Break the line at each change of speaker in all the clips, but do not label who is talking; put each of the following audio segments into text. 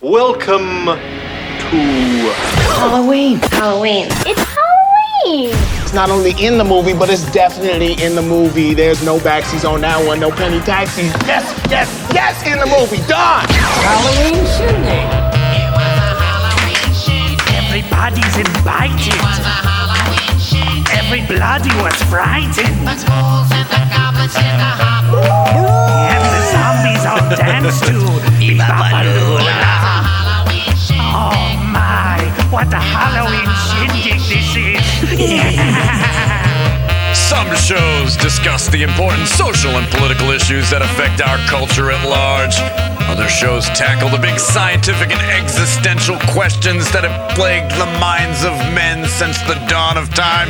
Welcome to
Halloween. Halloween.
It's Halloween.
It's not only in the movie, but it's definitely in the movie. There's no backsies on that one, no penny taxis. Yes, yes, yes, in the movie. Done.
Halloween shindig.
Everybody's invited. Everybody was frightened. And the zombies all dance to Ibabalula. Oh my, what a Halloween shindig this is.
Some shows discuss the important social and political issues that affect our culture at large. Other shows tackle the big scientific and existential questions that have plagued the minds of men since the dawn of time.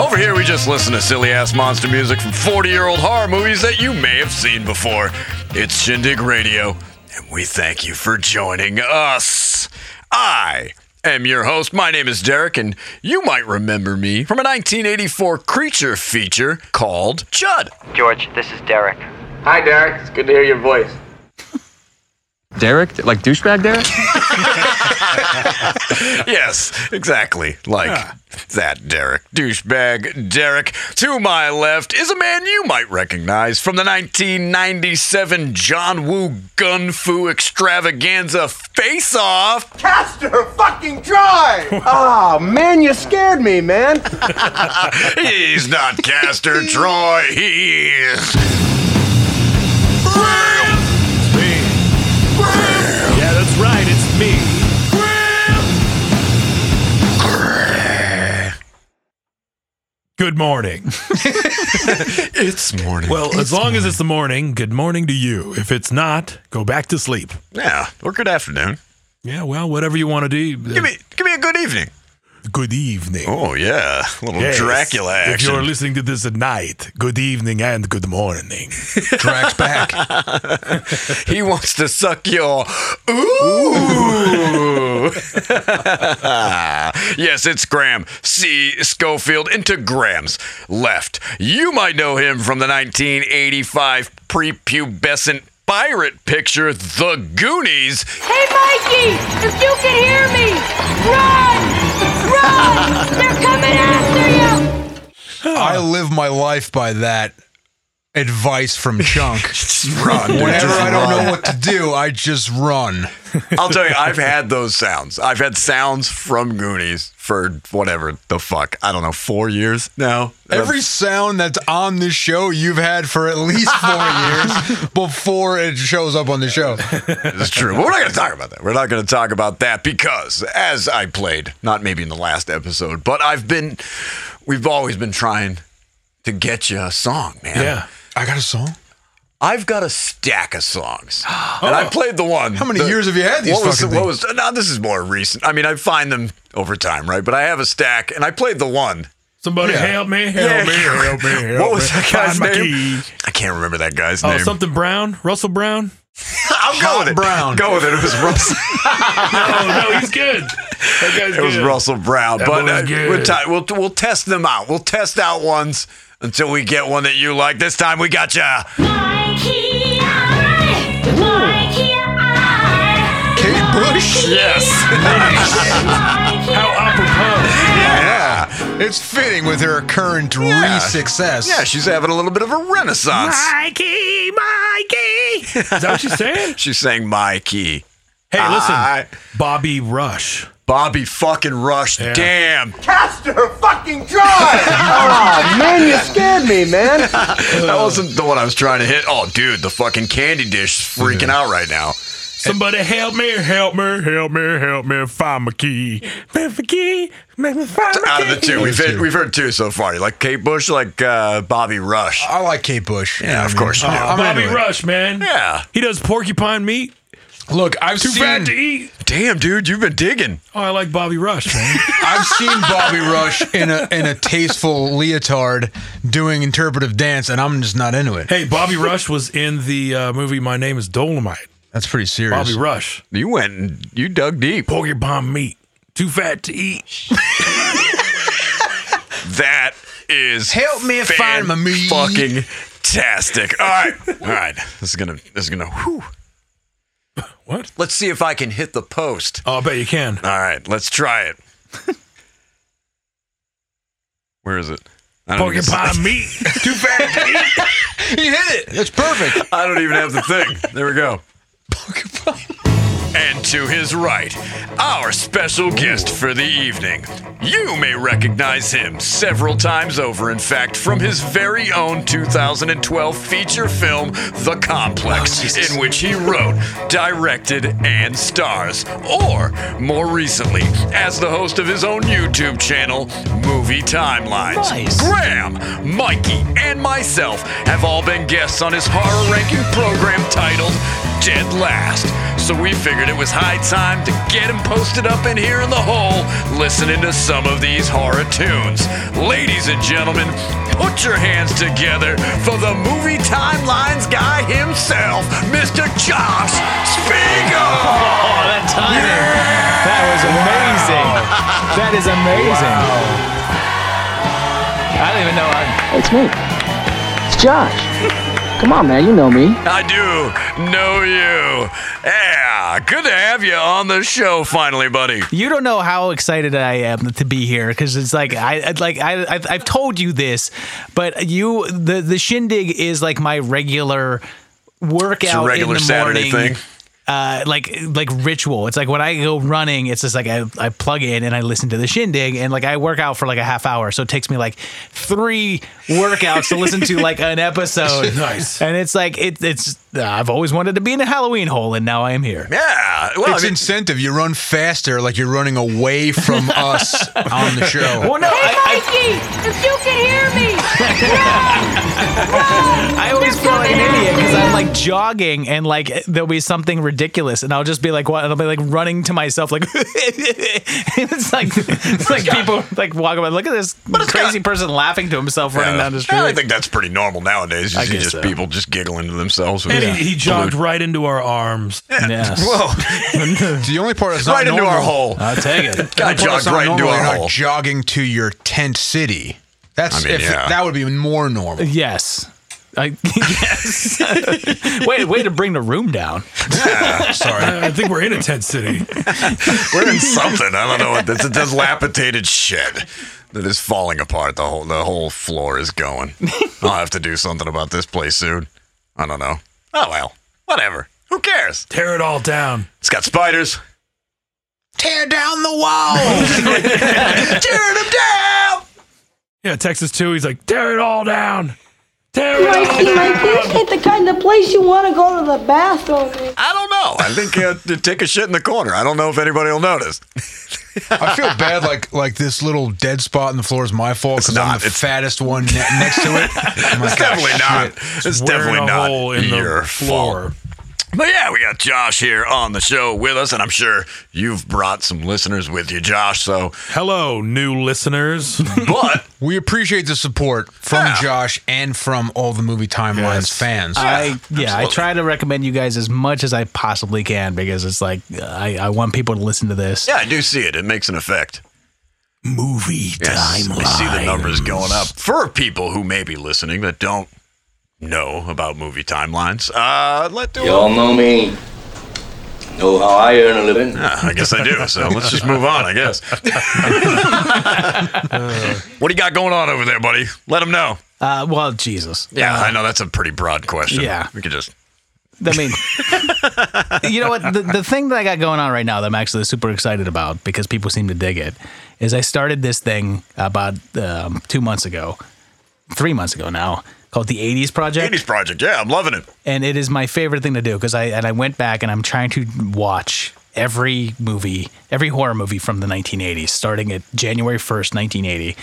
Over here, we just listen to silly ass monster music from 40 year old horror movies that you may have seen before. It's Shindig Radio, and we thank you for joining us. I am your host. My name is Derek, and you might remember me from a 1984 creature feature called Chud.
George, this is Derek.
Hi, Derek. It's good to hear your voice.
Derek, like douchebag Derek?
yes, exactly. Like that, Derek. Douchebag Derek. To my left is a man you might recognize from the 1997 John Woo Gun Fu Extravaganza Face Off.
Caster fucking drive!
Oh, man, you scared me, man.
He's not Caster Troy. He is.
yeah, that's right, it's me.
Good morning.
It's morning.
Well, as long as it's the morning, good morning to you. If it's not, go back to sleep.
yeah. Or good afternoon.
Yeah, well, whatever you want to do. uh,
Give me, give me a good evening.
good evening.
Oh yeah, a little
Yes.
Dracula
If you're
action.
listening to this at night, good evening and good morning.
Drax back.
He wants to suck your ooh. yes, it's Graham C. Schofield into Graham's left. You might know him from the 1985 prepubescent pirate picture, The Goonies.
Hey, Mikey, if you can hear me, run! Run! They're coming after you!
I live my life by that advice from Chunk.
Run, dude,
Whenever
just
I don't
run.
know what to do, I just run.
I'll tell you, I've had those sounds. I've had sounds from Goonies for whatever the fuck. I don't know, four years now.
Every sound that's on this show, you've had for at least four years before it shows up on the show.
It's true. But we're not going to talk about that. We're not going to talk about that because, as I played, not maybe in the last episode, but I've been, we've always been trying to get you a song, man.
Yeah.
I got a song.
I've got a stack of songs, and I played the one.
How many
the-
years have you had these
What was,
fucking
what was? Now this is more recent. I mean, I find them over time, right? But I have a stack, and I played the one
Somebody help me. Help
Yeah.
me. Help me. Help
What was
me.
that guy's
Find my
name?
key.
I can't remember that guy's
Oh,
name.
something Brown? Russell Brown?
I'm going with it.
Brown.
Go with it. It was Russell.
Oh, no, he's good. That guy's
it was
good.
Russell Brown.
That
but
boy's
uh,
good.
we're ti- we'll we'll test them out. We'll test out ones until we get one that you like. This time we got ya.
Mikey, I, Mikey, I,
Kate Bush.
Yes.
Mikey,
How apropos.
yeah.
It's fitting with her current
Yeah.
re-success.
Yeah. She's having a little bit of a renaissance.
Mikey, Mikey!
Is that what you're saying?
She's saying my key.
Hey, listen.
I-
Bobby Rush.
Bobby fucking Rush.
Yeah.
Damn.
Caster fucking drive!
Oh, man, you scared me, man.
That wasn't the one I was trying to hit. Oh, dude, the fucking candy dish is freaking out right now.
Somebody help me, help me, help me, help me, find my key. Find my key, make me find my
Out of
key.
the two, we've hit, we've heard two so far. You Like Kate Bush, like uh, Bobby Rush.
I like Kate Bush. You know
Yeah,
what
of
I mean?
course you do.
I'm
Oh, Bobby
into it.
Rush, man.
Yeah.
He does porcupine meat.
Look, I've
Too fat to
seen
eat.
Damn, dude, you've been digging.
Oh, I like Bobby Rush, man.
I've seen Bobby Rush in a in a tasteful leotard doing interpretive dance, and I'm just not into it.
hey, Bobby Rush was in the uh, movie My Name is Dolomite.
That's pretty serious.
Bobby Rush.
You went and you dug deep.
Porcupine meat. Too fat to eat.
That is
Help me find my meat.
Fucking tastic. All right, all right. This is gonna. This is gonna. Whew.
What?
Let's see if I can hit the post.
Oh, I bet you can.
All right, let's try it. Where is it? I don't, even,
Porcupine meat. Too fat.
You hit it. It's perfect.
I don't even have the thing. There we go. And to his right, our special guest for the evening. You may recognize him several times over, in fact, from his very own 2012 feature film, The Complex, in which he wrote, directed, and stars. Or, more recently, as the host of his own YouTube channel, Movie Timelines. Graham, Mikey, and myself have all been guests on his horror ranking program titled Dead Last. So we figured it was high time to get him posted up in here in the hole, listening to some of these horror tunes. Ladies and gentlemen, put your hands together for the movie timelines guy himself, Mr. Josh Spiegel!
Oh, that timing! That was amazing. That is amazing. I don't even know. I,
It's me. It's Josh. Come on, man. You know me.
I do know you. Yeah, good to have you on the show finally, buddy.
you don't know how excited I am to be here because it's like I I'd like I I've, I've told you this, but you the the shindig is like my regular workout
It's a regular
in the
Saturday
morning.
thing.
uh, like like ritual. It's like when I go running, it's just like I, I plug in and I listen to the shindig and like I work out for like a half hour. So it takes me like three workouts to listen to like an episode.
Nice.
And it's like it, it's uh, I've always wanted to be in a Halloween hole and now I am here.
Yeah, well, I
It's
mean-
incentive. You run faster, like you're running away from us on the show.
Well, no,
Hey,
I,
Mikey, if you can hear me, run, run.
I always
They're
feel like an
coming
idiot because
after
I'm
you.
like jogging and like there'll be something ridiculous and I'll just be like, what? And I'll be like running to myself, like, it's like, it's like people like walking by, look at this
it's
crazy
got-
person laughing to himself running
Yeah.
down the street.
I think that's pretty normal nowadays. You
I
see
guess
just
so.
people just giggling to themselves.
And he, he jogged right into our arms.
Yes.
It's the only part that's not
right into our
normal-
hole.
I'll take it.
Guy
the part that's
jogged
not
right into
normal,
our
you're not
hole.
jogging to your tent city. That's
I mean,
if
yeah.
that would be more normal.
Yes. I, yes. way, way to bring the room down.
Sorry. I think we're in a tent city.
We're in something. I don't know what this. It's a dilapidated shed that is falling apart. The whole the whole floor is going. I'll have to do something about this place soon. I don't know. Oh well, whatever. Who cares?
Tear it all down.
It's got spiders.
Tear down the wall.
Tear them down.
Yeah, Texas too. He's like, tear it all down. Tear it all
Mikey, Mikey,
down.
this ain't the kind of place you want to go to the bathroom in.
I don't know. I think uh, to take a shit in the corner. I don't know if anybody will notice.
I feel bad, like like this little dead spot in the floor is my fault because I'm
not.
the
It's-
fattest one ne- next to it. I'm like, "Ah,
It's definitely not. It's
We're in
definitely
a
not
hole in the
your fault.
floor.
But yeah, we got Josh here on the show with us, and I'm sure you've brought some listeners with you, Josh. So,
Hello, new listeners.
but
We appreciate the support from
Yeah.
Josh and from all the movie timelines
Yes.
fans.
I yeah, I try to recommend you guys as much as I possibly can because it's like uh, I, I want people to listen to this.
yeah, I do see it. It makes an effect.
Movie
Yes, I see the
timeline.
numbers going up for people who may be listening that don't know about movie timelines. Uh, let do
Y'all know me. Know how I earn a living.
I guess I do. So let's just move on. I guess. what do you got going on over there, buddy? Let them know.
Uh, well, Jesus. Uh,
Yeah, I know that's a pretty broad question.
yeah.
we could just
I mean, you know what? The, the thing that I got going on right now that I'm actually super excited about because people seem to dig it is I started this thing about um, two months ago, three months ago now, called the 80s Project.
80s project. Yeah, I'm loving it.
and it is my favorite thing to do because I and I went back and I'm trying to watch every movie, every horror movie from the 1980s, starting at January 1st, 1980,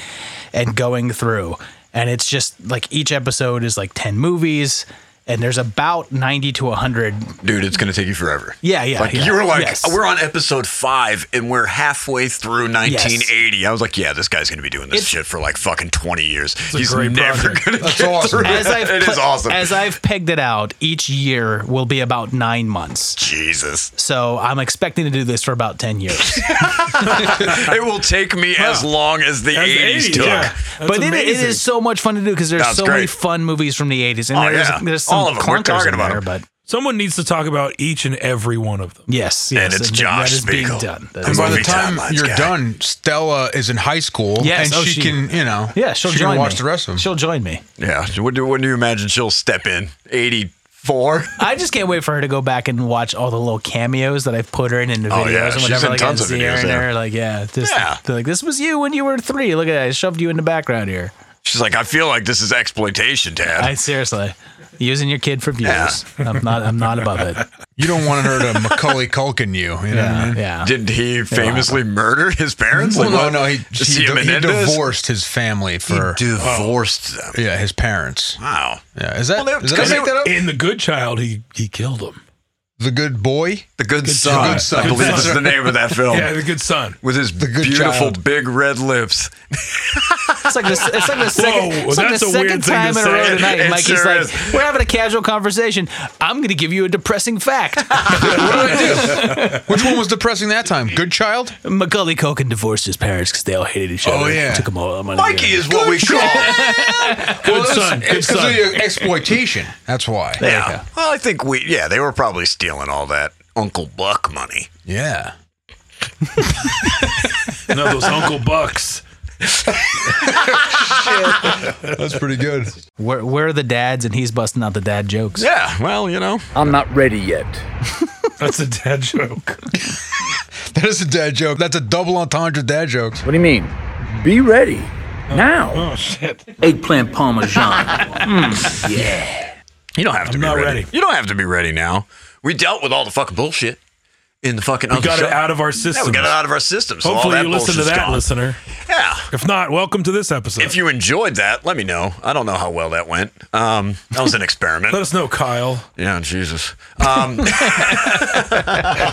and going through. And it's just like each episode is like 10 movies, and there's about 90 to 100.
dude, it's gonna take you forever.
Yeah, yeah,
Like
yeah.
you were like,
Yes.
we're on episode five and we're halfway through 1980. I was like, yeah, this guy's gonna be doing this shit for like fucking 20 years. He's
great
never
project.
gonna
That's
get
awesome.
through
As I've
it. It
put-
is awesome.
As I've pegged it out, each year will be about nine months.
Jesus,
So I'm expecting to do this for about 10 years.
it will take me as long as the
As the
80s,
80s,
took.
yeah. That's
but it, it
amazing.
is so much fun to do because there's
That's
so
great.
many fun movies from the 80s. And
Oh,
there's,
yeah.
there's some
All of 'em. We're
clunkers
talking
in
about
there,
'em.
but
Someone needs to talk about each and every one of them.
Yes,
yes,
and it's
and
Josh
that is being
Spiegel.
done. That
and
is
by the
movie
time
timelines
you're
guy.
done, Stella is in high school,
Yes,
and
oh,
she,
she-
can, you know,
Yeah, she'll
she
join
can watch
me.
the rest of them.
She'll join me.
Yeah. so When do, when do you imagine she'll step in? 84?
I just can't wait for her to go back and watch all the little cameos that I've put her in in the videos
Oh, yeah,
and
she's
whatever.
in
like
tons
I
of
see
videos
her in
there.
there, like yeah, just
Yeah.
they're like this was you when you were three. Look at that, I shoved you in the background here.
She's like, I feel like this is exploitation, Dad.
I seriously using your kid for views. I'm not. I'm not above it.
You don't want her to Macaulay Culkin you. You know what I
Yeah,
mean?
yeah.
Did he famously murder his parents?
Well,
what?
no, no, he,
Is
he,
he a
di- he
Menendez?
divorced his family for
divorced them.
yeah his parents.
Wow.
Yeah, is that,
Well, they-
is that,
because
I make
they-
that up?
In The Good Child, he he killed him.
the good boy,
The Good, Son.
Good Son.
I believe
Good
is the
Son.
name of that film.
Yeah, The Good Son.
With his
Good
beautiful
Child.
big red lips.
It's like the, it's like the second,
Whoa,
it's like the
that's a
second
weird thing
time
to
in a row
say.
tonight.
It
Mikey's
sure
like,
is.
we're having a casual conversation. I'm going to give you a depressing fact.
Which one was depressing that time? Good Child.
Macaulay Culkin divorced his parents because they all hated each other.
Oh, yeah.
took them all. Money
Mikey is what we call.
Good Son. Good
It's because of
Son.
your exploitation. That's why.
yeah. Well, I think we, yeah, they were probably stealing all that Uncle Buck money.
Yeah.
No, those Uncle Bucks.
That's pretty good.
We're, we're the dads, and he's busting out the dad jokes.
Yeah, well, you know.
I'm not ready yet.
That's a dad joke.
That is a dad joke. That's a double entendre dad joke.
What do you mean? Be ready. Now.
Oh shit!
Eggplant parmesan. Mm, yeah.
You don't have to
I'm
be
not
ready.
ready.
You don't have to be ready now. We dealt with all the fucking bullshit in the fucking.
We got it out of our system.
Yeah, we got it out of our systems. all
Hopefully,
that
you listen to
bullshit's
that,
gone.
listener.
Yeah.
If not, welcome to this episode.
If you enjoyed that, let me know. I don't know how well that went. Um, that was an experiment.
Let us know, Kyle.
Yeah, Jesus. Um,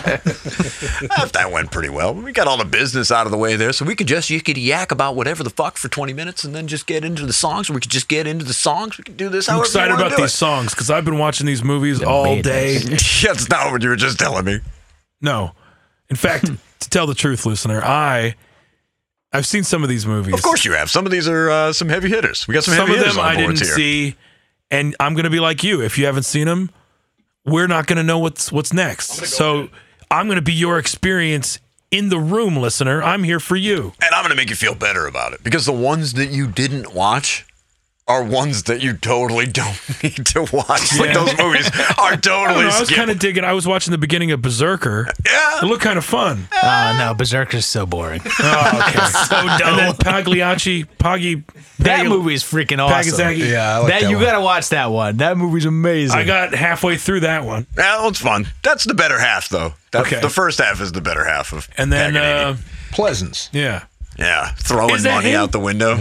that that went pretty well. We got all the business out of the way there, so we could just you could yak about whatever the fuck for twenty minutes, and then just get into the songs. We could just get into the songs. We could do this.
I'm
however you
excited
wanna
about
do
these
it.
songs because I've been watching these movies all day.
Yeah, That's not what you were just telling me.
No, in fact, to tell the truth, listener, I I've seen some of these movies.
Of course you have. Some of these are uh, some heavy hitters. We got some,
some
heavy
of
hitters
them
on
I didn't
boards here.
see, and I'm gonna be like you. If you haven't seen them, we're not gonna know what's what's next. so I'm gonna be your experience in the room, listener. I'm here for you.
And I'm going to make you feel better about it because the ones that you didn't watch are ones that you totally don't need to watch. Like those movies are
I, don't
totally
know, Oh, I was
skippable.
kind of digging. I was watching the beginning of Berserker.
Yeah.
It looked kind of fun. Oh,
Oh, no. Berserker's so boring. so
And
dumb.
then Pagliacci, Poggy,
That
Pagli-
movie's freaking awesome.
Pagazagi.
Yeah, I like
that,
that
you
one.
got to watch that one. That movie's amazing.
I got halfway through that one,
Yeah, that's fun. That's the better half, though. That,
Okay.
The first half is the better half of.
and then
Paganini.
uh,
Pleasance.
yeah,
yeah, throwing
Is that
money
him?
out the window.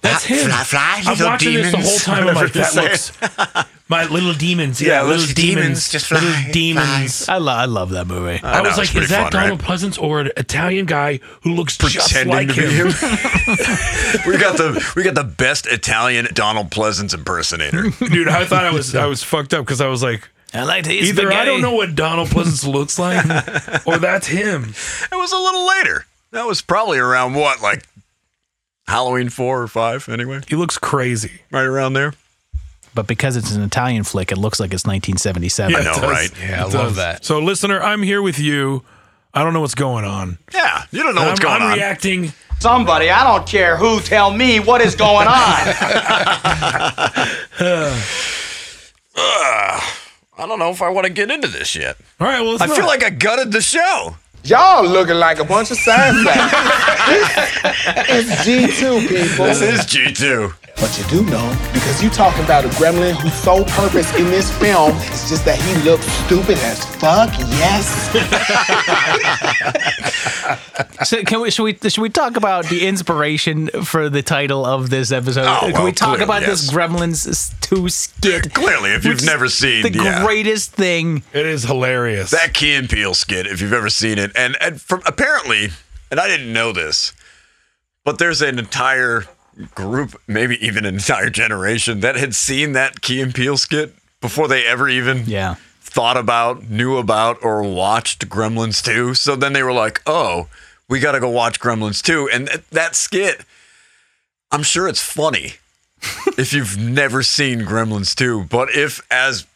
that's him.
Ah, Fly, fly,
I'm
little
watching this the
demons.
whole time. I'm like,
Whatever
that
they
looks my little demons.
Yeah,
Yeah,
little
little
demons,
demons.
just fly,
little
fly.
demons.
I, lo- I love that movie.
I,
I know, it's
was like,
pretty
is that
fun, right?
Donald Pleasance or an Italian guy who looks just
pretending
like
to be him.
him?
we got the we got the best Italian Donald Pleasance impersonator.
Dude, I thought I was I was fucked up because I was like,
I like to eat
either I
spaghetti.
don't know what Donald Pleasance looks like, or that's him.
It was a little later. That was probably around what, like Halloween four or five, anyway,
He looks crazy.
right around there.
But because it's an Italian flick, it looks like it's 1977.
Yeah,
I know,
it does.
right?
Yeah, I
It
love
does.
that.
So, listener, I'm here with you. I don't know what's going on.
Yeah, you don't know what's
I'm,
going
I'm
on.
reacting.
Somebody, I don't care who, tell me what is going on.
I don't know if I want to get into this yet.
All right, well, let's
I feel
not.
like I gutted the show.
Y'all looking like a bunch of side facts. it's G2, people.
This is G two.
But you do know, because you talking about a gremlin whose sole purpose in this film is just that he looks stupid as fuck, yes.
So can we should we should we talk about the inspiration for the title of this episode?
Oh,
can
well,
we talk
clearly,
about
yes.
this Gremlins s- two skit?
Clearly, if
which
you've
is
never seen
the
yeah.
greatest thing.
it is hilarious.
that Key and Peele skit, if you've ever seen it, and and from apparently, and I didn't know this, but there's an entire group, maybe even an entire generation, that had seen that Key and Peele skit before they ever even
Yeah.
thought about, knew about, or watched Gremlins 2. So then they were like, oh, we got to go watch Gremlins 2. And th- that skit, I'm sure it's funny if you've never seen Gremlins 2, but if as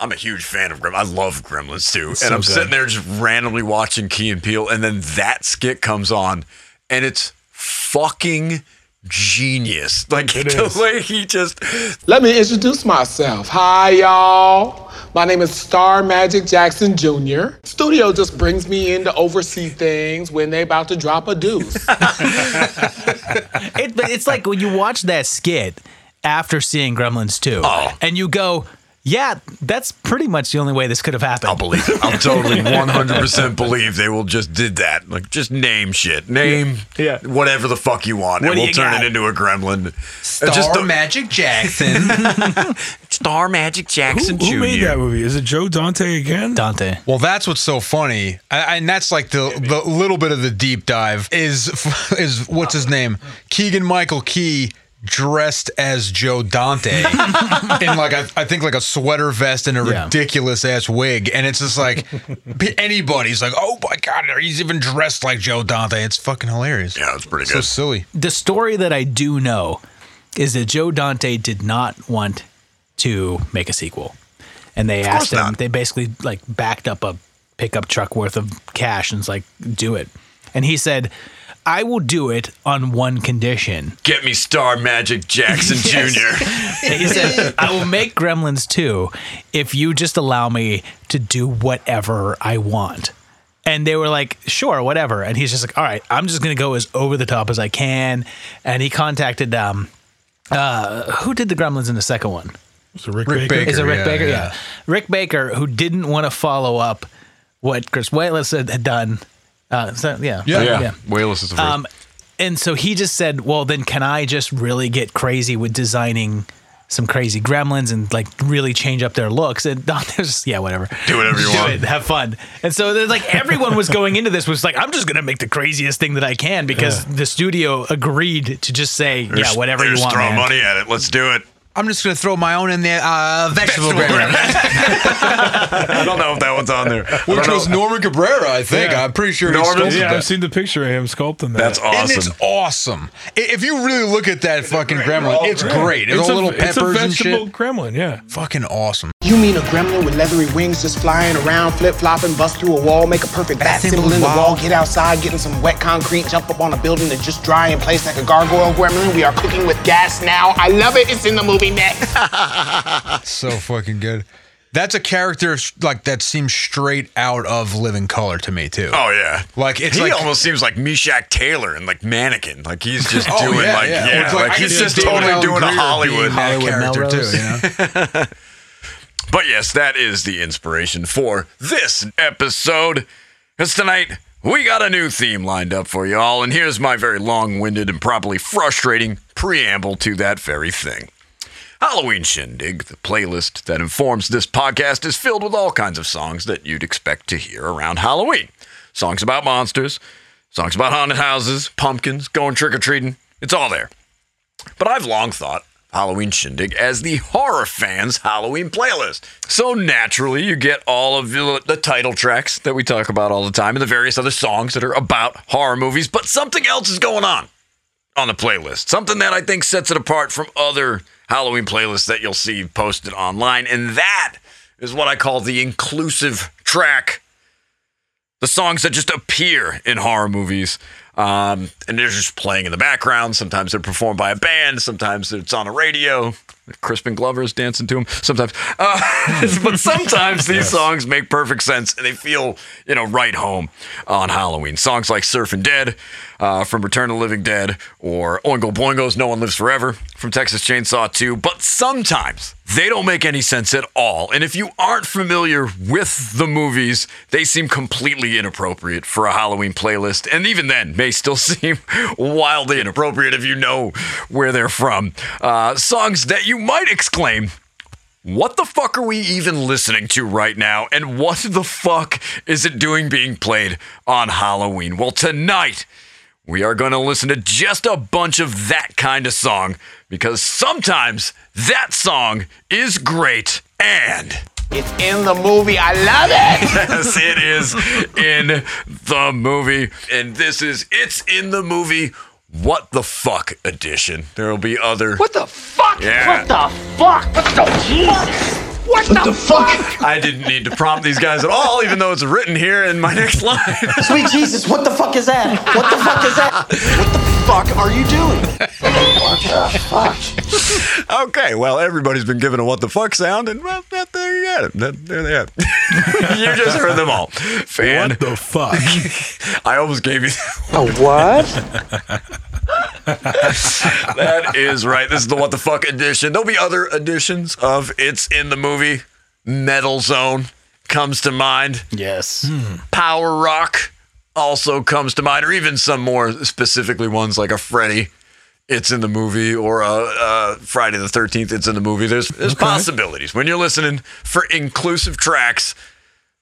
I'm a huge fan of Gremlins. I love Gremlins too.
It's
and
so
I'm
good.
sitting there just randomly watching Key and Peele, and then that skit comes on, and it's fucking genius. Like
It
the
is.
way he just
Let me introduce myself. Hi, y'all. My name is Star Magic Jackson Jr. Studio just brings me in to oversee things when they about to drop a deuce.
it, but it's like when you watch that skit after seeing Gremlins 2, and you go, yeah, that's pretty much the only way this could have happened. I'll
believe it. I'm totally 100% believe they will just did that. Like just name shit. Name
Yeah.
whatever the fuck you want
What
and
do
we'll
you
turn
got?
it into a gremlin.
Star
It's just the-
Magic Jackson.
Star Magic Jackson
Who- who made
Jr..
that movie? Is it Joe Dante again?
Dante.
Well, that's what's so funny, I, and that's like the the little bit of the deep dive is is what's his name, Keegan Michael Key dressed as Joe Dante in like a, I think like a sweater vest and a
Yeah.
ridiculous ass wig, and it's just like p- anybody's like, oh my god, he's even dressed like Joe Dante. It's fucking hilarious.
Yeah, it's pretty
So silly.
The story that I do know is that Joe Dante did not want to make a sequel. And they
course
asked him,
not.
they basically like backed up a pickup truck worth of cash and was like, do it. And he said, I will do it on one condition.
Get me Star Magic Jackson Jr.
he said, I will make Gremlins 2 if you just allow me to do whatever I want. And they were like, sure, whatever. And he's just like, all right, I'm just going to go as over the top as I can. And he contacted, um, uh, who did the Gremlins in the second one?
It's a Rick,
Is it Rick Baker? Yeah. Rick Baker, who didn't want to follow up what Chris Wayless had, had done. Uh, so, yeah.
Wayless is the first.
Um, and so he just said, "Well, then can I just really get crazy with designing some crazy gremlins and like really change up their looks?" And Dante was just, "Yeah, whatever.
Do whatever you
Do
want.
It, have fun." And so there's like everyone was going into this was like, "I'm just gonna make the craziest thing that I can," because the studio agreed to just say,
They're
"Yeah,
just-
whatever
they're
you
just
want."
Throw
man."
money at it. Let's do it.
I'm just gonna throw my own in there. Uh, vegetable,
I don't know if that one's on there. I don't
Which
know.
was Norman Cabrera, I think. I'm pretty sure he
Norman,
sculpted
yeah,
that.
I've seen the picture of him sculpting that.
That's And it's awesome. awesome. I- If you really look at that fucking gremlin, it's great. It's, all little peppers and shit.
gremlin, yeah.
Fucking awesome.
You mean a gremlin with leathery wings just flying around, flip flopping, bust through a wall, make a perfect bat symbol in the wall, get outside, get in some wet concrete, jump up on a building that's just dry in place like a gargoyle gremlin. We are cooking with gas now. I love it. It's in the movie next.
so fucking good. That's a character sh- like that seems straight out of Living Color to me too.
Oh yeah,
like it's
he
like
almost seems like Meshach Taylor and like Mannequin. Like he's just
Oh,
doing
yeah,
like
yeah.
yeah,
Or it's like,
like,
I
he's
can
just
see David
totally
Allen
doing
Greer
a Hollywood,
being that Hollywood character, too,
but yes, that is the inspiration for this episode. Because tonight we got a new theme lined up for you all, and here's my very long-winded and probably frustrating preamble to that very thing. Halloween Shindig, the playlist that informs this podcast, is filled with all kinds of songs that you'd expect to hear around Halloween. Songs about monsters, songs about haunted houses, pumpkins, going trick or treating. It's all there. But I've long thought Halloween Shindig as the horror fans' Halloween playlist. So naturally, you get all of the, the title tracks that we talk about all the time and the various other songs that are about horror movies, but something else is going on on the playlist. Something that I think sets it apart from other Halloween playlists that you'll see posted online. And that is what I call the inclusive track the songs that just appear in horror movies. Um, and they're just playing in the background. Sometimes they're performed by a band. Sometimes it's on a radio. Crispin Glover is dancing to them. Sometimes, uh, but sometimes these songs make perfect sense and they feel, you know, right home on Halloween. Songs like "Surf and Dead" uh, from Return of the Living Dead or "Oingo Boingo's No One Lives Forever" from Texas Chainsaw 2. But sometimes they don't make any sense at all. And if you aren't familiar with the movies, they seem completely inappropriate for a Halloween playlist. And even then, may still seem wildly inappropriate if you know where they're from. Uh, songs that you might exclaim, what the fuck are we even listening to right now? And what the fuck is it doing being played on Halloween? Well, tonight, we are going to listen to just a bunch of that kind of song because sometimes that song is great and.
It's in the movie. I love it.
yes, it is in the movie. And this is It's in the Movie What the Fuck edition. There will be other. What the fuck? Yeah.
What the fuck? What the Jesus?
What,
the, fuck?
I didn't need to prompt these guys at all, even though it's written here in my next line.
Sweet Jesus, what the fuck is that? What the fuck is that? What the fuck are you doing?
okay, well, everybody's been given a what the fuck sound, and well, that, there you got it. That, there they have it. you just heard them all. Fan. What
the fuck?
I almost gave you.
A what?
that is right. This is the what the fuck edition. There'll be other editions of It's in the Movie. Metal Zone comes to mind.
Yes.
Hmm.
Power Rock also comes to mind, or even some more specifically ones like a Freddy. It's in the movie, or a, uh Friday the Thirteenth. It's in the movie. There's there's possibilities when you're listening for inclusive tracks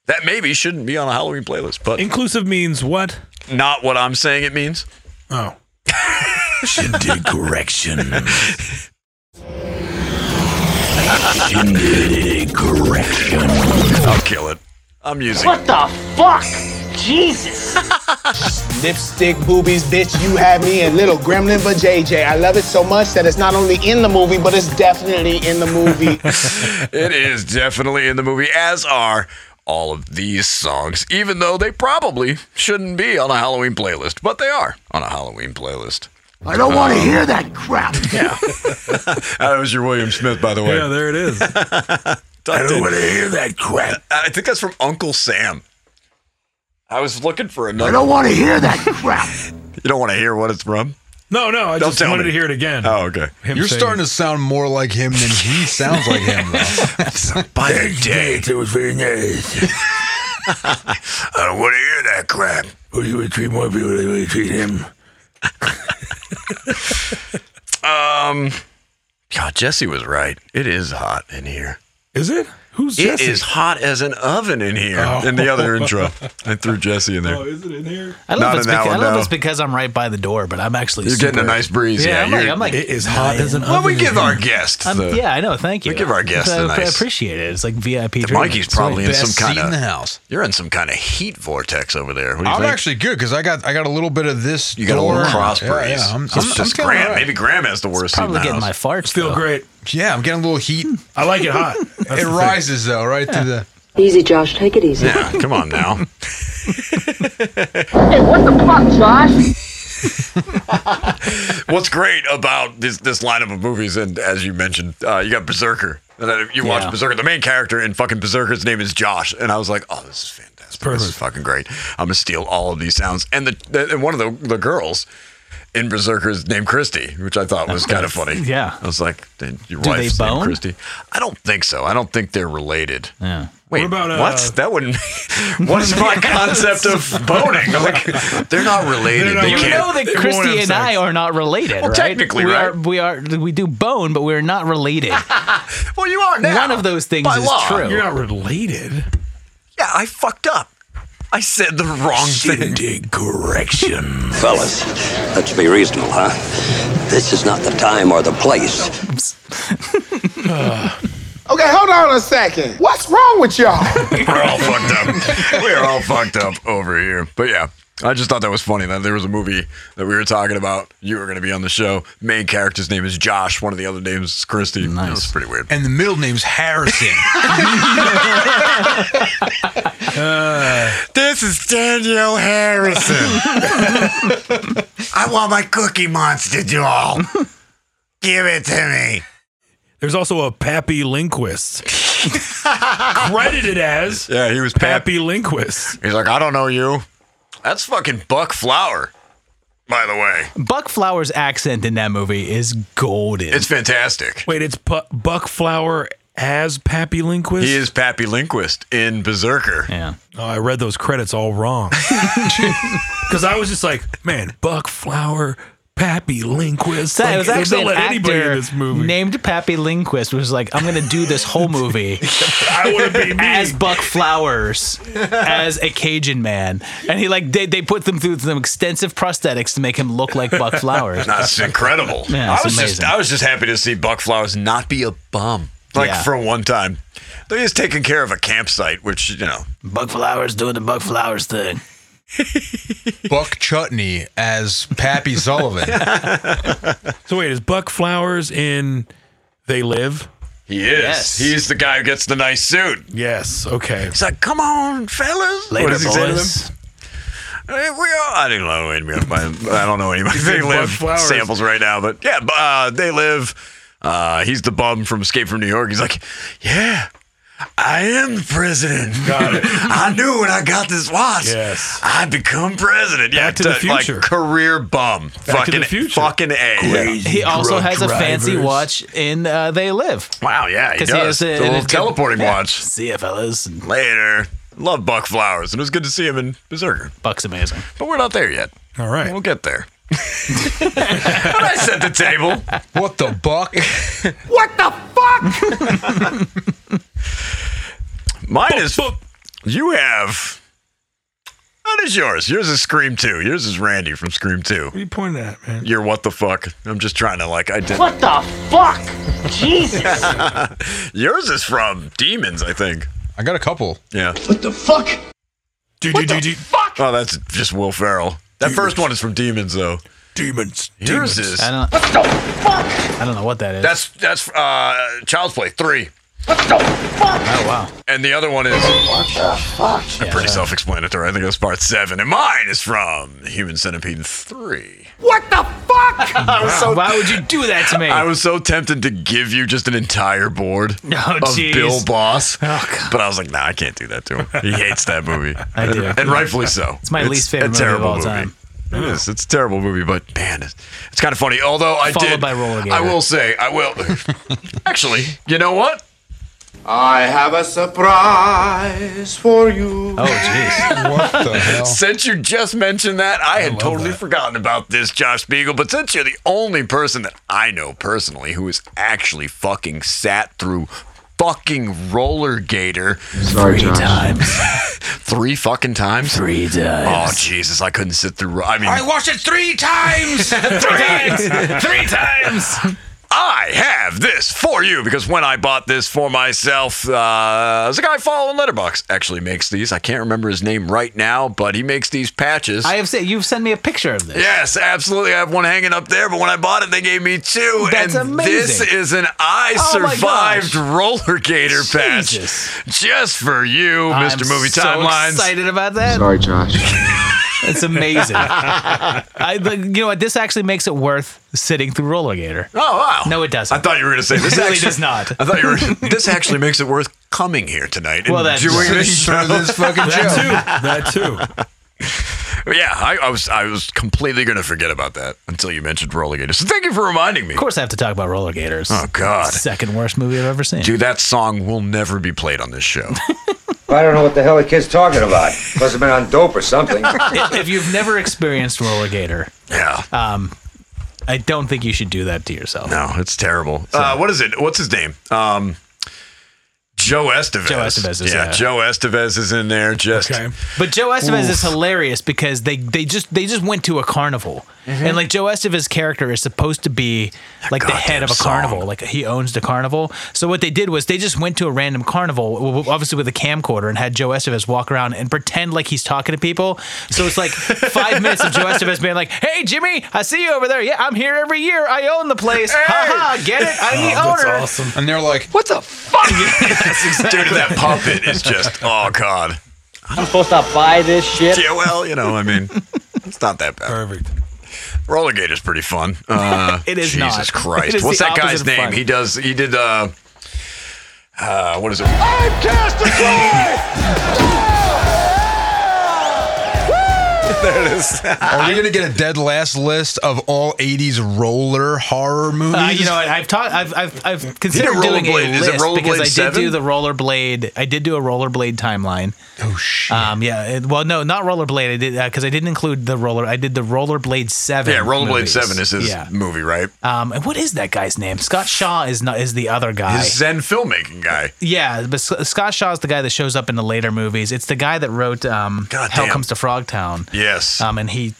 that maybe shouldn't be on a Halloween playlist. But
inclusive means what?
Not what I'm saying. It means
Oh. Shindig correction.
Shindig correction. I'll kill it. I'm using.
What the fuck? Jesus.
Lipstick boobies, bitch, you had me in Little Gremlin but JJ. I love it so much that it's not only in the movie, but it's definitely in the movie.
it is definitely in the movie, as are all of these songs, even though they probably shouldn't be on a Halloween playlist, but they are on a Halloween playlist.
I don't want to
Um,
hear that crap.
Yeah. that was your William Smith, by the way.
Yeah, there it is.
I
don't wanna hear that
crap. I think that's from Uncle Sam. I was looking for another.
I don't want to hear that
You don't want to hear what it's from?
No, no. I
Don't
just
tell
wanted
me.
to hear it again.
Oh, okay.
You're starting to sound more like him than he sounds like him. Though.
By the date,
it was very nice. I don't want to hear that crap. Well, you would treat more people the way you treat him.
Um, God, Jesse was right. It is hot in here.
Is it? Who's
It
Jesse?
is hot as an oven in here.
Oh.
In the other intro, I threw Jesse in there.
Oh, is it in here?
I
Not
love, it's
in that
because,
one,
I love
no.
it's because I'm right by the door, but I'm actually
You're getting a
super-
nice breeze, yeah,
I'm
you're-
like, I'm like
it is hot as an
"Man."
Well, we oven give in our here. guests
I'm-
the-
yeah, I know. Thank you.
we give our guests
So
the
I
nice-
appreciate it. It's like VIP.
The
treatment.
Mikey's
It's really
probably in some
best
kind
seat
of
in the
house.
You're in some kind of heat vortex over there. What do you
I'm
think?
actually good because I got I got a little bit of this.
you got a little
door.
cross breeze.
Yeah, yeah, I'm,
It's
I'm,
just
I'm feeling
Graham.
all right.
Maybe Graham has the worst heat in the house.
farts.
Feel great.
Yeah, I'm getting a little heat.
I like it hot.
it rises though, right through the.
Easy, Josh. Take it easy.
Yeah, come on now.
Hey, what the fuck, Josh?
What's great about this this lineup of movies, and as you mentioned, uh, you got Berserker. And then if you watch
Yeah.
Berserker. The main character in fucking Berserker's name is Josh, and I was like, oh, this is fantastic. This is
perfect.
fucking great. I'm gonna steal all of these sounds. And the, the and one of the the girls. In Berserker's named Christy, which I thought was kind of funny.
Yeah.
I was like, "Did "Your
Do they
wife's named
bone?
Christy." I don't think so. I don't think they're related.
Yeah.
Wait,
What about, uh,
what? That wouldn't. what is my concept of boning? Like, they're not
They're
related.
not related.
They
You
can't-
know that
They won't
Christy
have
and
sex.
I are not related,
Well,
right?
technically,
we
right?
Are, we are. We do bone, but we're not related.
Well, you are now.
One of those things
By
is
law.
true.
You're not related.
Yeah, I fucked up. I said the wrong thing.
Shindig correction.
Fellas,
Let's be reasonable, huh? This is not the time or the place.
Okay, hold on a second. What's wrong with y'all?
We're all fucked up. We're all fucked up over here. But yeah, I just thought that was funny that there was a movie that we were talking about. You were going to be on the show. Main character's name is Josh. One of the other names is Christy. Nice. It was pretty weird.
And the middle name's Harrison.
This is Daniel Harrison. I want my Cookie Monster doll. Give it to me.
There's also a Pappy Linguist. Credited as
Yeah, he was Pappy.
Pappy Linguist.
He's like, I don't know you. That's fucking Buck Flower, by the way.
Buck Flowers' accent in that movie is golden.
It's fantastic.
Wait, it's Pu- Buckflower as Pappy Linguist?
He is Pappy Linguist in Berserker.
yeah.
Oh, I read those credits all wrong. Because I was just like, man, Buckflower, Pappy Linguist.
So
like,
it was
they
actually
don't
an
let anybody in
actor
this movie.
named Pappy Lindquist was like, I'm going to do this whole movie
I want to be me.
as Buck Flowers, as a Cajun man. And he like, they, they put them through some extensive prosthetics to make him look like Buck Flowers.
That's incredible.
Yeah,
I
it's
was just
amazing.
I was just happy to see Buck Flowers not be a bum. Like
Yeah.
for one time. Though he's taking care of a campsite, which, you know,
Buck Flowers doing the Buck Flowers thing.
Buck Chutney as Pappy Sullivan.
so wait, is Buck Flowers in They Live?
He is. He's the guy who gets the nice suit.
Yes. Okay.
He's like, come on, fellas.
Later,
what does he say to
boys.
them? Hey, we all, I didn't know any of my, I don't know any of my
He said
they live
Bud Flowers.
samples right now, but yeah, bu- uh, they live. Uh, he's the bum from Escape from New York. He's like, yeah, I am the president. Got it. I knew when I got this watch,
Yes.
I become president. Yeah,
Back to the
t-
future.
Like career bum.
Back to
fucking
the future.
fucking a.
He also has a fancy watch in uh, They Live.
Wow, yeah, he
'Cause
does.
he has a-
The
and
little
it's got-
teleporting
yeah.
watch.
See ya, fellas.
Later. Love Buck Flowers, and it was good to see him in Berserker.
Buck's amazing,
but we're not there yet.
All right,
we'll get there. but I set the table.
What the buck?
What the fuck? Mine is. You have. That is yours. Yours is Scream 2. Yours is Randy from Scream 2.
What are you pointing at, man?
You're what the fuck? I'm just trying to like identify.
What the fuck? Jesus.
Yours is from Demons, I think.
I got a couple.
Yeah.
What the fuck?
Dude, what dude, dude,
fuck? Oh, that's just Will Ferrell. That first one is from Demons, though.
Demons.
Yours is.
I don't,
What the fuck?
I don't know what that is.
That's that's uh, Child's Play three,
What the fuck?
oh wow.
and the other one is
What the fuck?
pretty self-explanatory. I think it was part seven, and mine is from Human Centipede three.
What the fuck?
I was so
Why would you do that to me?
I was so tempted to give you just an entire board
Oh,
of
jeez. Oh,
Bill Boss,
God.
but I was like, nah, I can't do that to him. He hates that movie,
I do.
and rightfully so.
It's my least favorite movie of all time.
It is. It's a terrible movie, but man, it's, it's kind of funny. Although I
Followed
did,
by Roller
I
Gator.
will say, I will. Actually, you know what?
I have a surprise for you.
oh jeez.
What the hell?
Since you just mentioned that, I, had totally forgotten about this, Josh Spiegel. But since you're the only person that I know personally who has actually fucking sat through fucking roller gator
Sorry, Josh.
three fucking times, three times. Oh Jesus, I couldn't sit through. I mean,
I watched it three times.
three times. I have this for you because when I bought this for myself, uh, there's a guy following Letterbox actually makes these. I can't remember his name right now, but he makes these patches.
I have said you've sent me a picture of this.
Yes, absolutely. I have one hanging up there, but when I bought it, they gave me two.
That's
and
amazing.
This is an I
Oh my
survived roller gator
Jesus.
patch just for you,
I'm
Mr. Movie
so
Timelines.
Excited about that.
Sorry, Josh.
It's amazing. I, but you know what? This actually makes it worth sitting through roller gator.
Oh wow!
No, it doesn't.
I thought you were going to say this
It really
actually-
does not.
I thought you were. This actually makes it worth coming here tonight.
Well,
and
that's-
doing this
Through
show.
this fucking
That
show.
too. That too.
Yeah, I, I was I was completely going to forget about that until you mentioned roller gator. So thank you for reminding me.
Of course, I have to talk about roller gators.
Oh God,
Second worst movie I've ever seen.
dude, that song will never be played on this show.
I don't know what the hell the kid's talking about. Must have been on dope or something.
If if you've never experienced roller gator,
yeah.
um, I don't think you should do that to yourself.
No, it's terrible. Uh, what is it? What's his name? Um, Joe Estevez.
Joe Estevez is,
yeah,
uh,
Joe Estevez is in there. Just
Okay.
But Joe Estevez is hilarious because they they just they just went to a carnival.
Mm-hmm.
And like Joe Estevez's character is supposed to be like the head
goddamn
of a
song.
carnival, like he owns the carnival. So what they did was they just went to a random carnival, w- w- obviously with a camcorder, and had Joe Estevez walk around and pretend like he's talking to people. So it's like five minutes of Joe Estevez being like, "Hey Jimmy, I see you over there. Yeah, I'm here every year. I own the place. Ha ha, get it? I'm the
Oh,
That's
owner."
awesome.
And they're like,
What the fuck? Yes,
dude,
exactly.
that puppet is just oh god.
I'm supposed to buy this shit.
Yeah, well, you know, I mean, it's not that bad.
Perfect.
Roller Gator's pretty fun. Uh,
It is
Jesus
not.
Christ.
It is
What's
the
that guy's
opposite of
name?
fun.
He does. He did. Uh, uh, what is it? I'm cast There it is.
are we gonna get a dead last list of all '80s roller horror movies?
Uh, you know, what, I've taught. I've I've, I've considered
did
doing a
Rollerblade.
list
Is it Rollerblade
because I did
7?
do the rollerblade. I did do a rollerblade timeline.
oh shit.
Uh,
Um, yeah. it- well, no, not rollerblade. I did because I didn't include the roller. I did the rollerblade seven.
Yeah, Rollerblade
movies.
Seven is his
Yeah.
movie, right?
Um, and what is that guy's name? Scott Shaw is not is the other guy.
His Zen filmmaking guy.
yeah, but S- Scott Shaw is the guy that shows up in the later movies. It's the guy that wrote um,
God
Hell
damn.
Comes to Frogtown.
Yes.
Um, and he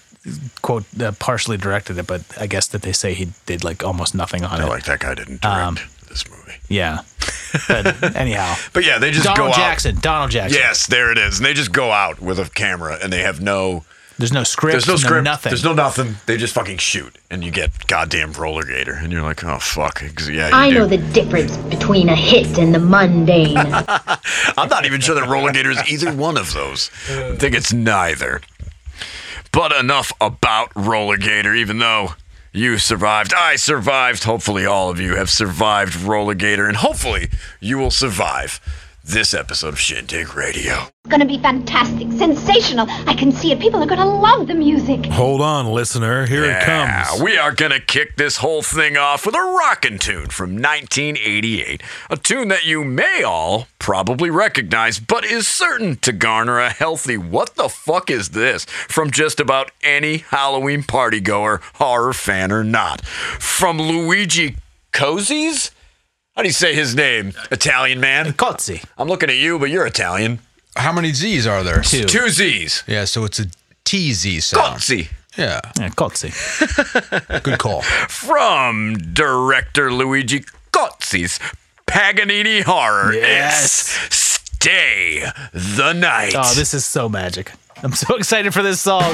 quote uh, partially directed it, but I guess that they say he did like almost nothing on
I
it.
like that guy didn't direct
um,
this movie.
Yeah. But anyhow.
But yeah, they just
Donald
go out.
Jackson. Donald Jackson.
Yes, there it is. And they just go out with a camera and they have no
There's no script.
There's no script.
nothing.
There's no nothing. They just fucking shoot, and you get goddamn roller gator, and you're like, oh fuck, Ex- yeah. You
I
do.
know the difference between a hit and the mundane.
I'm not even sure that roller gator is either one of those. I think it's neither. But enough about roller gator. Even though you survived, I survived. Hopefully, all of you have survived roller gator, and hopefully, you will survive this episode of Shindig Radio.
It's gonna be fantastic, sensational. I can see it. People are gonna love the music.
Hold on, listener. Here it comes.
We are going to kick this whole thing off with a rockin' tune from 1988. A tune that you may all probably recognize, but is certain to garner a healthy what the fuck is this from just about any Halloween partygoer, horror fan or not. From Luigi Cozi's? How do you say his name? Italian man?
Cozzi.
I'm looking at you, but you're Italian.
How many Z's are there?
Two. Two Z's.
Yeah, so it's a TZ sound.
Cozzi.
Yeah.
Yeah, Cozzi.
Good call.
from director Luigi Cozzi's Paganini Horror.
Yes.
It's Stay the Night.
Oh, this is so magic. I'm so excited for this song.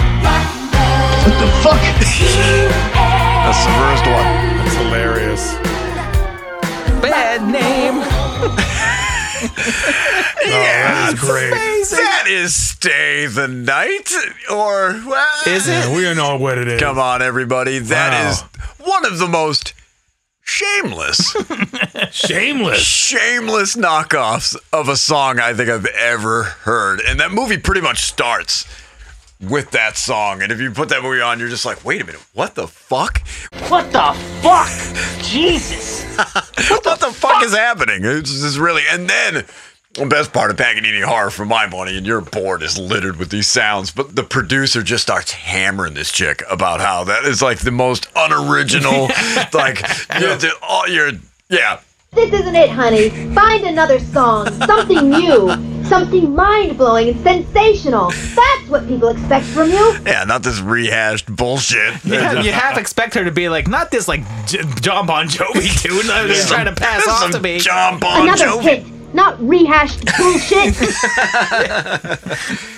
What the fuck?
That's the first one.
That's hilarious.
Bad name.
yeah,
great.
That is Stay the Night, or well,
is
Yeah, we know what it is.
Come on, everybody. that
Wow.
is one of the most shameless,
Shameless.
shameless knockoffs of a song I think I've ever heard. And that movie pretty much starts with that song. And if you put that movie on, you're just like, wait a minute, what the fuck?
What the fuck? Jesus.
what, the, fuck, is happening? It's just really. And then the best part of Paganini horror for my money, and your board is littered with these sounds. But the producer just starts hammering this chick about how that is like the most unoriginal, like you're, the- all you're yeah.
This isn't it, honey. Find another song, something new, something mind blowing and sensational. That's what people expect from you.
Yeah, not this rehashed bullshit.
You have, you half expect her to be like, not this like J- John Bon Jovi tune that they're
Yeah.
trying to pass
This is
off to
some
me.
John
another hit, not rehashed bullshit.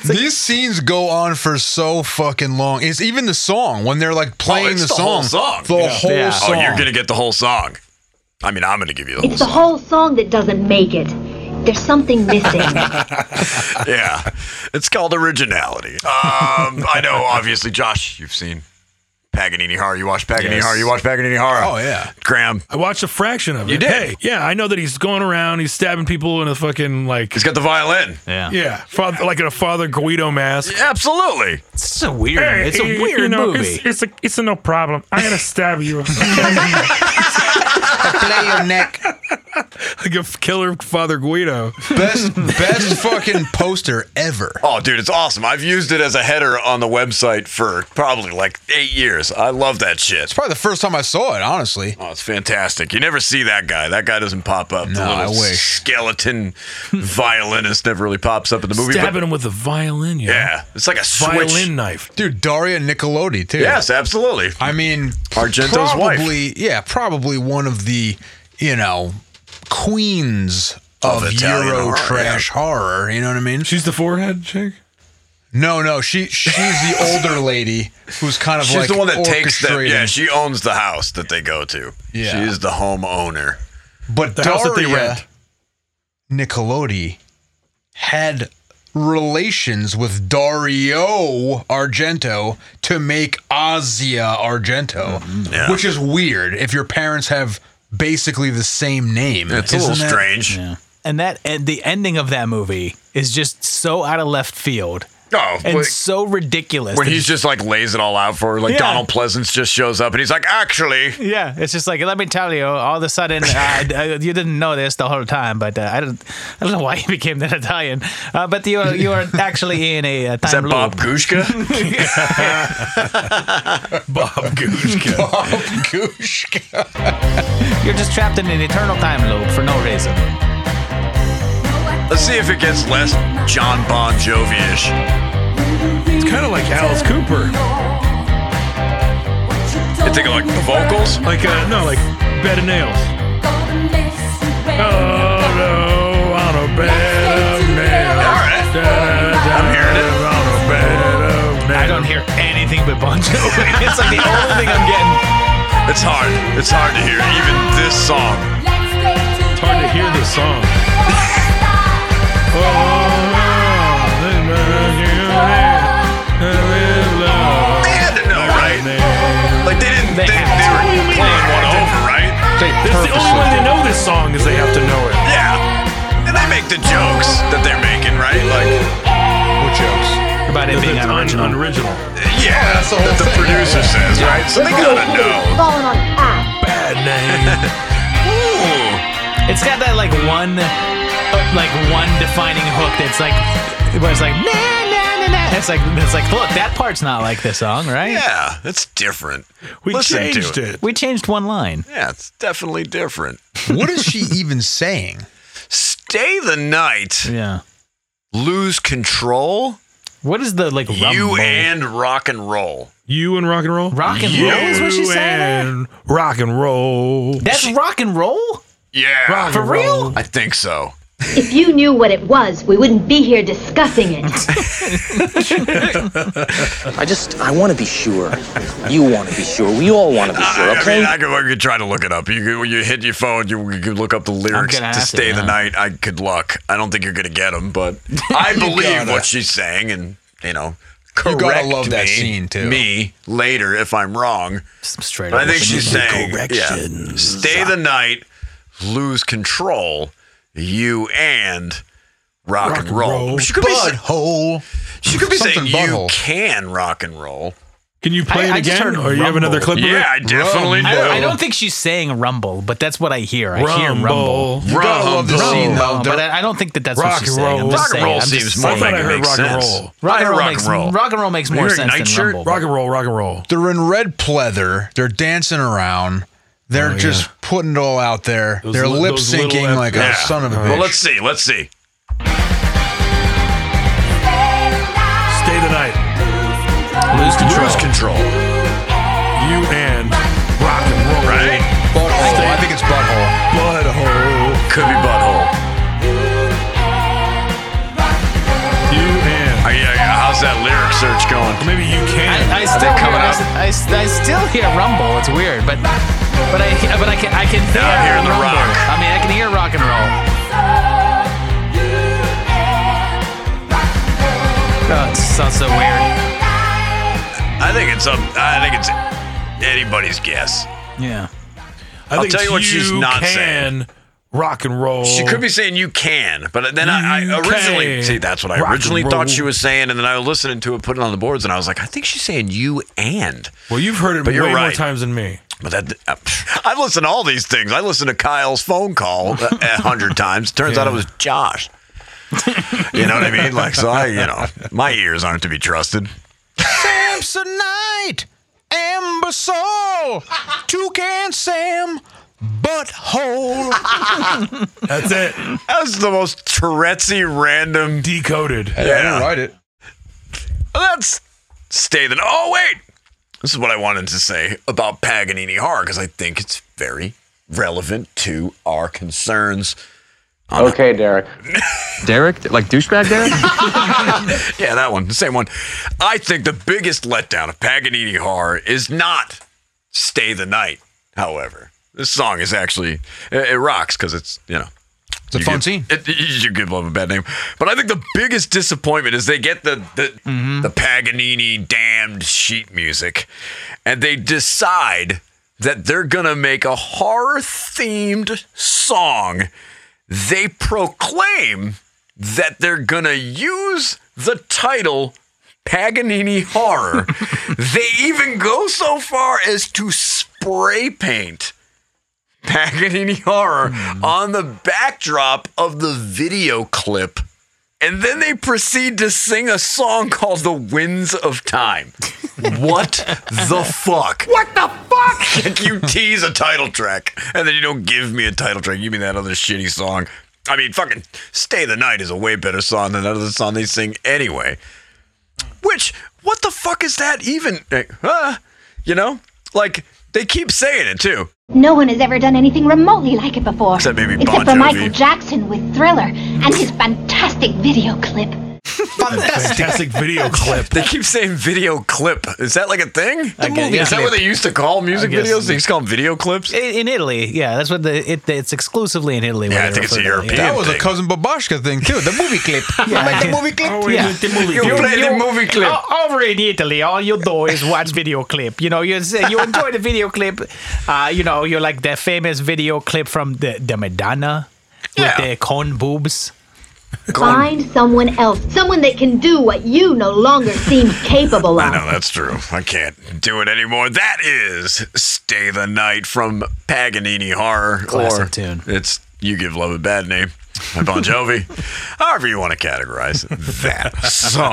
These scenes go on for so fucking long. It's even the song when they're like playing
it's
the,
the
song.
whole song.
The
Yeah.
whole
Yeah.
song.
Oh, you're gonna get the whole song. I mean, I'm gonna give you the whole
it's the
song.
whole song that doesn't make it. There's something missing.
yeah, it's called originality. Um, I know, obviously, Josh, you've seen Paganini horror. You watch Paganini
Yes.
horror. You watch Paganini horror.
Oh, yeah.
Graham.
I watched a fraction of it.
You did?
Hey, yeah, I know that he's going around, he's stabbing people in a fucking like.
He's got the violin.
Yeah.
Yeah, father, like in a Father Guido mask.
Absolutely.
It's so weird.
Hey,
it's a
you-
weird
you know,
movie.
It's, it's a it's a no problem. I'm gonna stab you.
Play your neck.
like a f- killer Father Guido.
Best best fucking poster ever.
Oh, dude, it's awesome. I've used it as a header on the website for probably like eight years. I love that shit.
It's probably the first time I saw it, honestly.
Oh, it's fantastic. You never see that guy. That guy doesn't pop up. the
No, I
little
wish.
skeleton violinist never really pops up in the movie. but-
Stabbing him with a violin. Yeah,
yeah, it's like a
violin
switch.
knife.
Dude, Daria Nicolodi too.
Yes, absolutely.
I mean,
Argento's wife.
probably, Yeah, probably one of the, you know, queens
Of
of,
Italian
Euro
horror,
trash horror. You know what I mean?
She's the forehead chick.
No, no, she she's the older lady who's kind of
She's
like
the one that takes them. Yeah,
orchestrating.
she owns the house that they go to.
Yeah.
She is the homeowner.
But
The house that they
Daria
rent.
Nicolodi had relations with Dario Argento to make Ozia Argento,
Mm-hmm. yeah.
which is weird if your parents have basically the same name.
It's a little
Isn't that-
strange.
And that and the ending of that movie is just so out of left field.
Oh,
and
like-
so ridiculous.
When
that
he's just like lays it all out for her, like
Yeah.
Donald Pleasance just shows up and he's like, actually,
Yeah, it's just like let me tell you. All of a sudden, uh, d- uh, you didn't know this the whole time, but uh, I don't, I don't know why you became that Italian. Uh, but you are, you are actually in a uh, time
is that
loop.
Bob Gushka?
Bob Gooshka. Bob Gooshka. You're just trapped in an eternal time loop for no reason.
Let's see if it gets less John Bon Jovi-ish.
It's kind of like Alice Cooper.
You think of like the vocals?
Like uh, no, like Bed of Nails. Oh no, on a bed of nails. I'm hearing it. On a bed of nails.
I don't hear anything but Bon Jovi. It's like the only thing I'm getting.
It's hard. It's hard to hear even this song.
It's hard to hear this song.
They had to know, right? Like they didn't. They, they, were playing one over, right?
That's the only way they know this song is they have to know it.
Yeah, and they make the jokes that they're making, right? Like,
What jokes?
About it being unoriginal.
unoriginal.
yeah, that's the whole that the producer says, right? So they gotta know.
Falling on its ass.
Bad name.
Ooh,
It's got that like one, uh, like one defining hook that's like where it's like na na na na. It's like it's like look that part's not like this song, right?
yeah, it's different.
We
Listen to
changed
it.
it.
We changed one line.
Yeah, it's definitely different.
What is she even saying?
Stay the night.
Yeah.
Lose control.
What is the like rumble?
You and rock and roll.
You and rock and roll.
rock and roll is what she's saying.
and rock and roll.
That's rock and roll
Yeah,
Rock
for
and
real.
roll.
I think so.
If you knew what it was, we wouldn't be here discussing it.
I just, I want to be sure. You want to be sure. We all want to be sure,
I mean,
okay?
I could, I could try to look it up. You could, when you hit your phone, you, you could look up the lyrics
gonna
to
have to,
"Stay the
yeah.
Night." I good luck. I don't think you're gonna get them, but I believe
gotta.
what she's saying, and you know,
You
correct
gotta love
me,
that scene, too.
Me later if I'm wrong.
Some straight.
But I
up
think
with
she's
the-
saying, yeah, "Stay the night, lose control, you and." Rock, and roll. She could be, sa-
Butthole.
she could be saying
Something
you
butthole.
can rock and roll.
Can you play
I-
it
I just
again,
heard
or you have another clip of it?
Yeah, I definitely
um,
I don't,
do.
I don't think she's saying rumble, but that's what I hear. I hear rumble.
Rumble.
You gotta love the
Rumble.
scene though.
Um, but I I don't think that that's what
Rock
she's
and
saying. I'm
roll.
just
Rock and
saying-
roll
I'm just
seems more
saying.
I thought
like
I
it
heard
makes
rock and
sense.
roll.
I
Rock and
heard
roll
rock
makes
and roll.
rock and roll makes more
You're a
sense than
nightshirt?
rumble.
Rock and roll. Rock and roll.
They're in red pleather. They're dancing around. They're
Oh,
just
yeah.
putting it all out there.
Those
They're
li-
lip
those little
syncing
ep-
like
Yeah.
a son of a bitch.
Well, let's see. Let's see.
Stay the night.
Lose control.
Cruise control,
You and rock and roll.
right?
butthole. Oh, I think it's butthole.
Butthole.
Could be butthole.
You and
Oh, yeah, yeah. How's that lyric search going?
maybe you can.
I, I still
they coming
hear, I
up?
s- I, s- I still hear rumble. It's weird, but but I but I can I can hear
Now I'm hearing the
rumble.
rock.
I mean, I can hear rock and roll. Oh, it sounds so weird.
I think it's up. I think it's anybody's guess.
Yeah.
I think
tell
it's
you what she's not
can
saying.
Rock and roll.
She could be saying you can, but then I, I
Oh. You
originally
can.
see that's what I
Rock and
originally
roll.
thought she was saying, and then I was listening to it, putting it on the boards, and I was like, I think she's saying you and.
Well, you've heard it
But
way
you're
more
right.
times than me.
But that uh, I've listened to all these things. I listened to Kyle's phone call a a hundred times. Turns out it was Josh. you know what I mean? Like so, I you know my ears aren't to be trusted.
Samsonite, Amber Soul, Toucan Sam, butthole.
That's it.
That's the most Tourettesy random.
Decoded.
Yeah.
write it.
That's stay the. Oh wait, this is what I wanted to say about Paganini Har because I think it's very relevant to our concerns.
Okay, Derek. Derek? Like douchebag Derek?
Yeah, that one, the same one. I think the biggest letdown of Paganini Har is not "Stay the Night." However, this song is actually it, it rocks because it's you know
It's a fun scene.
It, you give love a bad name, but I think the biggest disappointment is they get the the,
Mm-hmm.
the Paganini damned sheet music, and they decide that they're gonna make a horror themed song. They proclaim that they're gonna use the title Paganini horror. they even go so far as to spray paint. Paganini horror on the backdrop of the video clip. And then they proceed to sing a song called The Winds of Time. what the fuck? What the fuck? Can you tease a title track and then you don't give me a title track? You mean that other shitty song? I mean, fucking Stay the Night is a way better song than that other song they sing anyway. Which, what the fuck is that even? eh, huh? you know? Like, they keep saying it too.
No one has ever done anything remotely like it before.
Except maybe
Except
Bon
for
Jovi.
Michael Jackson with Thriller and his fantastic video clip.
Fantastic video clip. They keep saying video clip. Is that like a thing?
I guess-
Is that
yeah.
what they used to call music
I guess-
videos? They used to call them video clips.
I- In Italy, yeah, that's what the it, it's exclusively in Italy. where
Yeah, I
they
think it's a
refer to it, yeah.
European
That was a cousin Babashka thing too. The movie clip. You
Yeah.
like the movie clip?
Yeah.
Oh, You play the movie clip.
O- Over in Italy, all you do is watch video clip. You know, you say you enjoy the video clip. Uh, you know, you're like the famous video clip from the, the Madonna with the cone boobs.
Find someone else, someone that can do what you no longer seem capable of.
No, that's true. I can't do it anymore. That is Stay the Night from Paganini Horror.
Classic
or tune. It's You Give Love a Bad Name by Bon Jovi. However you want to categorize that song.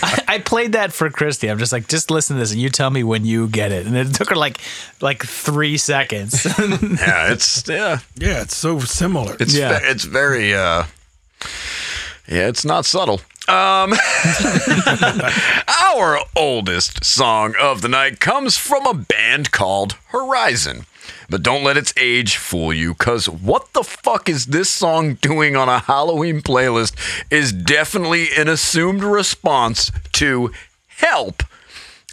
I, I played that for Christy. I'm just like, just listen to this, and you tell me when you get it. And it took her like like three seconds.
yeah, it's yeah,
yeah, it's so similar.
It's
yeah.
ve- it's very uh Yeah, it's not subtle. Um Our oldest song of the night comes from a band called Horizon. But don't let its age fool you, because what the fuck is this song doing on a Halloween playlist is definitely an assumed response to help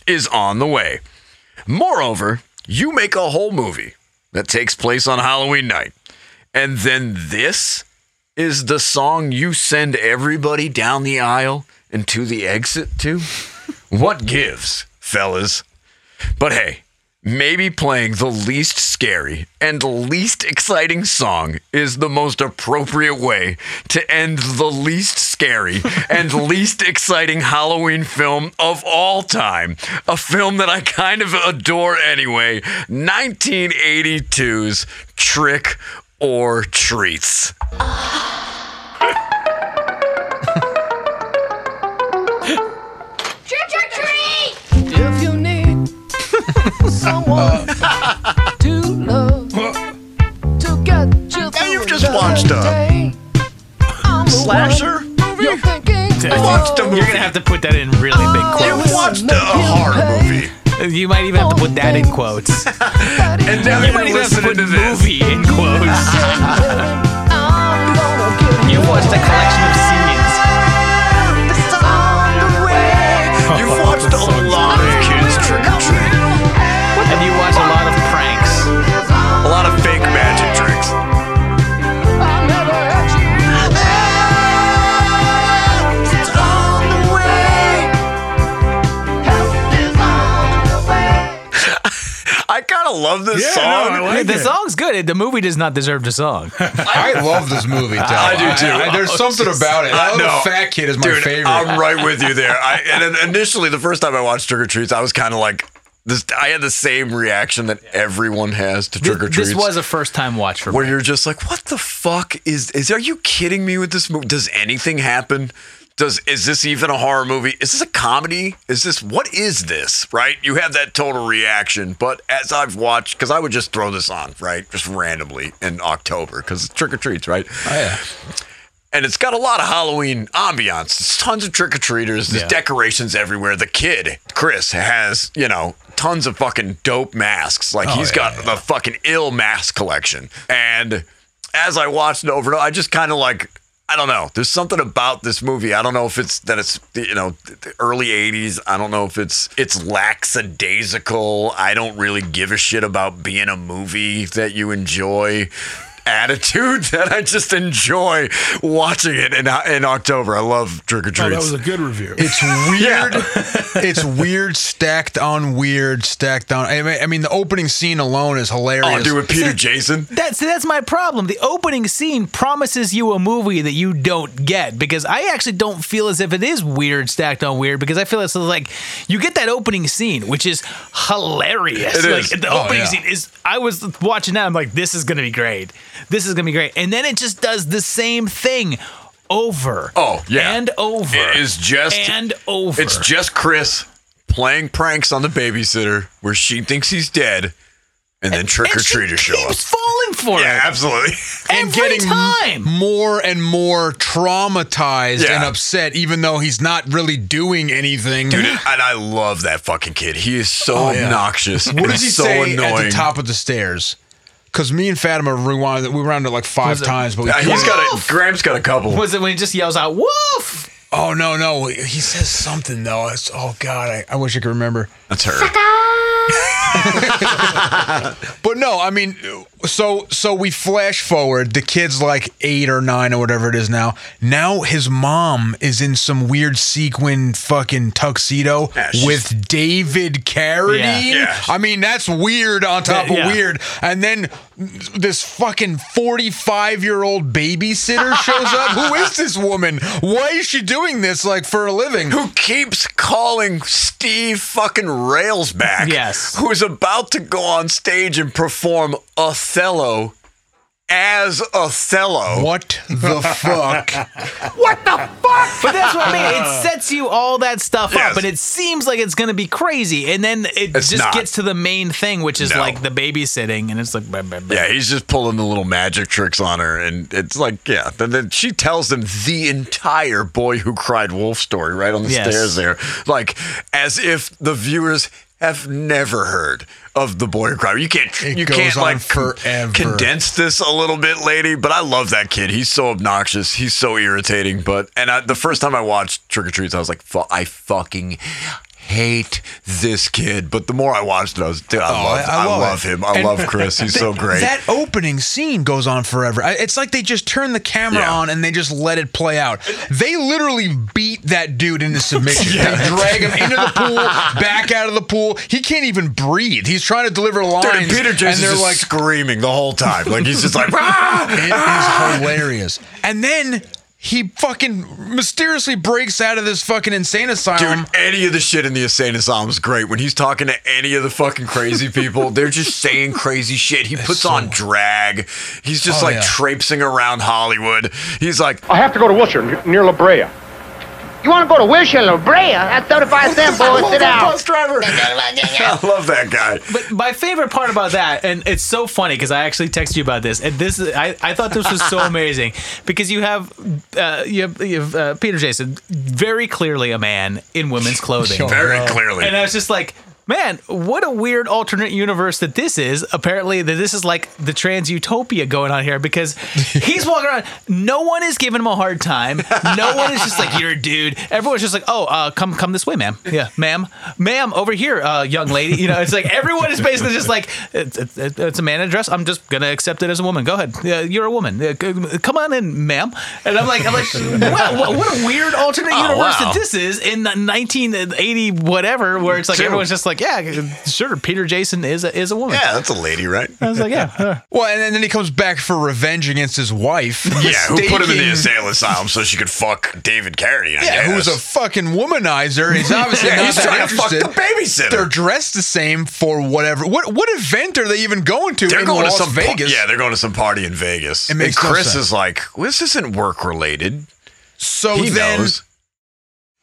is on the way. Moreover, you make a whole movie that takes place on Halloween night, and then this is the song you send everybody down the aisle and to the exit to? what gives, fellas? But hey, maybe playing the least scary and least exciting song is the most appropriate way to end the least scary and least exciting Halloween film of all time. A film that I kind of adore anyway 1982's Trick or Treats.
Trick or treat! If you need someone to love to get you through
you've just watched a
slasher movie. You're thinking
Dude, You're gonna have to put that in really big quotes. You watched a horror
movie.
You might even have to put that in quotes.
and now
you might even have to put movie in quotes. you watched a collection of scenes.
You've watched a lot of kids trick or treat.
And you watch a lot of pranks.
A lot of fake magic tricks. I kind of love this song.
the song's good. The movie does not deserve the song.
I love this movie. Tom.
I do too.
I- I- there's something about it. I, know. The fat kid is my
Dude,
favorite.
I'm right with you there. I, and then initially, the first time I watched Trick or Treats, I was kind of like, this, I had the same reaction that everyone has to Trick or Treats.
This was a first time watch for
where
me.
you're just like, what the fuck is is? Are you kidding me with this movie? Does anything happen? Does is this even a horror movie? Is this a comedy? Is this what is this? Right? You have that total reaction. But as I've watched, because I would just throw this on, right, just randomly in October, because it's trick or treats, right? Oh
yeah.
And it's got a lot of Halloween ambiance. There's tons of trick or treaters. There's
Yeah.
decorations everywhere. The kid, Chris, has, you know, tons of fucking dope masks. Like,
Oh,
he's
yeah,
got the fucking ill mask collection. And as I watched it over, and over, I just kind of like, I don't know. There's something about this movie. I don't know if it's that it's you know th- the early '80s. I don't know if it's it's lackadaisical. I don't really give a shit about being a movie that you enjoy. attitude that I just enjoy watching it in, uh, in October. I love Trick
Oh,
or Treats.
that was a good review.
It's weird. It's weird, stacked on weird, stacked on. I mean, I mean, the opening scene alone is hilarious.
Oh, dude, with Peter Jason.
That's that's my problem. The opening scene promises you a movie that you don't get because I actually don't feel as if it is weird stacked on weird because I feel it's like you get that opening scene which is hilarious.
It
like
is.
the
Oh,
opening
yeah.
scene is I was watching that I'm like this is going to be great. This is going to be great. And then it just does the same thing over.
Oh, yeah.
And over.
It is just
and over.
It's just Chris playing pranks on the babysitter where she thinks he's dead, and then trick or treaters show up.
falling for
yeah, absolutely.
and getting m- more and more traumatized
Yeah.
and upset, even though he's not really doing anything.
Dude, and I love that fucking kid. He is so
Oh, yeah.
obnoxious.
What
and
does he
so
say
annoying.
at the top of the stairs? Because me and Fatima rewound it. We rounded it like five
Was it-
times, but we
Uh, he's
couldn't-
got a Graham's got a couple.
Was it when he just yells out woof?
Oh no, no, he says something though. It's, oh God, I, I wish I could remember.
That's her.
but no, I mean, so so we flash forward. The kid's like eight or nine or whatever it is now. Now his mom is in some weird sequin fucking tuxedo
she's-
with David Carradine.
Yeah. Yeah.
I mean, that's weird on top
Yeah.
of weird. And then this fucking forty-five year old babysitter shows up. Who is this woman? Why is she doing this like for a living?
Who keeps calling Steve fucking Railsback?
Yes.
Who is about to go on stage and perform Othello as Othello.
What the fuck?
What the fuck? But that's what I mean. It sets you all that stuff up, and it seems like it's going to be crazy, and then it
It's
just
not.
gets to the main thing, which is
No.
like the babysitting, and it's like, bah, bah, bah.
Yeah, he's just pulling the little magic tricks on her, and it's like, yeah. Then, then she tells them the entire "Boy Who Cried Wolf" story right on the
Yes.
stairs there, like as if the viewers have never heard of the boy who cried. You can't,
It
you
goes
can't
on
like con-
forever.
condense this a little bit, lady. But I love that kid. He's so obnoxious. He's so irritating. But and I, the first time I watched Trick or Treats, I was like, Fu I fucking. Hate this kid, but the more I watched it, I was, dude, I,
Oh,
love, I,
it.
love him. I
And
love Chris. He's so
that-
great.
That opening scene goes on forever. I- It's like they just turn the camera
Yeah.
on and they just let it play out. They literally beat that dude into submission.
Yeah.
They drag him into the pool, back out of the pool. He can't even breathe. He's trying to deliver lines,
Dude, and Peter Jason's
and they're
just
like,
screaming the whole time. Like he's just like, "Ah!"
It is hilarious. And then he fucking mysteriously breaks out of this fucking insane asylum.
Dude, any of the shit in the insane asylum is great. When he's talking to any of the fucking crazy people, they're just saying crazy shit. He puts on drag. He's just
Oh,
like
yeah.
traipsing around Hollywood. He's like,
I have to go to Wilshire, n- near La Brea.
You want to go to Wilshire, La Brea? That's 35 cents,
I
boy.
love
Sit
that
down.
bus driver. I love that guy.
But my favorite part about that, and it's so funny because I actually texted you about this, and this is, I, I thought this was so amazing because you have uh, you have, you have uh, Peter Jason very clearly a man in women's clothing,
Very clearly.
and I was just like. Man, what a weird alternate universe that this is. Apparently, that this is like the trans utopia going on here because he's walking around. No one is giving him a hard time. No one is just like you're a dude. Everyone's just like, oh, uh, come, come this way, ma'am. Yeah, ma'am, ma'am, over here, uh, young lady. You know, it's like everyone is basically just like, it's, it's, it's a man in a dress. I'm just gonna accept it as a woman. Go ahead, uh, you're a woman. Uh, c- come on in, ma'am. And I'm like, I'm like, wow, what, what a weird alternate
Oh,
universe
wow.
that this is in 1980 whatever, where it's like
Two.
everyone's just like, yeah, sure, Peter Jason is a, is a woman.
Yeah, that's a lady, right?
I was like, yeah.
Well, and then- then he comes back for revenge against his wife.
Yeah, who put him in the
mistaking-
insane asylum so she could fuck David Carradine? I
Yeah,
guess.
who's a fucking womanizer? He's obviously
Yeah,
not
he's
that
trying to fuck
interested.
the babysitter.
They're dressed the same for whatever. What what event are they even going to?
They're
in
going
Las
to some par-
Vegas.
yeah, they're going to some party in Vegas.
It makes
and
no
Chris
sense.
is like, well, this isn't work related.
So
he
then-
knows.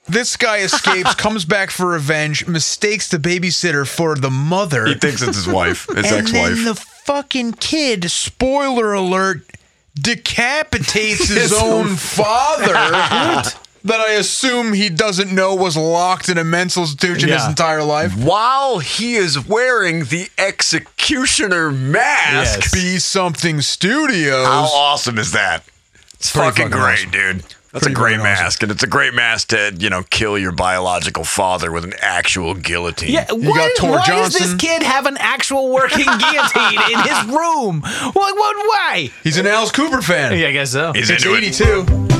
This guy escapes, comes back for revenge, mistakes the babysitter for the mother.
He thinks it's his wife, his
and
ex-wife.
Then the fucking kid, spoiler alert, decapitates his,
His
own
own-
father.
What?
That I assume he doesn't know was locked in a mental institution his
Yeah.
entire life.
While he is wearing the executioner mask.
Be something studios.
How awesome is that? It's
Pretty
fucking,
fucking
great,
awesome.
dude. That's a
Pretty
great
fucking awesome.
mask, and it's a great mask to you know kill your biological father with an actual guillotine.
Yeah, why, why does this kid have an actual working guillotine in his room? What? What? Why?
He's an Alice Cooper fan.
Yeah, I guess so.
He's
it's
into it.
82.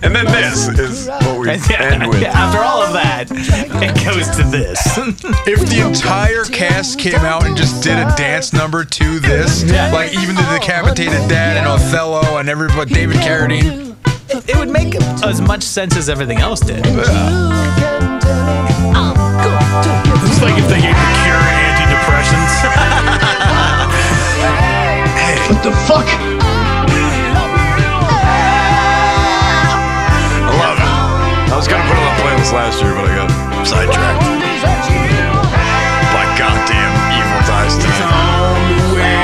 And then this is what we end with.
After all of that, it goes to this.
if the entire cast came out and just did a dance number to this, like even the decapitated dad and Othello and everybody, David Carradine.
It would make as much sense as everything else did.
Oh,
It's like if they gave the cure antidepressants.
What the fuck?
I love it. I was gonna put it on the playlist last year, but I got sidetracked by goddamn evil ties tonight.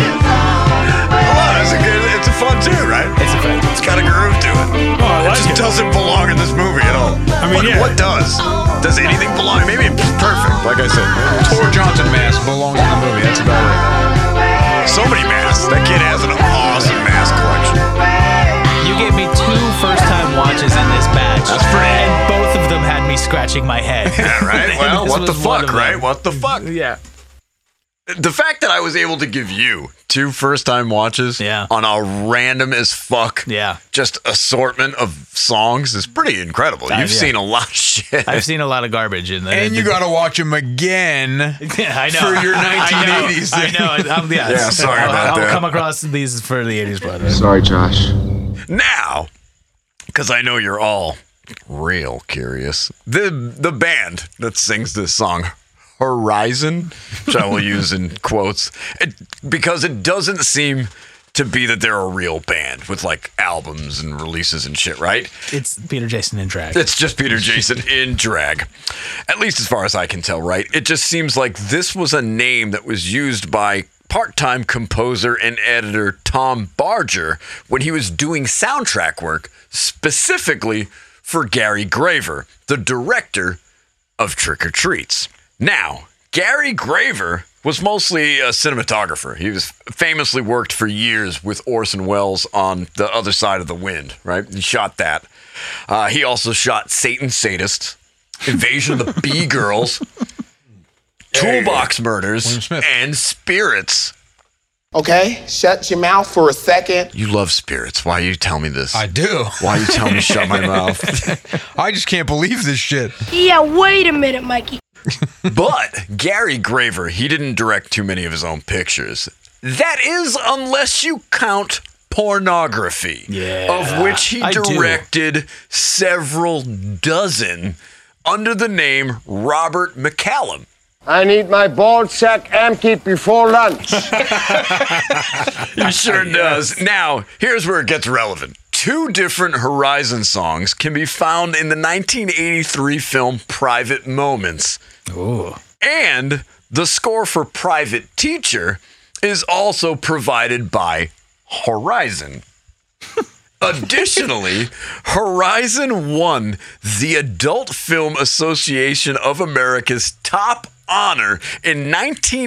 I love it. It's a good. It's a fun tune, right? It's a fun. It's got a groove to it. it just doesn't belong in this movie at all. I mean, what, what does? Does anything belong? Maybe it's perfect. Like I said,
Tor Johnson mask belongs in the movie. That's about it.
so many masks. That kid has an awesome mask collection.
You gave me two first time watches in this batch. That's pretty. And both of them had me scratching my head.
Yeah, right?
And
Well,
this
what the
was one
fuck,
of them.
right? What the fuck?
Yeah.
The fact that I was able to give you two first time watches on a random as fuck
yeah.
just assortment of songs is pretty incredible.
Uh,
You've
yeah.
seen a lot of shit.
I've seen a lot of garbage in there.
And you got to watch him again
Yeah, I know.
for your
I know,
1980s.
I know. I am yeah,
Yeah, sorry
I'll,
about
I'll
that.
come across these for the 80s, by the way.
Sorry, Josh. Now, because I know you're all real curious, the the band that sings this song, Horizon, which I will use in quotes, it, because it doesn't seem to be that they're a real band with like albums and releases and shit, right?
It's Peter Jason and Drag.
It's just Peter Jason in drag. At least as far as I can tell, right? It just seems like this was a name that was used by part time composer and editor Tom Barger when he was doing soundtrack work specifically for Gary Graver, the director of Trick or Treats. Now, Gary Graver was mostly a cinematographer. He was famously worked for years with Orson Welles on The Other Side of the Wind, right? He shot that. Uh, he also shot Satan Sadist, Invasion of the Bee Girls, Toolbox Murders, and Spirits.
Okay, shut your mouth for a second.
You love spirits. Why you tell me this?
I do.
Why you tell me to shut my mouth?
I just can't believe this shit.
Yeah, wait a minute, Mikey.
but Gary Graver, he didn't direct too many of his own pictures. That is, unless you count pornography, of which he
I do.
directed several dozen under the name Robert McCallum.
I need my ball sack empty before lunch.
He sure does. Now, here's where it gets relevant. Two different Horizon songs can be found in the 1983 film Private Moments.
Ooh.
And the score for Private Teacher is also provided by Horizon. Additionally, Horizon won the Adult Film Association of America's top honor in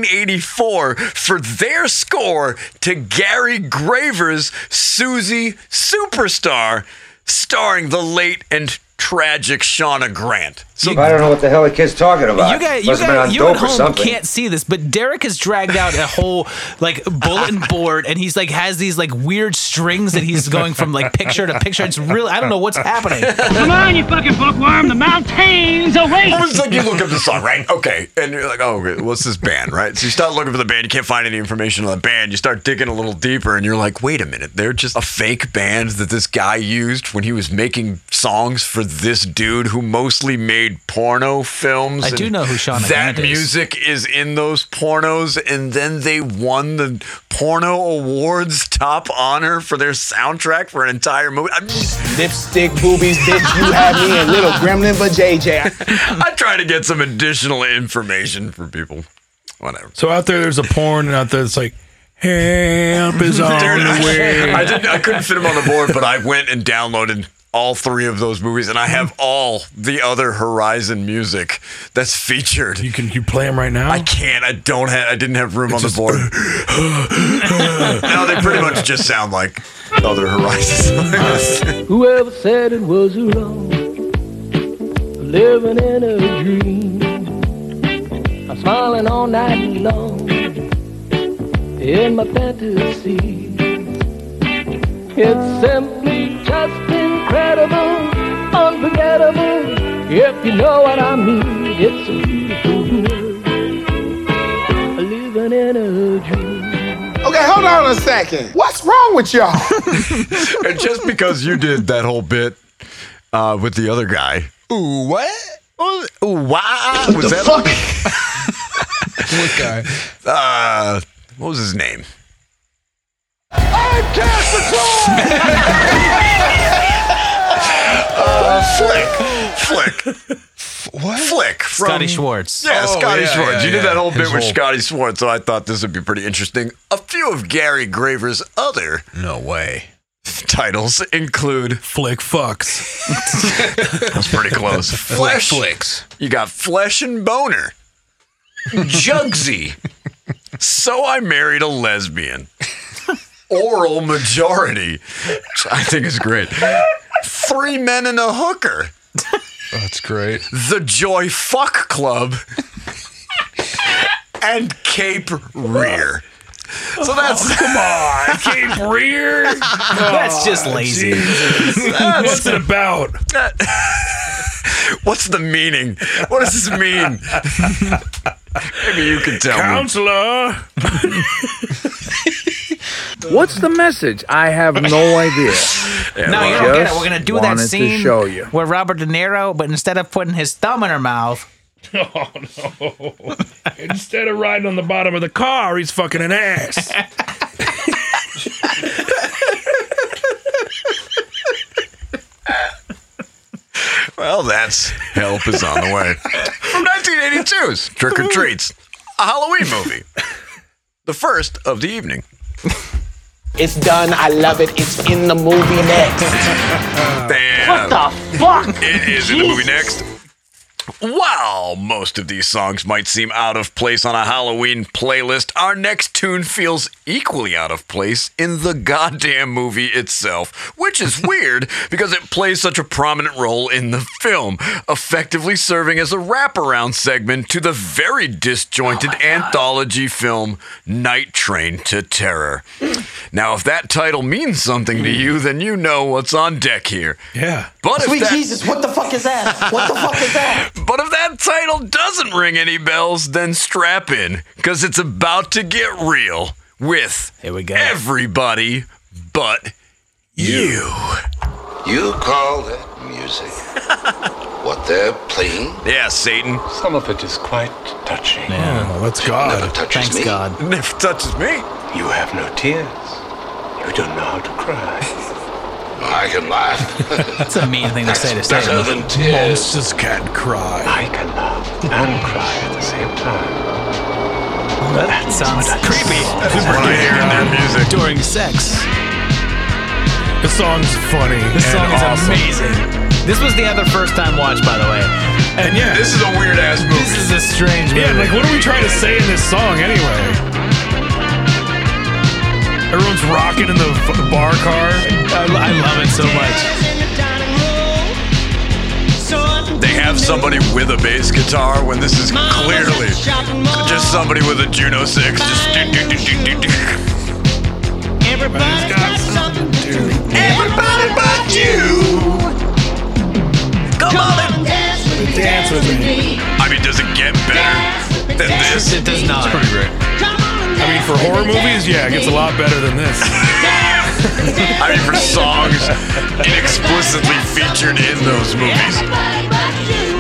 1984 for their score to Gary Graver's Susie Superstar, starring the late and tragic Shauna Grant. So
I don't know what the hell the kid's talking about.
You guys, you,
Must have been on
guys, you
dope
at
or
home
something.
can't see this, but Derek has dragged out a whole like bulletin board, and he's like has these like weird strings that he's going from like picture to picture. It's really I don't know what's happening.
Come on, you fucking bookworm. The mountains await.
Well, it's like you look up the song, right? Okay, and you're like, oh, okay, what's this band, right? So you start looking for the band, you can't find any information on the band. You start digging a little deeper, and you're like, wait a minute, they're just a fake band that this guy used when he was making songs for this dude who mostly made porno films.
I
and
do know who Shauna
That
Grant is.
music is in those pornos, and then they won the porno awards top honor for their soundtrack for an entire movie. I'm
Dipstick boobies, bitch, you had me in little gremlin for JJ.
I try to get some additional information from people. Whatever.
so out there, there's a porn out there that's like, help is on
Dude,
the
I-
way.
I, didn't, I couldn't fit him on the board, but I went and downloaded all three of those movies, and I have all the other Horizon music that's featured. You
can you play them right now?
I can't. I don't have. I didn't have room on the board. no, they pretty much just sound like other Horizon.
Whoever said it was wrong, living in a dream, I'm smiling all night long in my fantasy. It's simply just incredible, unforgettable. If you know what I mean, it's a beautiful world, living in a dream.
Okay, hold on a second. What's wrong with y'all?
and just because you did that whole bit uh, with the other guy.
Ooh, what?
Ooh, why?
What
was
the
that
What guy?
Uh, what was his name?
I'm
Uh, Flick. Flick.
What?
Flick from
Scotty Schwartz.
Yeah,
Oh,
Scotty
yeah,
Schwartz.
yeah,
you did
yeah.
that whole bit
His
with
whole-
Scotty Schwartz, so I thought this would be pretty interesting. A few of Gary Graver's other
no way
titles include
Flick Fucks.
That's pretty close. Flesh Flicks. You got Flesh and Boner. Jugsy. so I married a lesbian. Oral majority. Which I think is great. Three men and a hooker.
That's great.
The Joy Fuck Club and Cape Rear. So that's
Oh, come on, Cape Rear.
That's just lazy.
What's it about?
What's the meaning? What does this mean? Maybe you can tell
Counselor.
What's the message? I have no idea.
No, you don't get it. We're gonna do that
Wanted to
scene
show you.
where Robert De Niro, but instead of putting his thumb in her mouth,
Oh no! Instead of riding on the bottom of the car, he's fucking an ass.
me. Well, that's help is on the way. From 1982's Trick or Treats, a Halloween movie. The first of the evening.
It's done. I love it. It's in the movie next. What
Damn. the fuck? It is in the movie next. While most of these songs might seem out of place on a Halloween playlist, our next tune feels equally out of place in the goddamn movie itself, which is weird because it plays such a prominent role in the film, effectively serving as a wraparound segment to the very
Oh
disjointed anthology film Night Train to Terror. now, if that title means something to you, then you know what's on deck here.
Yeah.
But if
Sweet
that-
Jesus, what the fuck is that? What the fuck is that?
But if that title doesn't ring any bells, then strap in, because it's about to get real with Here we go. everybody but you.
You call that music? what they're playing?
Yeah, Satan.
Some of it is quite touching.
Yeah. Oh, that's God.
Never touches
Thanks,
me.
God.
Never touches me.
You have no tears. You don't know how to cry. I can laugh.
that's a mean thing to say to Satan.
better than tears.
Monsters can't cry.
I can laugh and cry at the same time.
That sounds creepy.
That's what I hear in their music.
During sex.
The song's funny.
This
and
song is
awesome.
amazing. This was the other first time watch, by the way.
And yeah,
this is a weird ass movie.
This is a strange movie.
Yeah, like what are we trying to say in this song anyway? Everyone's rocking in the f- bar car.
I, I love it so much.
They have somebody with a bass guitar when this is clearly just somebody with a Juno 6. Just do, do, do, do, do, do.
Everybody's got something to do. Everybody but you. Come on and dance with me. Dance with me.
I mean, does it get better than this? It does not.
Pretty great. I mean, for horror movies, yeah, it gets a lot better than this.
I mean, for songs inexplicitly featured in those movies.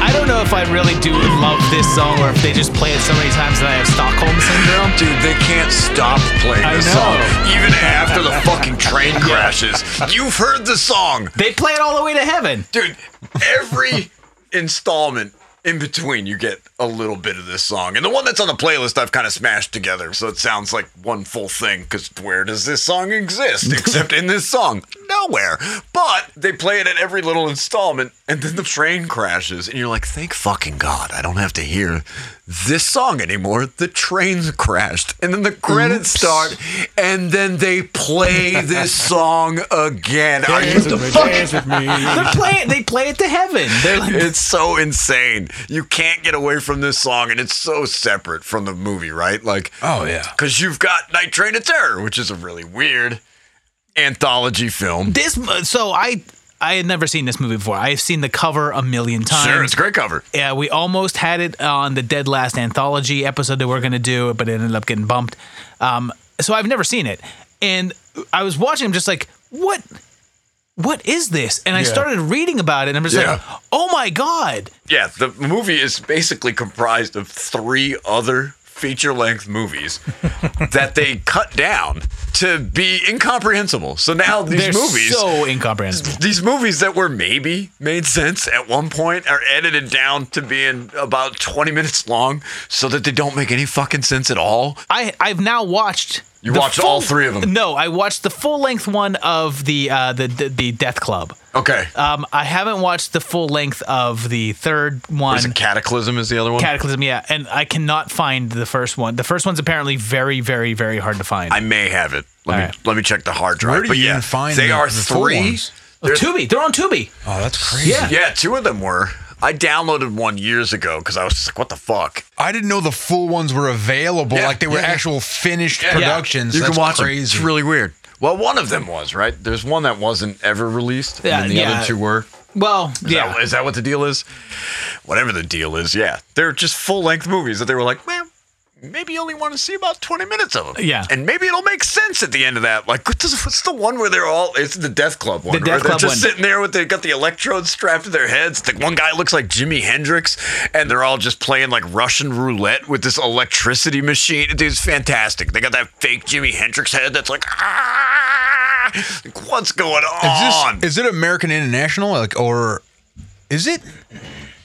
I don't know if I really do love this song or if they just play it so many times that I have Stockholm syndrome.
Dude, they can't stop playing
I
this
know.
song even after the fucking train crashes. You've heard the song.
They play it all the way to heaven.
Dude, every installment in between, you get a little bit of this song. And the one that's on the playlist, I've kind of smashed together. So it sounds like one full thing because where does this song exist except in this song? No nowhere. But they play it at every little installment, and then the train crashes, and you're like, thank fucking God, I don't have to hear this song anymore. The train's crashed. And then the credits start, and then they play this song again. Are you the fuck?
They're playing. They play it to heaven. They're like,
it's so insane. You can't get away from this song, and it's so separate from the movie, right? Like,
Oh,
Uh,
yeah.
because you've got Night Train to Terror, which is a really weird anthology film.
This mo- so I I had never seen this movie before. I have seen the cover a million times.
Sure, it's a great cover.
Yeah, we almost had it on the Dead Last anthology episode that we're gonna do, but it ended up getting bumped. Um, so I've never seen it, and I was watching. I'm just like, what? What is this? And I
Yeah.
started reading about it, and I'm just
Yeah.
like, oh my god!
Yeah, the movie is basically comprised of three other feature length movies that they cut down to be incomprehensible. So now these
They're
movies
so incomprehensible.
these movies that were maybe made sense at one point are edited down to being about 20 minutes long so that they don't make any fucking sense at all.
I I've now watched.
You
the
watched all three of them?
No, I watched the full length one of the uh, the, the the Death Club.
Okay.
Um, I haven't watched the full length of the third one.
There's a Cataclysm is the other one.
Cataclysm, yeah, and I cannot find the first one. The first one's apparently very, very, very hard to find.
I may have it. Let me let me check the hard drive.
Where do
but
you
yeah,
even find
they
the-
are
the full
three.
ones? Oh, Tubi, they're on Tubi.
Oh, that's crazy.
Yeah. two of them were. I downloaded one years ago because I was just like, what the fuck?
I didn't know the full ones were available.
Yeah,
like they were
yeah.
actual finished
Yeah.
productions.
You
That's
can watch 'em.
crazy.
It's really weird. Well, one of them was, right? There's one that wasn't ever released,
Yeah,
and then the
yeah.
other two were.
Well,
Is
yeah.
That, is that what the deal is? Whatever the deal is, yeah. They're just full length movies that they were like, man, maybe you only want to see about 20 minutes of them.
Yeah.
And maybe it'll make sense at the end of that. Like, what does, what's the one where they're all, it's the Death Club one.
The
where
Death Club
they're just
one.
sitting there with, they got the electrodes strapped to their heads. The one guy looks like Jimi Hendrix, and they're all just playing like Russian roulette with this electricity machine. It is fantastic. They got that fake Jimi Hendrix head that's like, ah, like, what's going
Is this-
on?
is it American International like or is it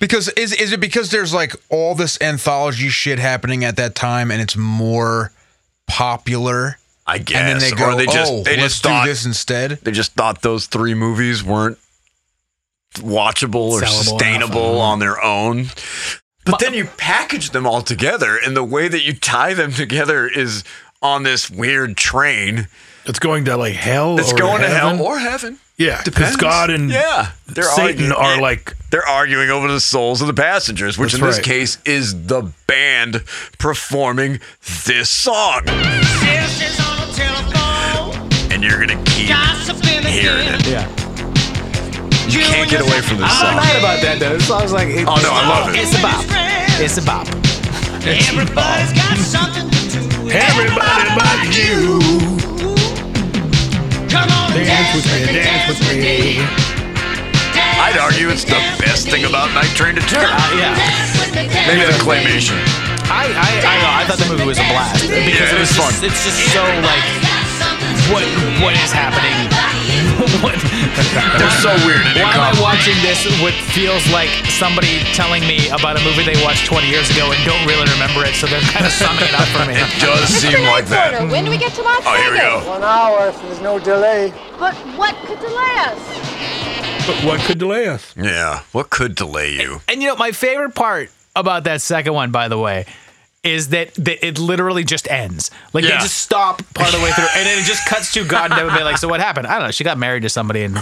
because is is it because there's like all this anthology shit happening at that time and it's more popular?
I guess.
And then they go,
or they just
"Oh,
they
let's
just
do
thought
this instead.
They just thought those three movies weren't watchable or
Sellable enough.
uh-huh.
sustainable on their own. But then you package them all together, and the way that you tie them together is on this weird train.
It's going to like hell.
It's
or
going to
heaven.
hell or heaven.
Yeah, because
Depends.
God and
yeah,
Satan
arguing-
are
yeah,
like
they're arguing over the souls of the passengers, which
That's
in this
right.
case is the band performing this song,
Sisters on the telephone,
and you're gonna keep
gossiping
hearing
again.
it. Yeah, you can't get away from this
I'm
song.
not mad about that though. This song's like, it-
Oh, no, I love it.
It's a bop. It's a bop.
Everybody's got something to do.
Everybody but
you. Come on and dance,
with me, dance with me. I'd argue it's the best thing about Night Train to Terror.
Uh, yeah,
Maybe the claymation.
I I, I, know, I thought the movie was a blast because
Yeah,
it was
it's
just,
fun.
It's just so like what what is happening? what?
They're so weird and
Why am I
incompetent.
watching this? What feels like somebody telling me about a movie they watched 20 years ago and don't really remember it, so they're kind of summing it up for me.
It does seem like that.
When do we get to Las
Oh, here we go.
One hour if there's no delay. But what could delay us?
But what could delay us?
Yeah, what could delay you?
And you know, my favorite part about that second one, by the way, is that, that it literally just ends. Like
Yeah.
they just stop part of the way through, and then it just cuts to God and everybody like, so what happened? I don't know. She got married to somebody, and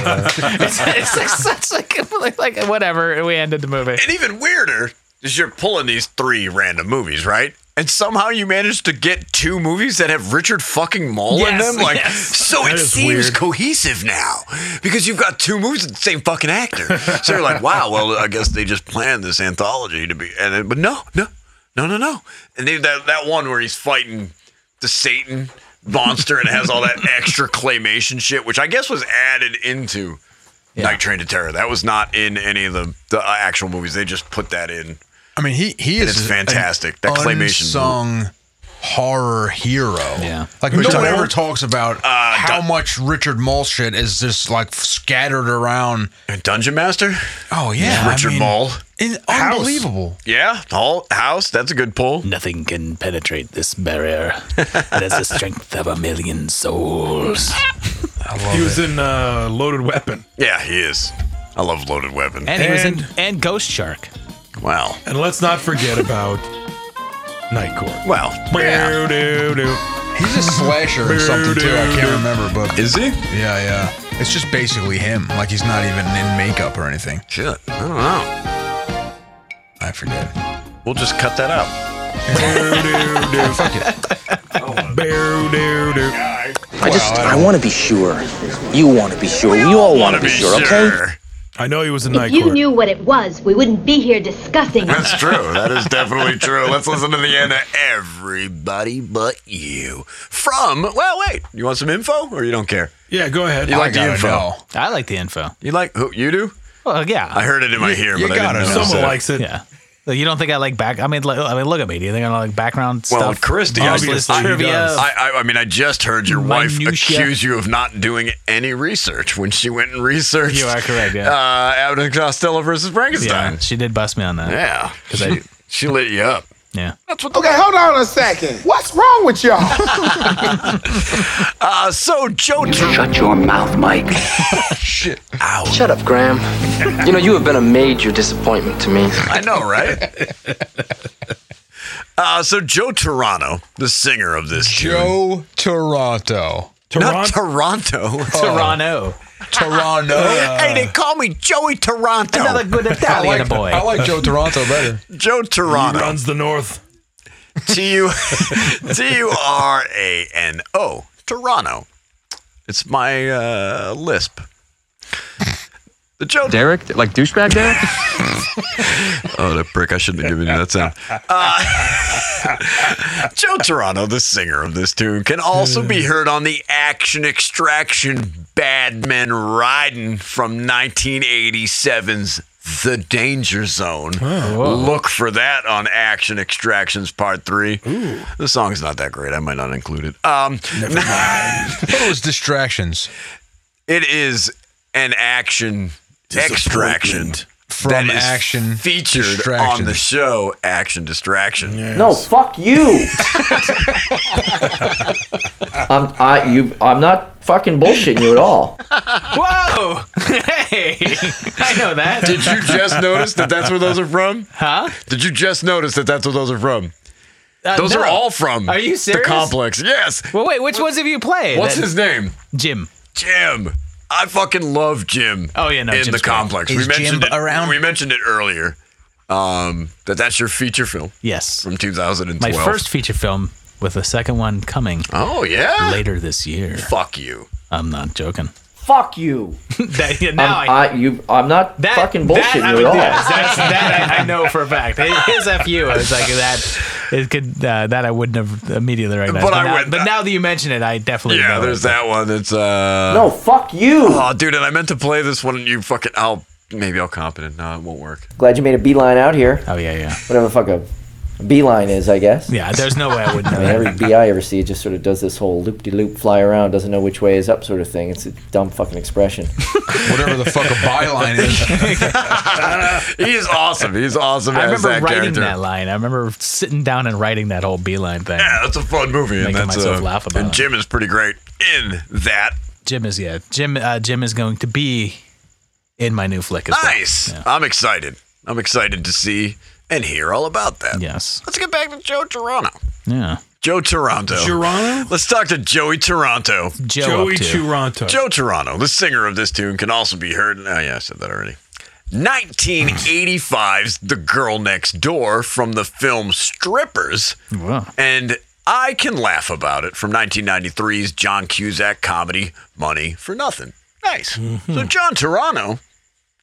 it's, it's like such like, like whatever. and We ended the movie.
And even weirder is you're pulling these three random movies, right? And somehow you managed to get two movies that have Richard fucking Mall in
Yes,
them. Like,
yes.
so
That
it
is
seems
weird.
cohesive now because you've got two movies with the same fucking actor. so you're like, wow, well, I guess they just planned this anthology to be. And it, but no, no, no, no, no. And they, that that one where he's fighting the Satan monster and it has all that extra claymation shit, which I guess was added into Night Train to Terror. That was not in any of the, the uh, actual movies. They just put that in.
I mean, he he
And
is
it's
an
fantastic. That claymation
unsung horror hero. Yeah, like
Who's
no
talking about? Uh,
one ever talks about how much Richard Mall shit is just like scattered around.
Dungeon Master.
Oh yeah, I
Richard
mean,
Mall.
in- unbelievable.
Yeah, Hall House. That's a good pull.
Nothing can penetrate this barrier. It has the strength of a million souls.
I
he was in uh, Loaded Weapon.
Yeah, he is. I love Loaded Weapon.
And he was in and Ghost Shark.
Wow.
And let's not forget about Night Court.
Well, yeah.
He's a slasher or something too. I can't remember, but
is he?
Yeah, yeah. It's just basically him. Like he's not even in makeup or anything.
Shit, I don't know.
I forget.
We'll just cut that out.
Fuck it.
I just, I, want to be sure. You want to be sure. We all want to Oh, be sure, okay?
I know he was in
If
Night
you
Court.
knew what it was, we wouldn't be here discussing it.
That's true. That is definitely true. Let's listen to the end of Everybody But You from, well, wait, you want some info or you don't care?
Yeah, go ahead.
You like the
gotta
info?
know. I like the info.
You like, who, you do?
Well, yeah.
I heard it in my ear, but I didn't know.
Someone likes it.
Yeah. Like, You don't think I like back? I mean, like, I mean, look at me. Do you think I don't like background
Well,
stuff?
Christy, I,
useless trivia.
I, I, I mean, I just heard your wife
Minutia.
accuse you of not doing any research when she went and researched.
You are correct, yeah.
Uh, Abbott and Costello versus Frankenstein.
yeah, she did bust me on that.
Yeah,
because I,
she lit you up.
yeah.
Okay, hold on a second. What's wrong with y'all?
Uh, so Joe,
Shut your mouth, Mike.
Shit.
Shut up, Graham. You know, you have been a major disappointment to me.
I know, right? uh, so Joe Toronto, the singer of this
Joe Toronto.
tune, not Toronto,
Oh. Toronto.
Toronto.
hey, they call me Joey Toronto.
Uh. Another good
I
Italian
like,
boy.
I like Joe Toronto better.
Joe Toronto.
He runs the North.
T U T U R A N O Toronto. It's my uh, lisp. The Joe
Derek, like douchebag Derek.
Oh, that prick! I shouldn't have given you that sound. Uh, Joe Toronto, the singer of this tune, can also be heard on the Action Extraction Bad Men Riding from 1987's The Danger Zone.
Oh,
Look for that on Action Extractions Part 3. The song's not that great. I might not include it. Um,
What was distractions
it is an action extraction.
from
that is
action
featured on
distractions.
the show Action Distraction.
No, fuck you. I'm I you I'm not fucking bullshitting you at all.
Whoa! Hey, I know that.
Did you just notice that that's where those are from?
Huh?
Did you just notice that that's where those are from?
Uh,
Those
no.
are all from
Are you
the
serious?
complex. Yes.
Well, wait. Which ones have you played?
What's
That-
his name?
Jim.
Jim. I fucking love Jim.
Oh, yeah, no,
in
Jim's
the
great.
complex.
Is
we mentioned
Jim
it
around?
We mentioned it earlier. Um, that that's your feature film
Yes.
from 2012.
My first feature film with the second one coming.
Oh yeah.
Later this year.
Fuck you.
I'm not joking.
Fuck you.
That, yeah,
Um,
now
I'm,
I.
I, you I'm not
That,
fucking
that
bullshitting
I
you
would
at all.
do. That's, that I, I know for a fact. His fu. I was like that. It could uh, that I wouldn't have immediately recognized.
But I
now,
went-
but now that you mention it, I definitely.
Yeah,
know
there's
it.
that one. It's uh
no, fuck you.
Oh dude, and I meant to play this one and you fucking I'll maybe I'll competent. No, it won't work.
Glad you made a beeline out here.
Oh yeah, yeah,
Whatever the fuck a beeline is, I guess.
yeah. There's no way I wouldn't
I
know
mean,
that.
every bee I ever see just sort of does this whole loop-de-loop, fly around, doesn't know which way is up sort of thing. It's a dumb fucking expression.
Whatever the fuck a byline is.
He's awesome. He's awesome
I
as
remember
that
writing
character.
that line. I remember sitting down and writing that whole beeline thing.
Yeah, that's a fun movie. And
Making
that's
myself
uh,
laugh about
And
it.
Jim is pretty great in that.
Jim is yeah. Jim uh, Jim is going to be in my new flick as well.
Nice. I'm excited. I'm excited to see and hear all about that.
Yes.
Let's get back to Joe Toronto.
Yeah.
Joe Toronto.
Toronto?
Let's talk to Joey Toronto.
Joe
Joey
up to.
Toronto.
Joe Toronto, the singer of this tune, can also be heard. Oh, yeah, I said that already. 1985's The Girl Next Door from the film Strippers.
Wow.
And I Can Laugh About It from 1993's John Cusack comedy Money for Nothing. Nice. So John Toronto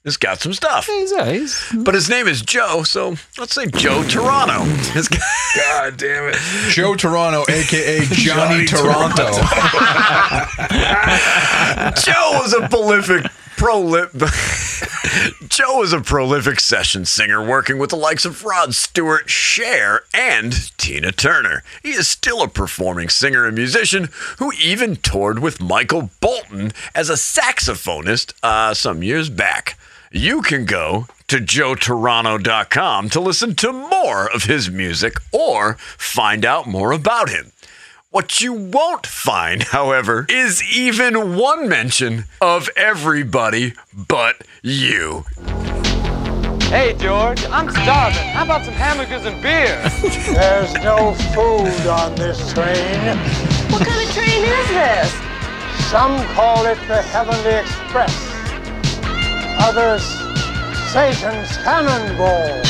has got some stuff.
He's, uh, he's-
But his name is Joe, so let's say Joe Toronto. This guy-
God damn it.
Joe Toronto, aka Johnny,
Johnny
Toronto.
Joe was a prolific prolip Joe was a prolific session singer working with the likes of Rod Stewart, Cher, and Tina Turner. He is still a performing singer and musician who even toured with Michael Bolton as a saxophonist uh, some years back. You can go to joetoronto.com to listen to more of his music or find out more about him. What you won't find, however, is even one mention of everybody but you.
Hey, George, I'm starving. How about some hamburgers and beer?
There's no food on this train.
What kind of train is this?
Some call it the Heavenly Express. Others, Satan's cannonball.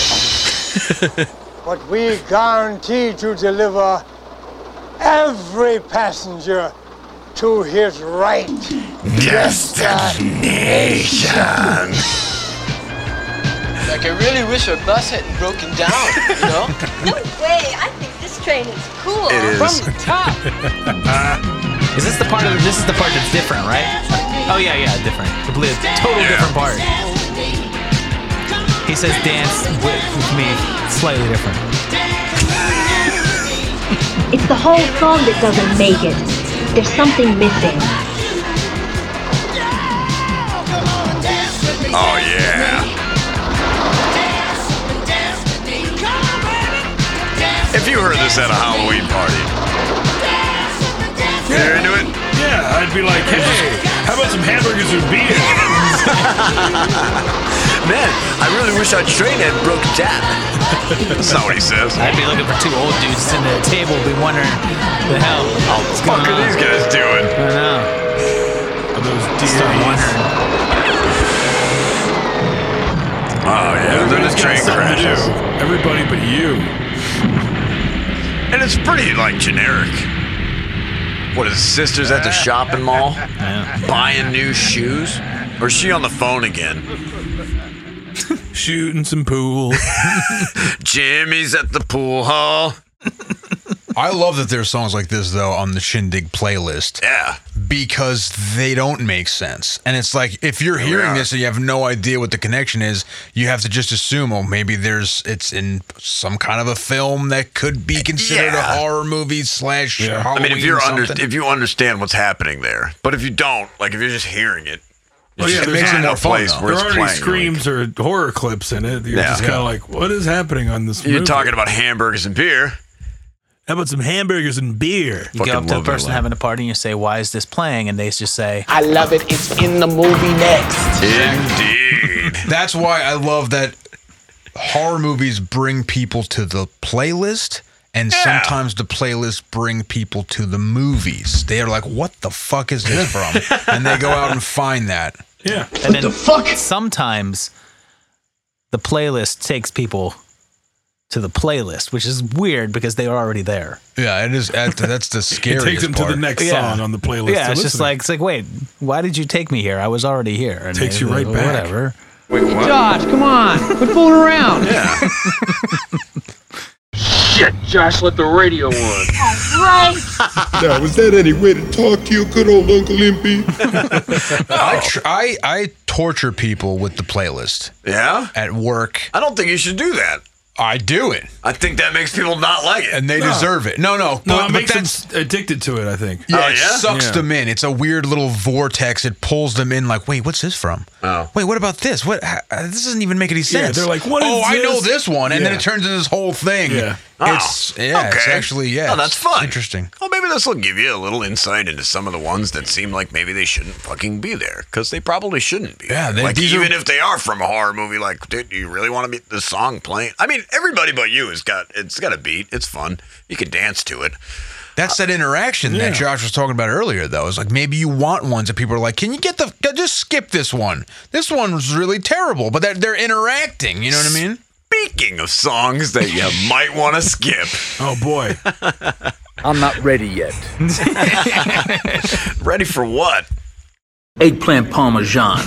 but we guarantee to deliver every passenger to his right.
Destination.
Like, I really wish our bus hadn't broken down, you know?
No way! I think this train is cool.
From the top.
Is this the part of this is the part that's different, right? Oh yeah, yeah, different. Completely, total different part. He says dance with me, slightly different.
It's the whole song that doesn't make it. There's something missing.
Oh, yeah. If you heard this at a Halloween party, you're into it?
Yeah, I'd be like, hey, how about some hamburgers or beer?
Man, I really wish our train had broke down. That's not what he says.
I'd be looking for two old dudes sitting at a table, be wondering the hell. Oh, what's
What
going
are
on?
these guys doing?
I know. Start wondering.
Oh yeah, they're
Everybody's
the
got
train
something to do.
crashes.
Everybody but you.
And it's pretty like generic. What is sisters at the shopping mall? Buying new shoes? Or is she on the phone again?
Shooting some pool.
Jimmy's at the pool hall.
I love that there's songs like this though on the Shindig playlist.
Yeah.
Because they don't make sense. And it's like if you're hearing this and you have no idea what the connection is, you have to just assume, oh, maybe there's it's in some kind of a film that could be considered
Yeah.
a horror movie slash
I
Halloween
mean, if you're under,
something.
if you understand what's happening there, but if you don't, like if you're just hearing it,
Oh yeah,
just
there's
not
already-
a place
There
where
are
it's
already
playing.
screams or horror clips in it. You're
Yeah.
just kind
Yeah.
of like, what is happening on this?
You're
movie?
talking about hamburgers and beer.
How about some hamburgers and beer?
You go up to the person
having
having a party and you say, "Why is this playing?" And they just say,
I love it. It's in the movie next.
Indeed.
That's why I love that horror movies bring people to the playlist, and sometimes the playlist bring people to the movies. They are like, "What the fuck is this from?" and they go out and find that.
Yeah.
And then the fuck? Sometimes the playlist takes people to the playlist, which is weird because they are already there.
Yeah, it is. that- That's the scariest
them to the
part.
next song on the playlist
Yeah,
to
it's just
listen to.
like it's like, wait, why did you take me here? I was already here. And
Takes you right back.
Whatever.
Josh, come on. Quit fooling around. Yeah.
Shit, Josh, let the radio on.
now, is that any way to talk to your good old Uncle Impy?
I, tr- I I torture people with the playlist.
Yeah.
At work,
I don't think you should do that.
I do it,
I think that makes people not like it.
and they deserve it. No, no,
No,
but,
it
but
makes them
that's
s- addicted to it. I think.
Oh,
Yeah, it sucks
Yeah.
them in. It's a weird little vortex. It pulls them in. Like, wait, what's this from? Oh, wait, what about this? What? h- uh, this doesn't even make any
Yeah,
sense.
they're like, what
Oh,
is
I know
this?
this one, and then
Yeah.
it turns into this whole thing.
Yeah.
it's
Oh,
yeah, it's
okay.
actually yeah.
Oh, that's
it's
fun.
Interesting.
Well, maybe this will give you a little insight into some of the ones that seem like maybe they shouldn't fucking be there because they probably shouldn't be.
Yeah, they,
like
these
even
are.
if they are from a horror movie, like, dude, do you really want to be the song playing? I mean, everybody but you has got it's got a beat. It's fun. You can dance to it.
that's that interaction
Yeah.
that Josh was talking about earlier, though. It's like maybe you want ones that people are like, "Can you get the just skip this one? This one was really terrible." But they're, they're interacting. You know what I mean?
Speaking of songs that you might want to skip,
Oh boy.
I'm not ready yet.
ready for what?
Eggplant parmesan.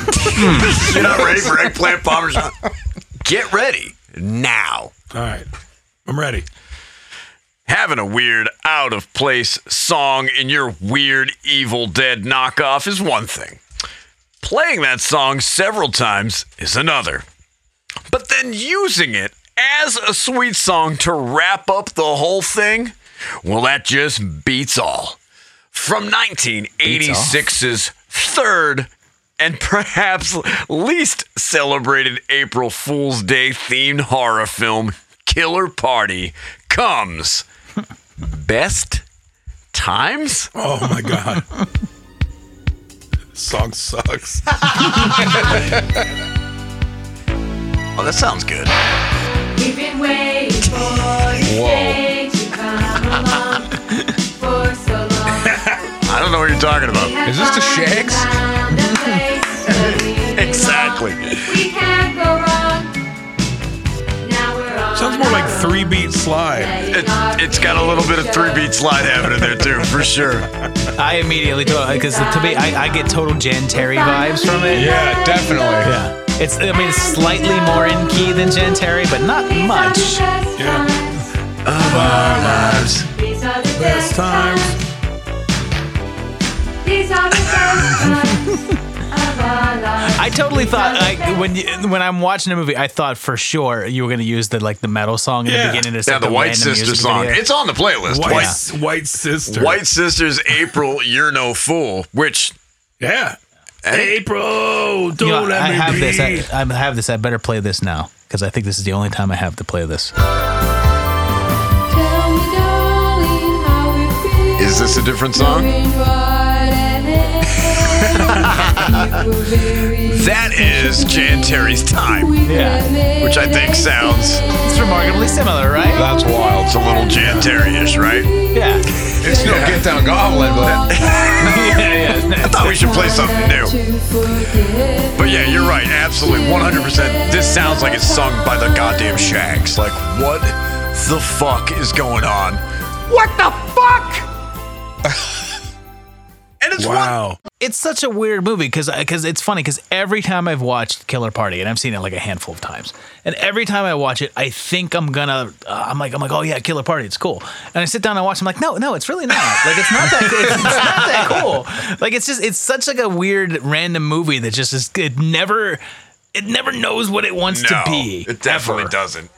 You're not ready for eggplant parmesan. Get ready now.
All right. I'm ready.
Having a weird, out of place song in your weird Evil Dead knockoff is one thing. Playing that song several times is another. But then using it as a sweet song to wrap up the whole thing, well, that just beats all. From 1986's third and perhaps least celebrated April Fool's Day themed horror film, Killer Party, comes Best times?
Oh my god. Song sucks.
Oh, that sounds good.
We've been waiting for the
Whoa.
day to come along for so long.
I don't know what you're talking about.
Is this the Shags?
exactly.
We can't go wrong. Now we're on.
Sounds more like three beat slide.
It, it's got a little bit of three beat slide happening there too, for sure.
I immediately told because to me, I, I get total Jan Terry vibes from it.
Yeah, definitely.
Yeah, it's I mean it's slightly more in key than Jan Terry, but not much.
Yeah.
These are the
Best
best
times.
times. These are the best times of our lives.
I totally
These are
thought
the
like
best-
when you, when I'm watching a movie, I thought for sure you were gonna use the like the metal song in
Yeah.
the beginning. It's
Yeah,
like
the White
random
Sister
music
song.
video.
It's on the playlist.
White,
White,
white sister.
White Sisters, April, You're No Fool, which
Yeah.
eh,
April, don't
You know,
let
I
me
have
be.
this. I, I have this. I better play this now because I think this is the only time I have to play this.
Tell me, darling, how it feels
is this a different song?
going right ahead. You were very
That is Jan Terry's Time, which I think sounds
It's remarkably similar, right?
That's wild.
it's a little Jan Terry-ish, right?
Yeah.
It's no get down goblin, but
I thought we should play something new. But yeah, you're right. Absolutely, 100%. This sounds like it's sung by the goddamn Shags. Like, what the fuck is going on? What the fuck? and it's wow.
It's such a weird movie because it's funny because every time I've watched Killer Party and I've seen it like a handful of times, and every time I watch it, I think I'm gonna uh, I'm like I'm like oh yeah Killer Party it's cool, and I sit down and I watch I'm like no no it's really not like it's not that it's, it's not that cool like it's just it's such like a weird random movie that just is it never it never knows what it wants to
No,
be
It definitely
ever.
doesn't.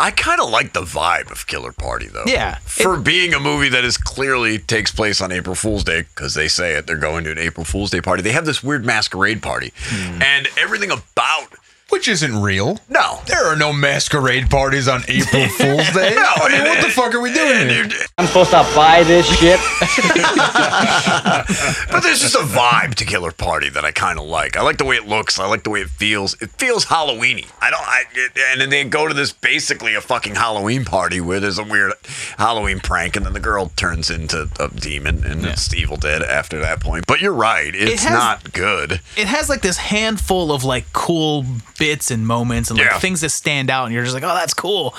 I kind of like the vibe of Killer Party though.
Yeah,
For being a movie that is clearly takes place on April Fool's Day because they say it, they're going to an April Fool's Day party. They have this weird masquerade party,
Hmm.
and everything about
which isn't real.
no,
There are no masquerade parties on April Fool's Day.
no,
I mean, what the fuck are we doing? here?
I'm supposed to buy this shit. but there's just a vibe to Killer Party that I kind of like. I like the way it looks. I like the way it feels. It feels Halloweeny. I don't. I it, and then they go to this basically a fucking Halloween party where there's a weird Halloween prank, and then the girl turns into a demon, and it's Evil Dead after that point. But you're right. It's
has-
not good.
it has like this handful of like cool bits and moments and like
Yeah.
things that stand out and you're just like oh that's cool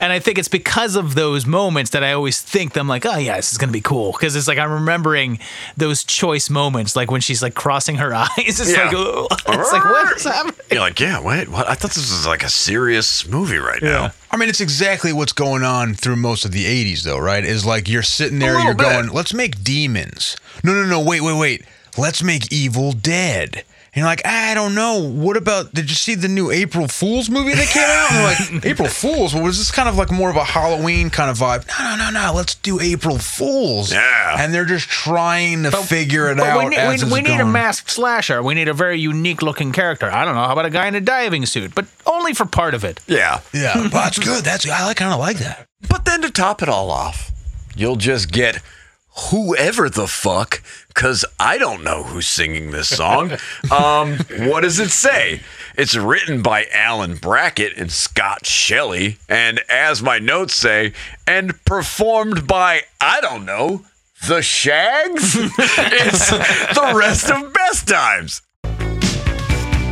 and i think it's because of those moments that i always think that i'm like oh yeah this is gonna be cool because it's like i'm remembering those choice moments like when she's like crossing her eyes it's
Yeah.
like "Ugh." it's like what is happening
You're like, yeah, wait, what? I thought this was like a serious movie right now.
I mean, it's exactly what's going on through most of the 80s, though, right? Is like you're sitting there,
little
you're
bit.
going, let's make demons. No, no, no, wait, wait, wait. Let's make Evil Dead. And you're like, I don't know. What about, did you see the new April Fool's movie that came out? And you're like, April Fool's? Well, was this kind of like more of a Halloween kind of vibe? No, no, no, no. Let's do April Fool's.
Yeah.
And they're just trying to figure it
But
out.
we need,
as
we,
it's
we need a
going.
masked slasher. We need a very unique looking character. I don't know. How about a guy in a diving suit? But only for part of it.
Yeah.
Yeah. Well, that's good. That's, I like, kind of like that.
But then to top it all off, you'll just get whoever the fuck, because I don't know who's singing this song. um, what does it say? It's written by Alan Brackett and Scott Shelley, and as my notes say, and performed by, I don't know, the Shags? it's the rest of Best Times.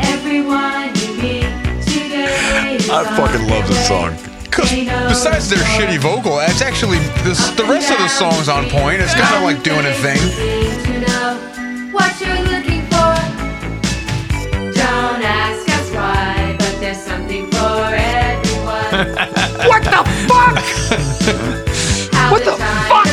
Everyone you meet today is
I fucking love this song.
Because besides their shitty vocal, it's actually this, the rest of the song's on point. It's kind of like doing a thing.
To know what you're looking for. Don't ask us why, but there's something for everyone.
What the fuck?
How
What
the
the
fuck?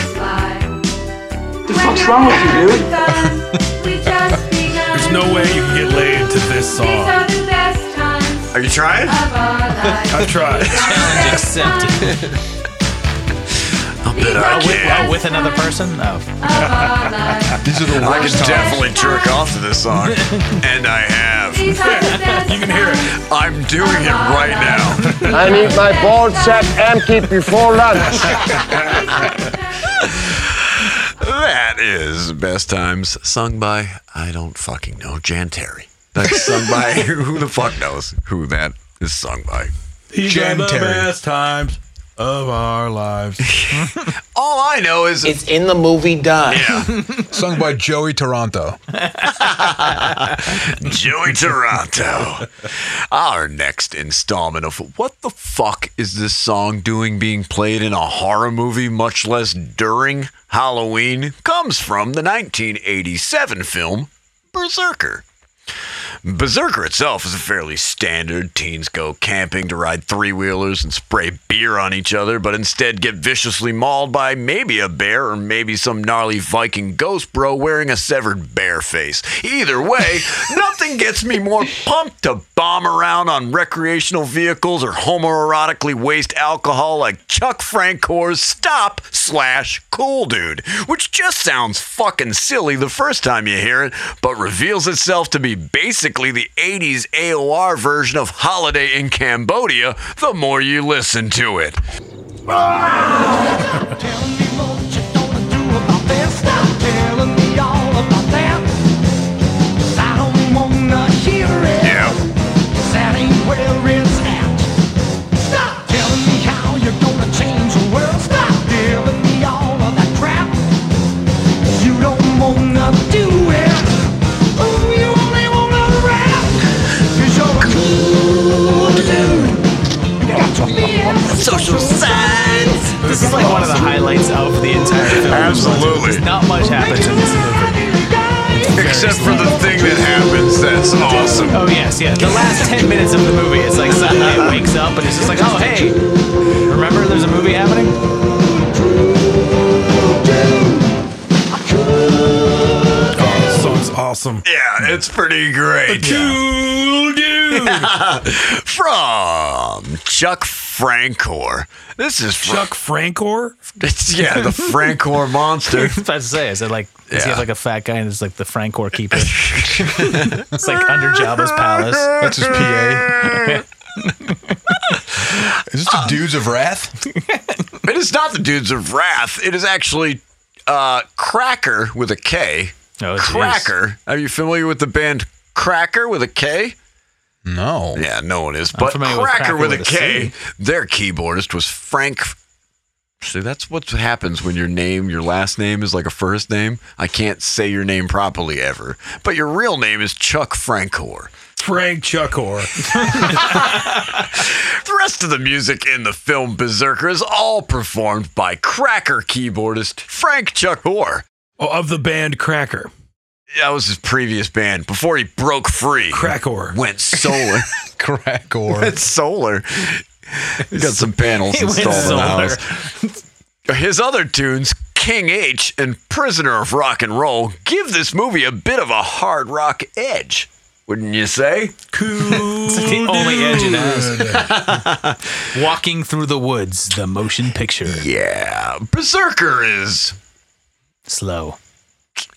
The
fuck's wrong with you, dude?
There's no way you can get laid to this
These
song.
are the best times
Are you trying?
of our lives.
I tried.
Challenge accepted.
I'll bet I
Oh, with,
can.
oh, with another person? Oh.
Of our lives.
These are the
I can
worst times.
definitely jerk off to this song, and I have.
These are the best
You can hear it.
I'm doing it right now.
I need my ball sack empty before lunch.
That is Best Times, sung by, I don't fucking know, Jan Terry. That's sung by, who the fuck knows who that is sung by.
These are the best times of our lives.
All I know is
it's in the movie Done.
Yeah.
Sung by Joey Toronto.
Joey Toronto. Our next installment of what the fuck is this song doing being played in a horror movie, much less during Halloween, comes from the 1987 film Berserker. Berserker itself is a fairly standard teens go camping to ride three wheelers and spray beer on each other, but instead get viciously mauled by maybe a bear or maybe some gnarly Viking ghost bro wearing a severed bear face. Either way, nothing gets me more pumped to bomb around on recreational vehicles or homoerotically waste alcohol like Chuck Francor's Stop slash Cool Dude, which just sounds fucking silly the first time you hear it, but reveals itself to be basically the 80s AOR version of Holiday in Cambodia the more you listen to it. Yeah.
Social science.
This is like one of the highlights of the entire film.
Absolutely.
Not much happens in this movie.
Except for the thing that happens, that's awesome.
Oh yes, yeah. The last ten minutes of the movie, it's like suddenly it wakes up and it's just like, oh hey, remember there's a movie happening?
Oh, this song's awesome.
Yeah, it's pretty great.
Cool dude.
from Chuck Francor. This is Fra-
Chuck Francor?
It's, yeah, the Francor monster.
That's what I was about to say. I said like, does he
Yeah.
have like a fat guy and it's like the Francor keeper? it's like under Jabba's palace.
That's his PA. Is this the Dudes of Wrath?
Um, It is not the Dudes of Wrath. It is actually uh, Cracker with a K.
Oh, geez.
Cracker. Are you familiar with the band Cracker with a K?
No.
Yeah, no one is. But
familiar
Cracker,
with Cracker
with, a
with a
K,
C.
their keyboardist was Frank. See, that's what happens when your name, your last name is like a first name. I can't say your name properly ever. But your real name is Chuck Francor.
Frank Chuckor.
The rest of the music in the film Berserker is all performed by Cracker keyboardist Frank Chuck Hoare.
Oh, of the band Cracker.
That was his previous band before he broke free.
Crackor.
Went solar.
Crack or
went solar. He got some panels
He went
installed in the
solar.
house. His other tunes, King H and Prisoner of Rock and Roll, give this movie a bit of a hard rock edge, wouldn't you say?
Cool
It's the only
dude.
edge it has. Walking through the woods, the motion picture.
Yeah. Berserker is.
Slow.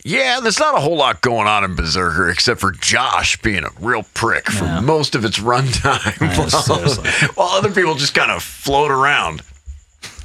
Yeah, there's not a whole lot going on in Berserker except for Josh being a real prick for most of its runtime
seriously.
while, while other people just kind of float around.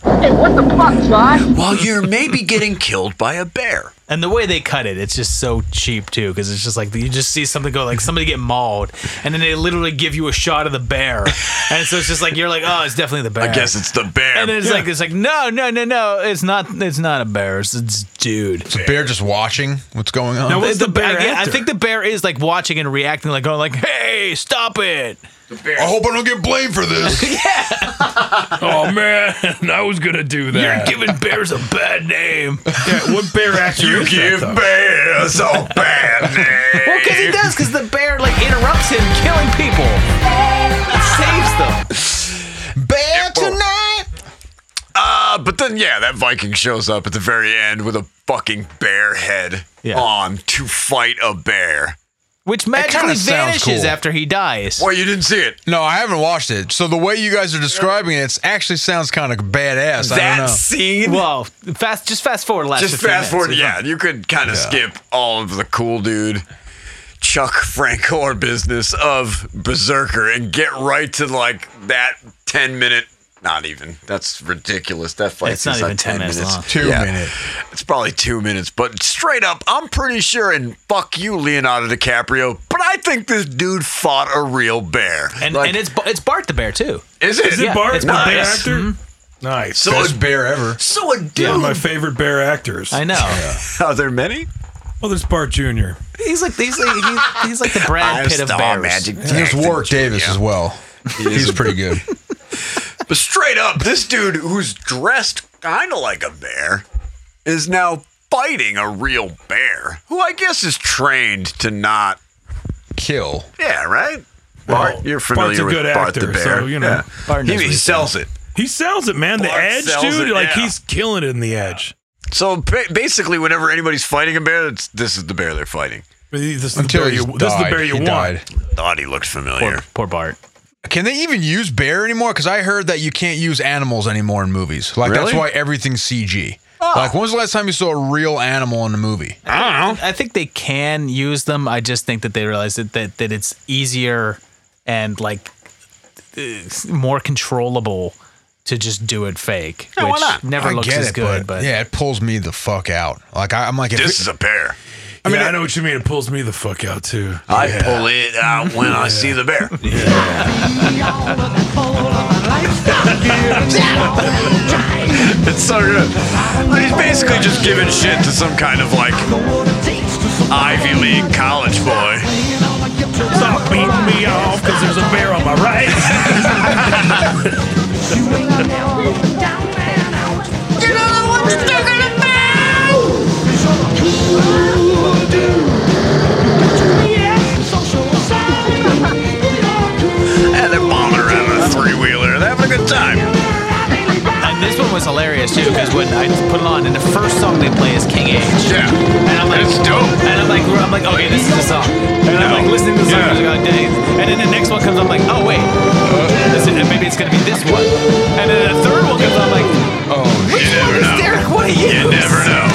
Hey, what the fuck, Josh?
While you're maybe getting killed by a bear.
And the way they cut it, it's just so cheap too, because it's just like you just see something go like somebody get mauled, and then they literally give you a shot of the bear, and so it's just like you're like, oh, it's definitely the bear.
I guess it's the bear.
And then it's like it's like no, no, no, no, it's not, it's not a bear, it's, it's dude.
Is the bear just watching what's going on?
Now, what's the, bear?
I, get- I
after?
think the bear is like watching and reacting, like going like, hey, stop it.
I hope I don't get blamed for this.
Oh man, I was gonna do that.
You're giving bears a bad name.
yeah, what bear actor?
You
is
give
that, though?
bears a bad name.
Well, because he does, because the bear like interrupts him killing people, saves them.
bear tonight.
Uh, but then, yeah, that Viking shows up at the very end with a fucking bear head
Yeah.
on to fight a bear.
Which
kinda
magically
sounds
vanishes
cool.
after he dies.
Well, you didn't see it.
No, I haven't watched it. So the way you guys are describing it, it actually sounds kind of badass. I
that
don't know.
scene.
Well, fast. Just fast forward. Last
just
15
fast
minutes.
forward. Yeah, you could kind of skip all of the cool dude Chuck Francor business of Berserker and get right to like that 10 minute Not even. That's ridiculous. That fight
It's not
is, like,
even 10 minutes long.
Two minutes.
It's probably two minutes, but straight up, I'm pretty sure. And fuck you, Leonardo DiCaprio. But I think this dude fought a real bear.
And, and it's it's Bart the bear too.
Is it?
Is it
Yeah,
Bart,
it's
the bear
Bart.
actor? Nice.
So Best a-
bear ever.
So a Hmm? dude.
Yeah, one of my favorite bear actors.
I know.
Are there many?
Well, there's Bart Jr.
He's like he's like he's, he's like the Brad
I'm
Pitt of
Star
bears.
Magic
And there's
Jackson
Warwick
Jr..
Davis as well.
He is
He's
a-
pretty good.
But straight up, this dude who's dressed kind of like a bear is now fighting a real bear, who I guess is trained to not
kill.
Yeah, right. Bart, you're
Bart's
familiar
a
with
good
Bart
actor,
the bear.
so you know.
Yeah.
Bart
he,
knows what
he
he's
sells it.
He sells it, man. The
Bart
edge,
sells
dude.
it,
like
yeah.
he's killing it in the edge.
So ba- basically, whenever anybody's fighting a bear, it's, this is the bear they're fighting.
But he- This is
Until
the bear
he's
you, this is the
died.
bear you
He
want.
died.
Thought he looked familiar.
Poor, poor Bart.
Can they even use bear anymore? Because I heard that you can't use animals anymore in movies. Like that's
Really? Oh.
why everything's CG. Like when was the last time you saw a real animal in a movie?
I don't know. I think they can use them. I just think that they realize that that, that it's easier and like it's more controllable to just do it fake,
Yeah, why
which
not?
never
I
looks
get
as
it,
good. But,
yeah, it pulls me the fuck out. Like I, I'm like, if
This is a bear.
I mean, I know what you mean. It pulls me the fuck out too.
I pull it out when I see the bear. it's so good. But he's basically just giving shit to some kind of like Ivy League college boy.
Stop beating me off because there's a bear on my right.
And they're bombing around on a three wheeler. They're having a good time.
And this one was hilarious too because when I put it on, and the first song they play is King Age.
Yeah.
And I'm like,
It's dope.
And I'm like, I'm like, okay, this is the song. And I'm like listening to the song,
Yeah.
I'm like, dang. And then the next one comes, I'm like, oh wait, this is, maybe it's gonna be this one. And then the third one comes, I'm like,
oh,
which one is Derek? What do you?
You never know.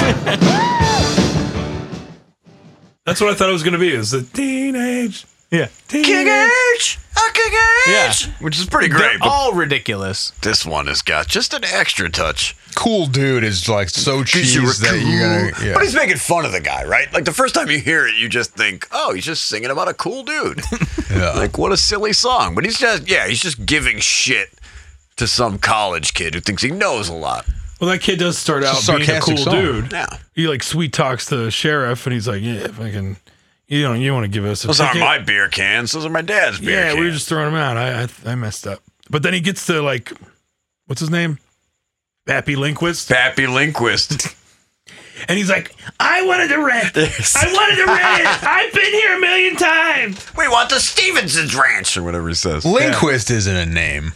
That's what I thought it was gonna be. Is the teenage? Yeah.
King
Teenage.
H! A King
Yeah.
H! Which is pretty great, but
All ridiculous.
this one has got just an extra touch.
cool dude is like so cheese that you're gonna. Yeah.
But he's making fun of the guy, right? Like the first time you hear it, you just think, "Oh, he's just singing about a cool dude."
Yeah.
like what a silly song. But he's just yeah, he's just giving shit to some college kid who thinks he knows a lot.
Well, that kid does start out
It's a
being a
sarcastic
cool
song.
dude.
Yeah.
He like sweet talks the sheriff, and he's like, "Yeah, fucking, you know, you want to give us a
Those aren't
ticket?"
my beer cans. Those are my dad's beer
yeah,
cans.
we were just throwing him out. I, I I messed up. But then he gets to like, what's his name? Pappy Linquist,
Pappy Linquist.
and he's like, "I wanted to rent.
Yes.
I wanted to rent. I've been here a million times."
we want the Stevenson's Ranch or whatever he says.
Linguist isn't a name.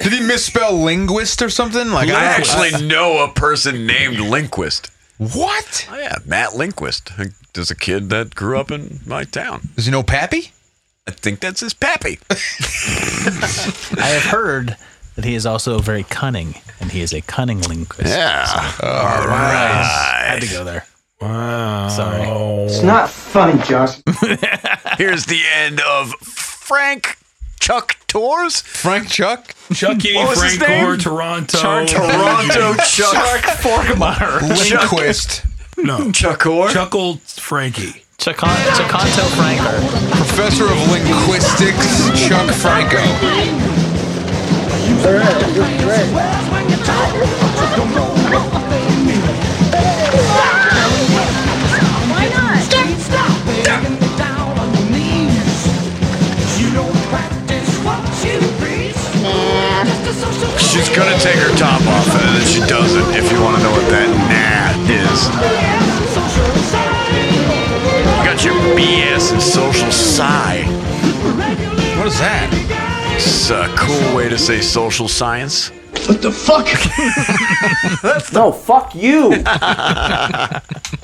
Did he misspell linguist or something? Like
I
I
actually know a person named Linquist.
what?
Oh yeah, Matt Linquist. There's a kid that grew up in my town.
Does he know Pappy?
I think that's his pappy.
I have heard that he is also very cunning, and he is a cunning linguist.
Yeah.
All right. Had to go there.
Wow.
Sorry.
It's not funny, Josh.
Here's the end of Frank Chuck Tours.
Frank Chuck?
Chucky,
What was his
Frank Gore,
name?
Toronto.
Toronto Chuck
Forgemeyer.
Linguist.
no.
Chuck Orr.
Chuckle Frankie.
Chacon- Chaconto Franker.
Professor of Linguistics, Chuck Franco.
She's gonna take her top off, and then she doesn't. If you want to know what that nah is, you got your BS and social sci.
What is that?
It's a uh, cool way to say social science.
What the fuck?
No, fuck you.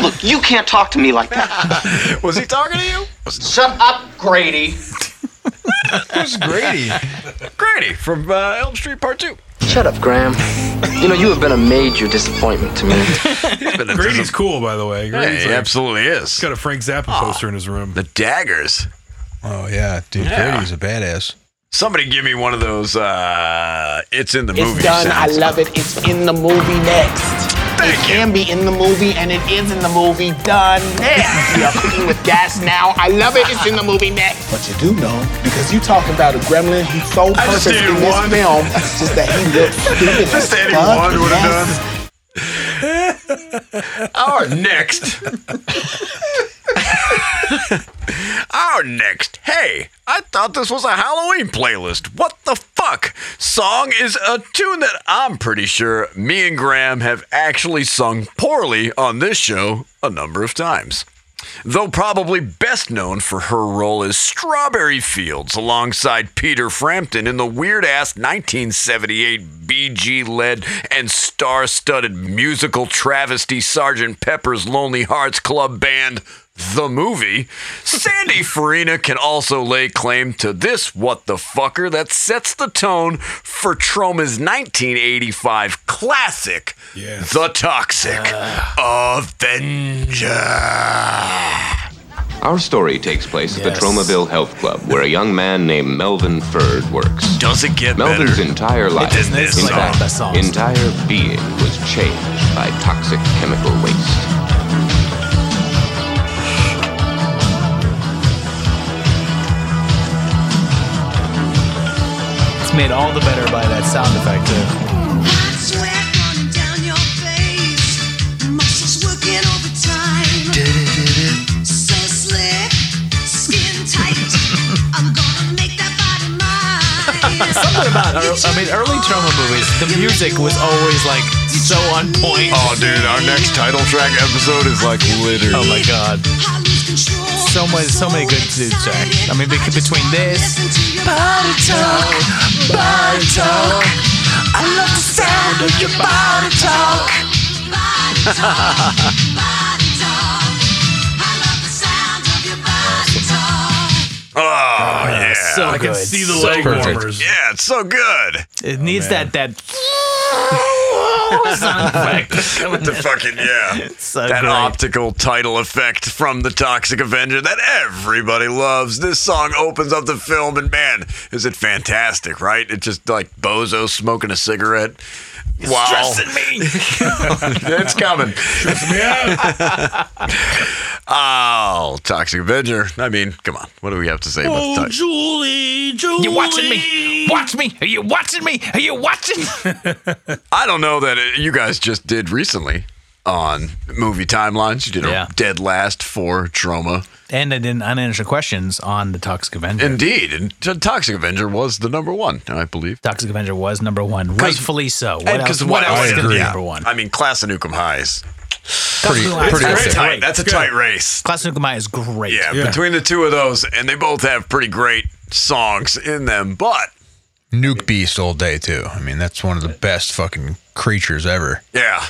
Look, you can't talk to me like that.
Was he talking to you?
Shut up, Grady.
Who's Grady?
Grady from uh, Elm Street Part Two.
Shut up, Graham. You know, you have been a major disappointment to me.
Grady's cool, by the way.
Yeah,
Grady's
he
like-
absolutely is.
He's got a Frank Zappa poster in his room.
The daggers.
Oh yeah, dude,
Yeah.
Grady's a badass.
Somebody give me one of those. Uh, it's in the
It's
movie.
done. I
sounds.
love it. It's in the movie next. it can be in the movie, and it is in the movie. Done next. we are cooking with gas now. I love it. It's in the movie next. But you do know because you talking about a gremlin who's so
I just
perfect in
needed
this
one.
film. It's just that he looks stupid.
Just
as
any
fuck.
one would
Yes.
have done. Our next. Our next. Hey, I thought this was a Halloween playlist. What the fuck? Song is a tune that I'm pretty sure me and Graham have actually sung poorly on this show a number of times. Though probably best known for her role as Strawberry Fields alongside Peter Frampton in the weird ass 1978 BG led and star studded musical travesty Sgt. Pepper's Lonely Hearts Club Band the movie, Sandy Farina can also lay claim to this what the fucker that sets the tone for Troma's 1985 classic, The Toxic Avenger.
Our story takes place at
Yes.
the Tromaville Health Club, where a young man named Melvin Ferd works.
Does it get
Melvin's
better?
entire
It
life,
doesn't.
in
It's like
fact,
the best songs.
entire being was changed by toxic chemical waste.
It's made all the better by that sound effect too. Something about ear- I mean early trauma movies. The music was always like so on point.
Oh, dude, our next title track episode is like littered.
Oh my god. So much, so many good dudes, Jack. I mean, bec- between this,
Body talk, body talk. I love the sound of your body talk.
Oh, yeah.
so I can good. see the So leg perfect. warmers.
Yeah, it's so good.
it needs that that sound effect.
With the fucking, yeah. that
Oh, great.
optical title effect from The Toxic Avenger that everybody loves. This song opens up the film, and man, is it fantastic, right? It's just like Bozo smoking a cigarette. wow.
stressing
me. it's coming. oh, Toxic Avenger. I mean, come on. What do we have to say about the
Oh,
title?
Julie, Julie.
You watching me? Watch me? Are you watching me? Are you watching?
I don't know that it, you guys just did recently on movie timelines. You did
Yeah.
a dead last for trauma.
And I didn't unanswered questions on the Toxic Avenger.
Indeed, and T- Toxic Avenger was the number one, I believe.
Toxic Avenger was number one, rightfully so. What
And
else?
'cause
What
I
else is gonna
agree.
be number one?
I mean, Class of Newcomb High is
Pretty-
It's
pretty
very
good.
tight. That's a
Good.
tight race.
Class of Nukumai is great.
Yeah, between the two of those, and they both have pretty great songs in them. But
Nuke Beast all day too. I mean, that's one of the best fucking creatures ever.
yeah,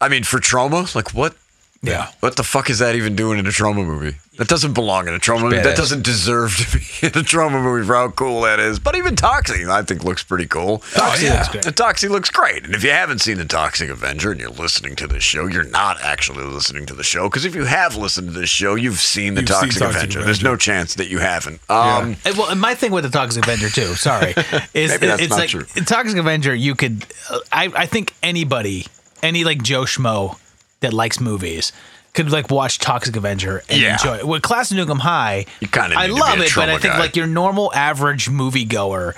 I mean, for trauma, like what?
Yeah.
What the fuck is that even doing in a trauma movie? That doesn't belong in a trauma movie.
badass.
That doesn't deserve to be in a trauma movie for how cool that is. But even Toxie, I think, looks pretty cool.
Toxie yeah. looks great.
The Toxie looks great. And if you haven't seen The Toxic Avenger and you're listening to this show, you're not actually listening to the show. Because if you have listened to this show, you've seen The
You've seen
Toxic,
Toxic
Avenger. There's no chance that you haven't. Um,
Uh, Well, and my thing with the Toxic Avenger too. Sorry, is
Maybe that's
it's
not
like
true.
Toxic Avenger. You could, uh, I, I think anybody, any like Joe Schmo that likes movies could like watch Toxic Avenger and
Yeah.
enjoy it. With Class of Nukem High, you
kinda
I
need to be
love
a
it, but I
trauma
think
guy.
like your normal average moviegoer.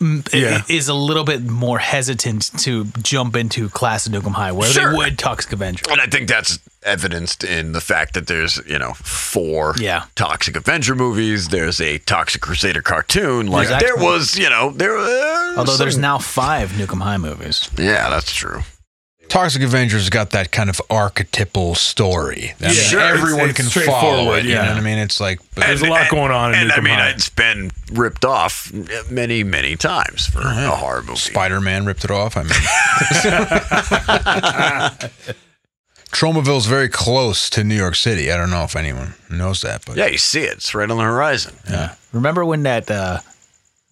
mm, i-
Yeah.
Is a little bit more hesitant to jump into Class of Nukem High, where
Sure.
they would Toxic Avenger.
And I think that's evidenced in the fact that there's, you know, four
Yeah.
Toxic Avenger movies. There's a Toxic Crusader cartoon. Like
Exactly.
there was, you know, there. Uh,
Although there's
some-
now five Nukem High movies.
Yeah, that's true.
Toxic Avengers got that kind of archetypal story. I mean,
Yeah. Sure,
everyone
it's- it's
can follow
straightforward,
it. You
yeah.
know what I mean? It's like but-
There's a lot going on in
And I
Nukem
mean,
High.
it's been ripped off many, many times for a horror movie.
Spider-Man ripped it off. I mean, Tromaville's very close to New York City. I don't know if anyone knows that, but
yeah, you see it. It's right on the horizon.
Yeah.
Remember when that uh,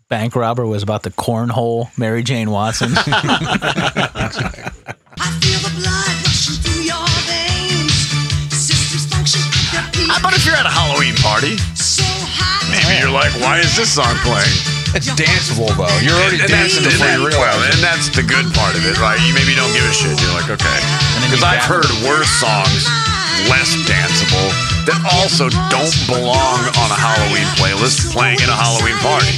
bank robber was about the cornhole Mary Jane Watson?
How about if you're at a Halloween party? Maybe you're like, why is this song playing?
It's danceable though. You're already
and that's
dancing
the
before
and,
you
that-
realize
well,
it.
and that's the good part of it. Like you maybe don't give a shit. You're like okay,
then
because
you
I've heard
dance.
worse songs, less danceable, that also don't belong on a Halloween playlist playing at a Halloween party.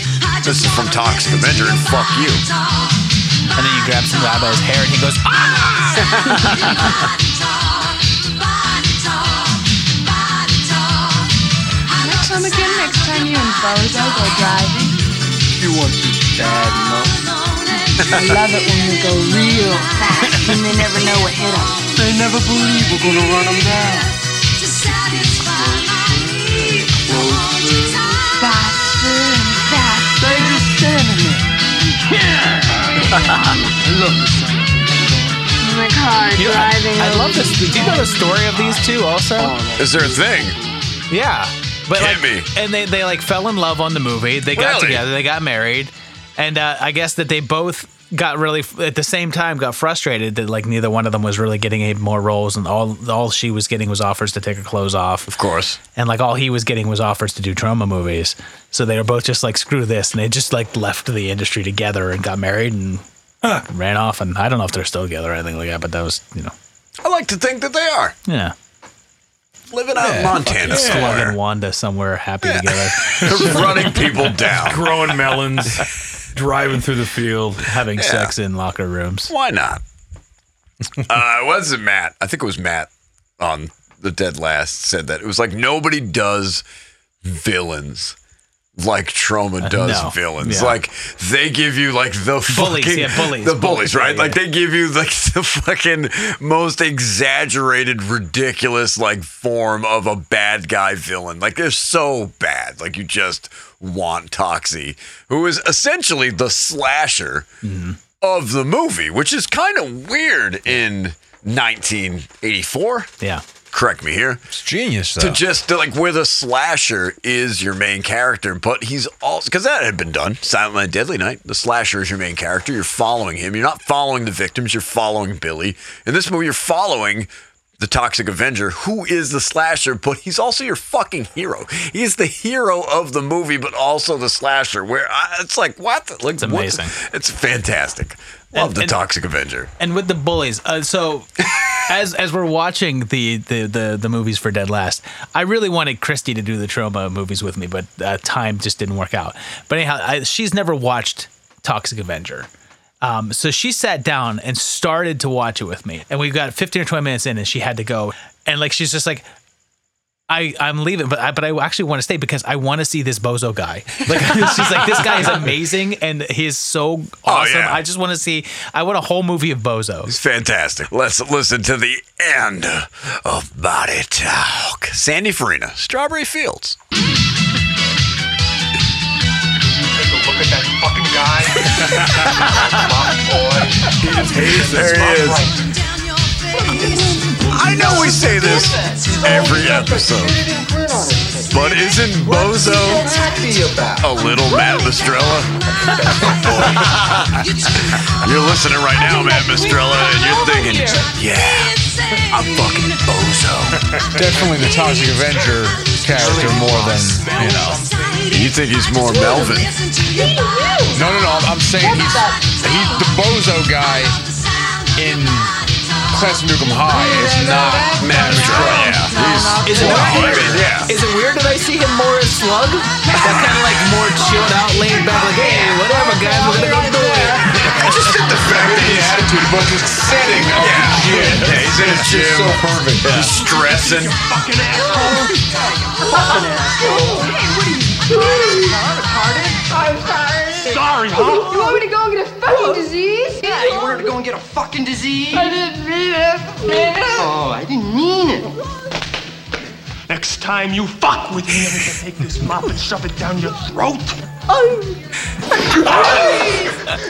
This is from Toxic Avenger and fuck you.
And then you grab some guy by his hair and he goes, ah!
Come again next time you and Bozo go driving.
You want to bad
I love it when we go real fast and they never know what hit 'em.
They never believe we're gonna run them down.
Faster and faster.
They just standing there. I love this song.
in the car
You know, I-
driving.
I love
over
this. Did you know the story of these two also?
Is there a thing?
Yeah. But
Hit me.
like, and they, they like fell in love on the movie. They got
Really?
together. They got married, and uh, I guess that they both got really f- at the same time got frustrated that like neither one of them was really getting any more roles, and all all she was getting was offers to take her clothes off, of
course,
and like all he was getting was offers to do trauma movies. So they were both just like screw this, and they just like left the industry together and got married and ran off. And I don't know if they're still together or anything like that, but that was you know
I like to think that they are
yeah.
living out in Montana
Slug
somewhere.
and Wanda somewhere happy together.
They're running people down.
Growing melons, driving through the field,
having sex in locker rooms.
Why not? uh, was it Matt? I think it was Matt on the Dead Last said that it was like nobody does villains like trauma
Uh,
does
no.
villains.
Yeah.
Like they give you like the
Bullies,
fucking,
yeah, bullies,
the bullies,
bullies,
right?
yeah,
Like they give you like the fucking most exaggerated, ridiculous like form of a bad guy villain. Like they're so bad. Like you just want Toxie, who is essentially the slasher
Mm-hmm.
of the movie, which is kind of weird in 1984.
Yeah.
Correct me here. It's
genius,
To
though.
just to, like where the slasher is your main character, but he's also because that had been done. Silent Night, Deadly Night. The slasher is your main character. You're following him. You're not following the victims. You're following Billy. In this movie, you're following the Toxic Avenger, who is the slasher, but he's also your fucking hero. He is the hero of the movie, but also the slasher. Where I, it's like what? the- Like it's
amazing.
it's fantastic. Love
And-
the
and-
Toxic Avenger.
And with the bullies, uh, so as as we're watching the, the the the movies for Dead Last, I really wanted Christy to do the trauma movies with me, but uh, time just didn't work out. But anyhow, I, she's never watched Toxic Avenger. Um, so she sat down and started to watch it with me, and we got 15 or 20 minutes in, and she had to go. And like she's just like, I I'm leaving, but I but I actually want to stay because I want to see this bozo guy. Like she's like, this guy is amazing and he's so awesome.
yeah.
I just want to see. I want a whole movie of bozo.
It's fantastic. Let's listen to the end of Body Talk. Sandy Farina, Strawberry Fields.
Take a look at that fucking guy. my boy. He just hates
There he is. I know we say this every episode, but isn't Bozo a little Matt Mistrella? you're listening right now, Matt Mistrella, and you're thinking, yeah, I'm fucking Bozo.
Definitely the Toxic Avenger character more than you know.
You think he's more Melvin?
No, no, no. I'm, I'm saying he's he's the bozo guy in Class of Nukem High. Is not Matt Mistrella.
Yeah,
Is it,
Wow,
weird?
I mean, yeah.
is it weird that I see him more as Slug? That kind of like more chilled out, laid back, like, hey, whatever, guys, we're gonna go do it.
I just think the fact that he's
attitude, but the setting of the gym.
Yeah, he's in a
It's
gym.
just so perfect.
He's stressing.
Sorry, huh?
You want me to go and get a fucking disease?
Yeah, you wanted to go and get a fucking disease?
I didn't mean it, man.
Oh, I didn't mean it.
Next time you fuck with me, I'm gonna take this mop and shove it down your throat. Oh.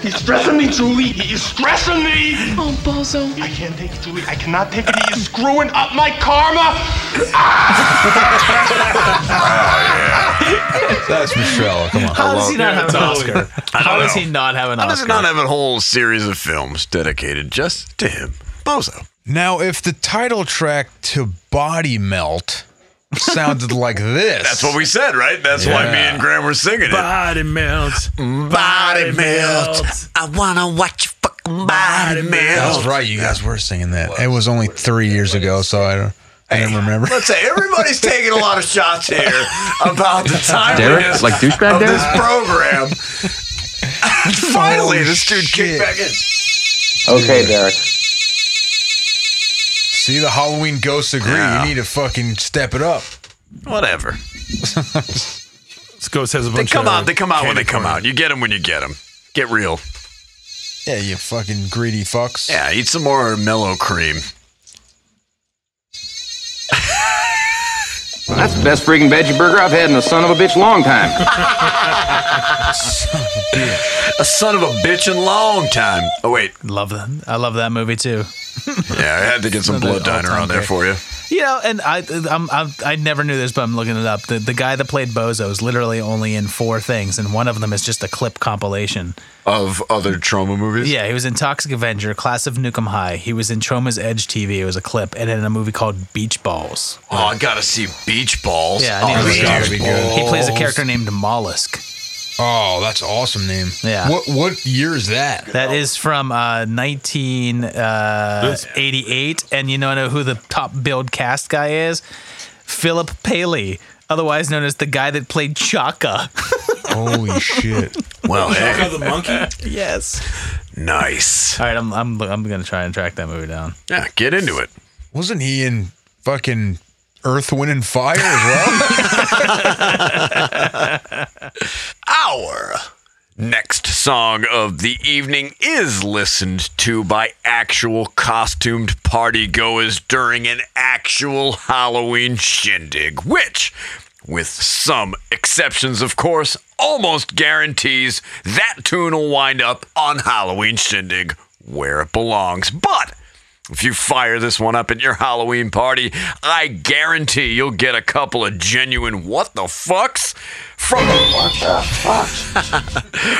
He's stressing me, Julie. He is stressing me.
Oh, Bozo.
I can't take it, Julie. I cannot take it. He is screwing up my karma.
That's Mistrella. Come on.
How does he not have an Oscar?
I don't
How does
know.
he not have an
How does
Oscar?
it not have a whole series of films dedicated just to him? Bozo.
Now, if the title track to Body Melt sounded like this.
That's what we said, right? That's why me and Graham were singing it.
Body melt.
Body melt. I wanna watch your fucking body
That's
melt.
right. You guys were singing that. It was only three years ago, so I don't. I don't remember.
Let's say everybody's taking a lot of shots here about the timeliness
Derek? Like douchebag
of this
Derek?
program. Finally,
Oh,
this dude kicked back in.
Okay, Derek.
See, the Halloween ghosts agree.
Yeah.
You need to fucking step it up.
Whatever.
This ghost has a
They
bunch
come
of
out. They come out when
candy
they come
corn.
out. You get them when you get them. Get real.
Yeah, you fucking greedy fucks.
Yeah, eat some more mellow cream.
That's the best freaking veggie burger I've had in a son of a bitch long time.
a son of a bitch in long time. Oh wait,
love that. I love that movie too.
Yeah, I had to get some blood diner on there for you.
You know, and I, I'm, I'm, I never knew this, but I'm looking it up. The, the guy that played Bozo is literally only in four things, and one of them is just a clip compilation.
Of other trauma movies?
Yeah, he was in Toxic Avenger, Class of Nukem High. He was in Troma's Edge TV. It was a clip, and in a movie called Beach Balls.
Oh, I gotta see Beach Balls.
Yeah, I
oh,
need to
that's
look it up.
gotta be good.
He plays a character named Mollusk.
Oh, that's an awesome name.
Yeah.
What what year is that?
Oh.
That is from uh, 1988. And you know who the top billed cast guy is? Philip Paley, otherwise known as the guy that played Chaka.
Holy shit.
Well, hey,
the monkey?
yes.
Nice.
All right, I'm, I'm, I'm going to try and track that movie down.
Yeah, get into it.
Wasn't he in fucking Earth, Wind, and Fire as well?
Our next song of the evening is listened to by actual costumed party goers during an actual Halloween shindig, which, with some exceptions, of course, almost guarantees that tune will wind up on Halloween shindig where it belongs. But if you fire this one up at your Halloween party, I guarantee you'll get a couple of genuine what the fucks from what the fucks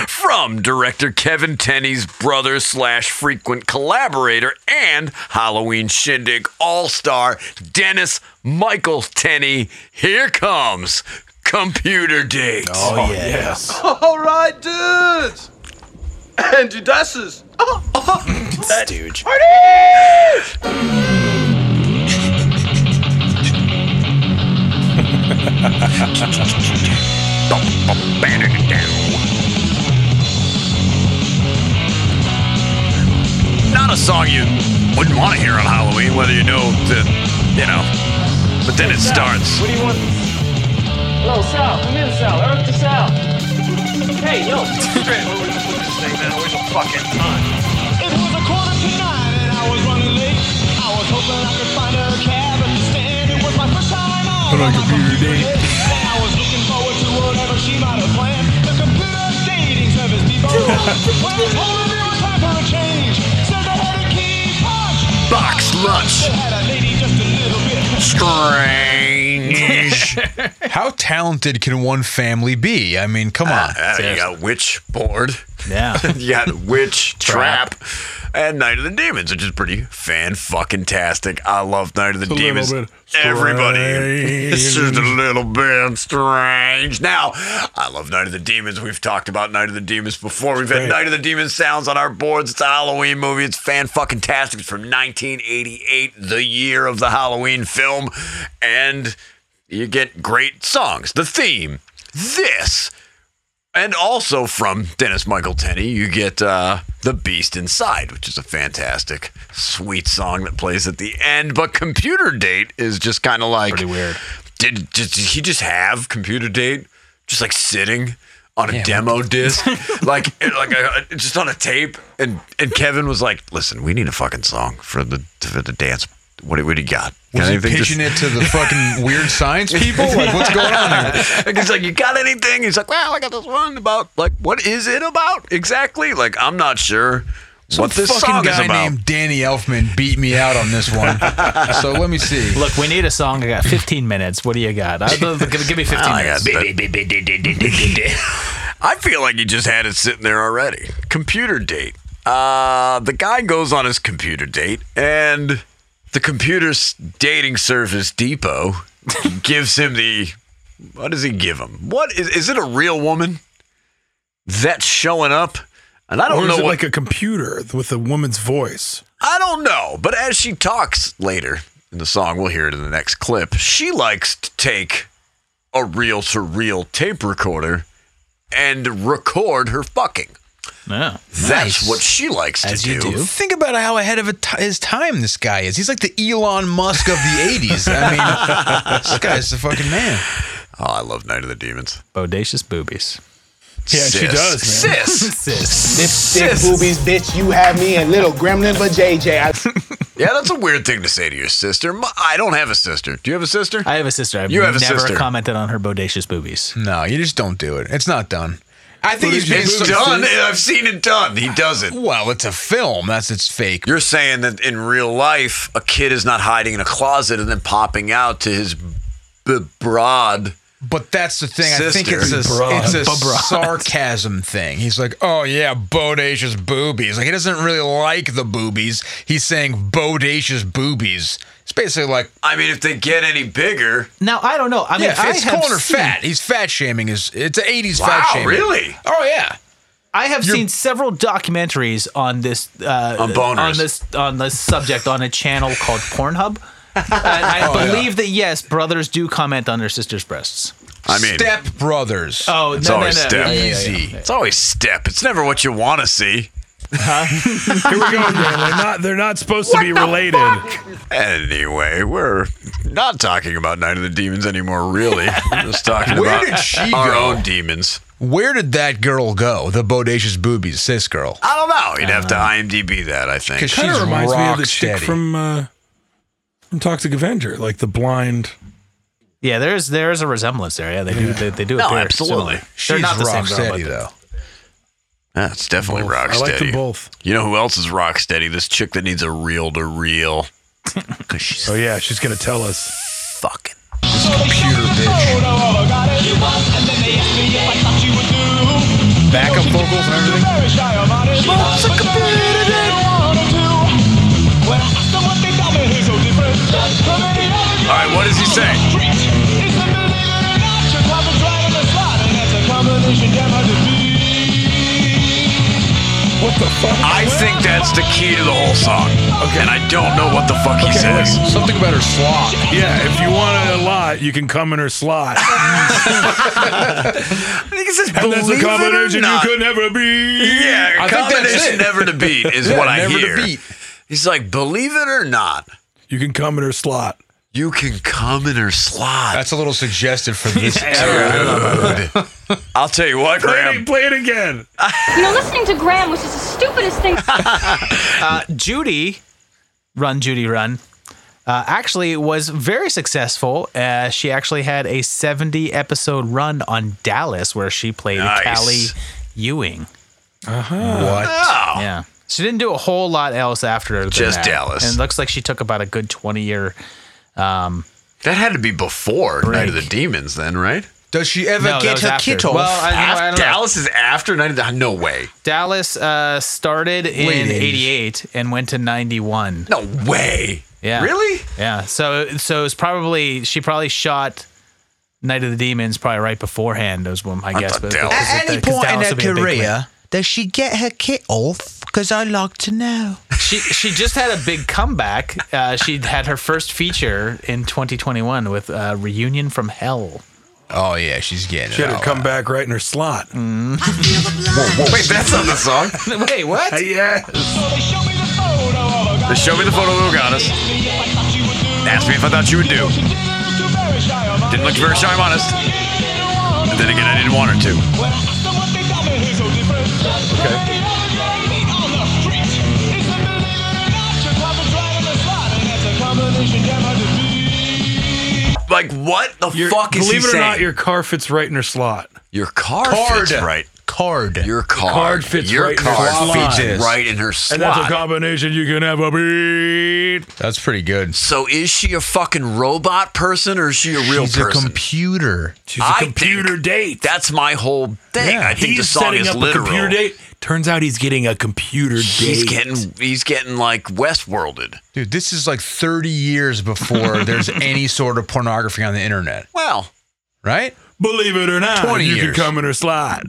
from director Kevin Tenney's brother slash frequent collaborator and Halloween shindig all star Dennis Michael Tenney. Here comes computer dates.
Oh,
yes.
All right, dudes. And you dasses. Oh, oh.
Stooge. Not a song you wouldn't want to hear on Halloween, whether you know that, you know. But then it starts.
What do you want? Hello, Sal. Come in, Sal. Earth to Sal. Hey, yo. Straight over to this thing now. Where's the fucking time? It was a quarter to nine and I was running late. I was hoping I could find a cab at the stand. It was my first time on.
Put on computer
date. And I was looking forward to whatever she might have planned. The computer dating service people. when I told her there was time for a change, said they had a key punch.
Box lunch.
They had a lady just a little bit.
Strange.
How talented can one family be? I mean, come on.
Uh, you got witch board.
Yeah.
you got witch trap. and Night of the Demons, which is pretty fan fucking tastic. I love Night of the
It's a little
Demons.
bit
Everybody,
strange.
it's just a little bit strange. Now, I love Night of the Demons. We've talked about Night of the Demons before. We've had
Right.
Night of the Demons sounds on our boards. It's a Halloween movie. It's fan fucking tastic. It's from 1988, the year of the Halloween film, and you get great songs. The theme, this. And also from Dennis Michael Tenney, you get uh, The Beast Inside, which is a fantastic, sweet song that plays at the end. But Computer Date is just kind of like. Pretty weird. Did, did, did he just have Computer Date just like sitting on a demo disc? like eh, like a, uh, just on a tape? And, and Kevin was like, listen, we need a fucking song for the, for the dance. What, do- what do you got? Got
Was he
anything just-
pitching it to the fucking weird science people? Like, what's going on here?
like he's like, you got anything? He's like, well, I got this one about like, what is it about exactly? Like, I'm not sure
Some
what this
fucking
song is
guy
about.
named Danny Elfman beat me out on this one. so let me see.
Look, we need a song. I got 15 minutes. What do you got? I, give, give me 15
I
minutes.
got I feel like he just had it sitting there already. Computer date. Uh, the guy goes on his computer date, and the computer s- dating service Depot gives him the. What does he give him? What is? Is it a real woman that's showing up? And I don't
or
know
is it
what
like a computer with a woman's voice.
I don't know, but as she talks later in the song, we'll hear it in the next clip. She likes to take a reel to reel tape recorder and record her fucking.
Yeah.
That's what she likes to
As
do.
you do. Think about how ahead of a t- his time this guy is. He's like the Elon Musk of the 80s. I mean, this guy's the fucking man.
Oh, I love Night of the Demons.
Bodacious boobies.
Yeah, she does, man.
Sis.
Stiff, stiff boobies, bitch. You have me and little gremlin, but JJ. I-
Yeah, that's a weird thing to say to your sister. My- I don't have a sister. Do you have a sister?
I have a sister. I've
You have a
never
sister.
commented on her bodacious boobies.
No, you just don't do it. It's not done. I think he's been
it's
so-
done. I've seen it done. He does it.
Well, it's a film. That's it's fake.
You're saying that in real life, a kid is not hiding in a closet and then popping out to his b- broad.
But that's the thing. I think
Sister.
it's a,
Broad.
it's a
Broad.
sarcasm thing. He's like, oh yeah, bodacious boobies. Like he doesn't really like the boobies. He's saying bodacious boobies. It's basically like
I mean, if they get any bigger,
Now I don't know. I mean,
yeah,
I
it's
have
calling her
seen-
fat. He's fat shaming. Is it's an eighties fat
Wow,
shaming?
really?
Oh yeah.
I have seen several documentaries on this uh,
On boners.
on this on this subject on a channel called Pornhub. And I
Oh, yeah.
believe that yes, brothers do comment on their sisters' breasts.
I mean,
Step brothers.
Oh,
it's
no, no,
always
no.
step.
Yeah, yeah, yeah, yeah.
It's always step. It's never what you want to see.
Here we go again. They're not. They're not supposed to be related.
Anyway, we're not talking about Night of the Demons anymore, really. We're just talking
Where
about
did she
our
go?
own demons.
Where did that girl go? The bodacious boobies, sis girl.
I don't know. You'd have to IMDb that, I think.
'Cause
Kind
She's
of reminds me
rock
of the chick
steady.
from uh, from Toxic Avenger, like the blind.
Yeah, there's there's a resemblance there. Yeah, they do they, they do
No,
appear
absolutely.
similar. They're not the same girl,
Rocksteady,
but-
though.
That's definitely
Both. I
rock
like them
steady.
both.
You know who else is rock steady? This chick that needs a reel to reel. Because she's
Oh yeah, she's gonna tell us.
fucking.
Computer bitch. Backup vocals and everything.
All right, what does he say?
What the fuck?
I think that's the key to the whole song. And I don't know what the fuck he says.
Something about her slop.
Yeah, if you want it a lot, you can come in her slot.
I think it says
And that's a
believe it or
combination you
not.
could never be.
Yeah,
I think that's
combination
it.
never to beat is
Yeah,
what I
never to
hear.
beat.
He's like, believe it or not,
You can come in her slot.
you can come in her slot.
That's a little suggested for this
Dude. I'll tell you what,
Play it,
Graham.
play it again.
You know, listening to Graham was just the stupidest thing.
Uh, Judy, Run Judy Run, uh, actually was very successful. Uh, she actually had a 70 episode run on Dallas where she played
Nice.
Callie Ewing.
What?
Oh,
Yeah. She didn't do a whole lot else after than
Just
that.
Dallas.
And it looks like she took about a good 20 year.
that had to be before Night of the
Break.
Demons, then, right?
Does she ever
No, that
get
was
her
after.
kit off?
Well, I, you know, I
Af-
don't know.
Dallas is after Night of the No way.
Dallas uh, started in
Late 80s.
88 and went to 91.
No way.
Yeah.
Really?
Yeah. So so it's probably she probably shot Night of the Demons probably right beforehand. Was when I, guess.
thought Dallas-
because
At
it- because Dallas would be a big win.
does she get her kit off? Because I like to know.
she she just had a big comeback. Uh, she had her first feature in 2021 with uh, Reunion from Hell.
Oh yeah, she's getting
She
it.
had her
all
come
out.
back right in her slot.
Wait, that's not the song. Uh,
Wait, what?
Yeah.
They show me the photo of Uganis. Asked me if I thought you would do. Didn't look very shy, I'm honest. And then again, I didn't want her to. Like what the
Your-
fuck is
believe
he
it or
saying?
not, your car fits right in her slot.
Your car
Card.
fits right.
card.
Your card.
card fits
Your
right in her
card
slot.
fits
Yes.
right in her
And that's a
slot.
combination you can have a beat.
That's pretty good.
So is she a fucking robot person or is she a real
She's
person?
a computer.
She's a computer date.
That's my whole thing. I think
he's
the song
setting
is
up
literal.
A computer date. Turns out he's getting a computer
He's
date.
getting he's getting like Westworlded.
Dude, this is like 30 years before there's any sort of pornography on the internet,
Well,
right?
Believe it or not,
20
you can
years.
come in her slot.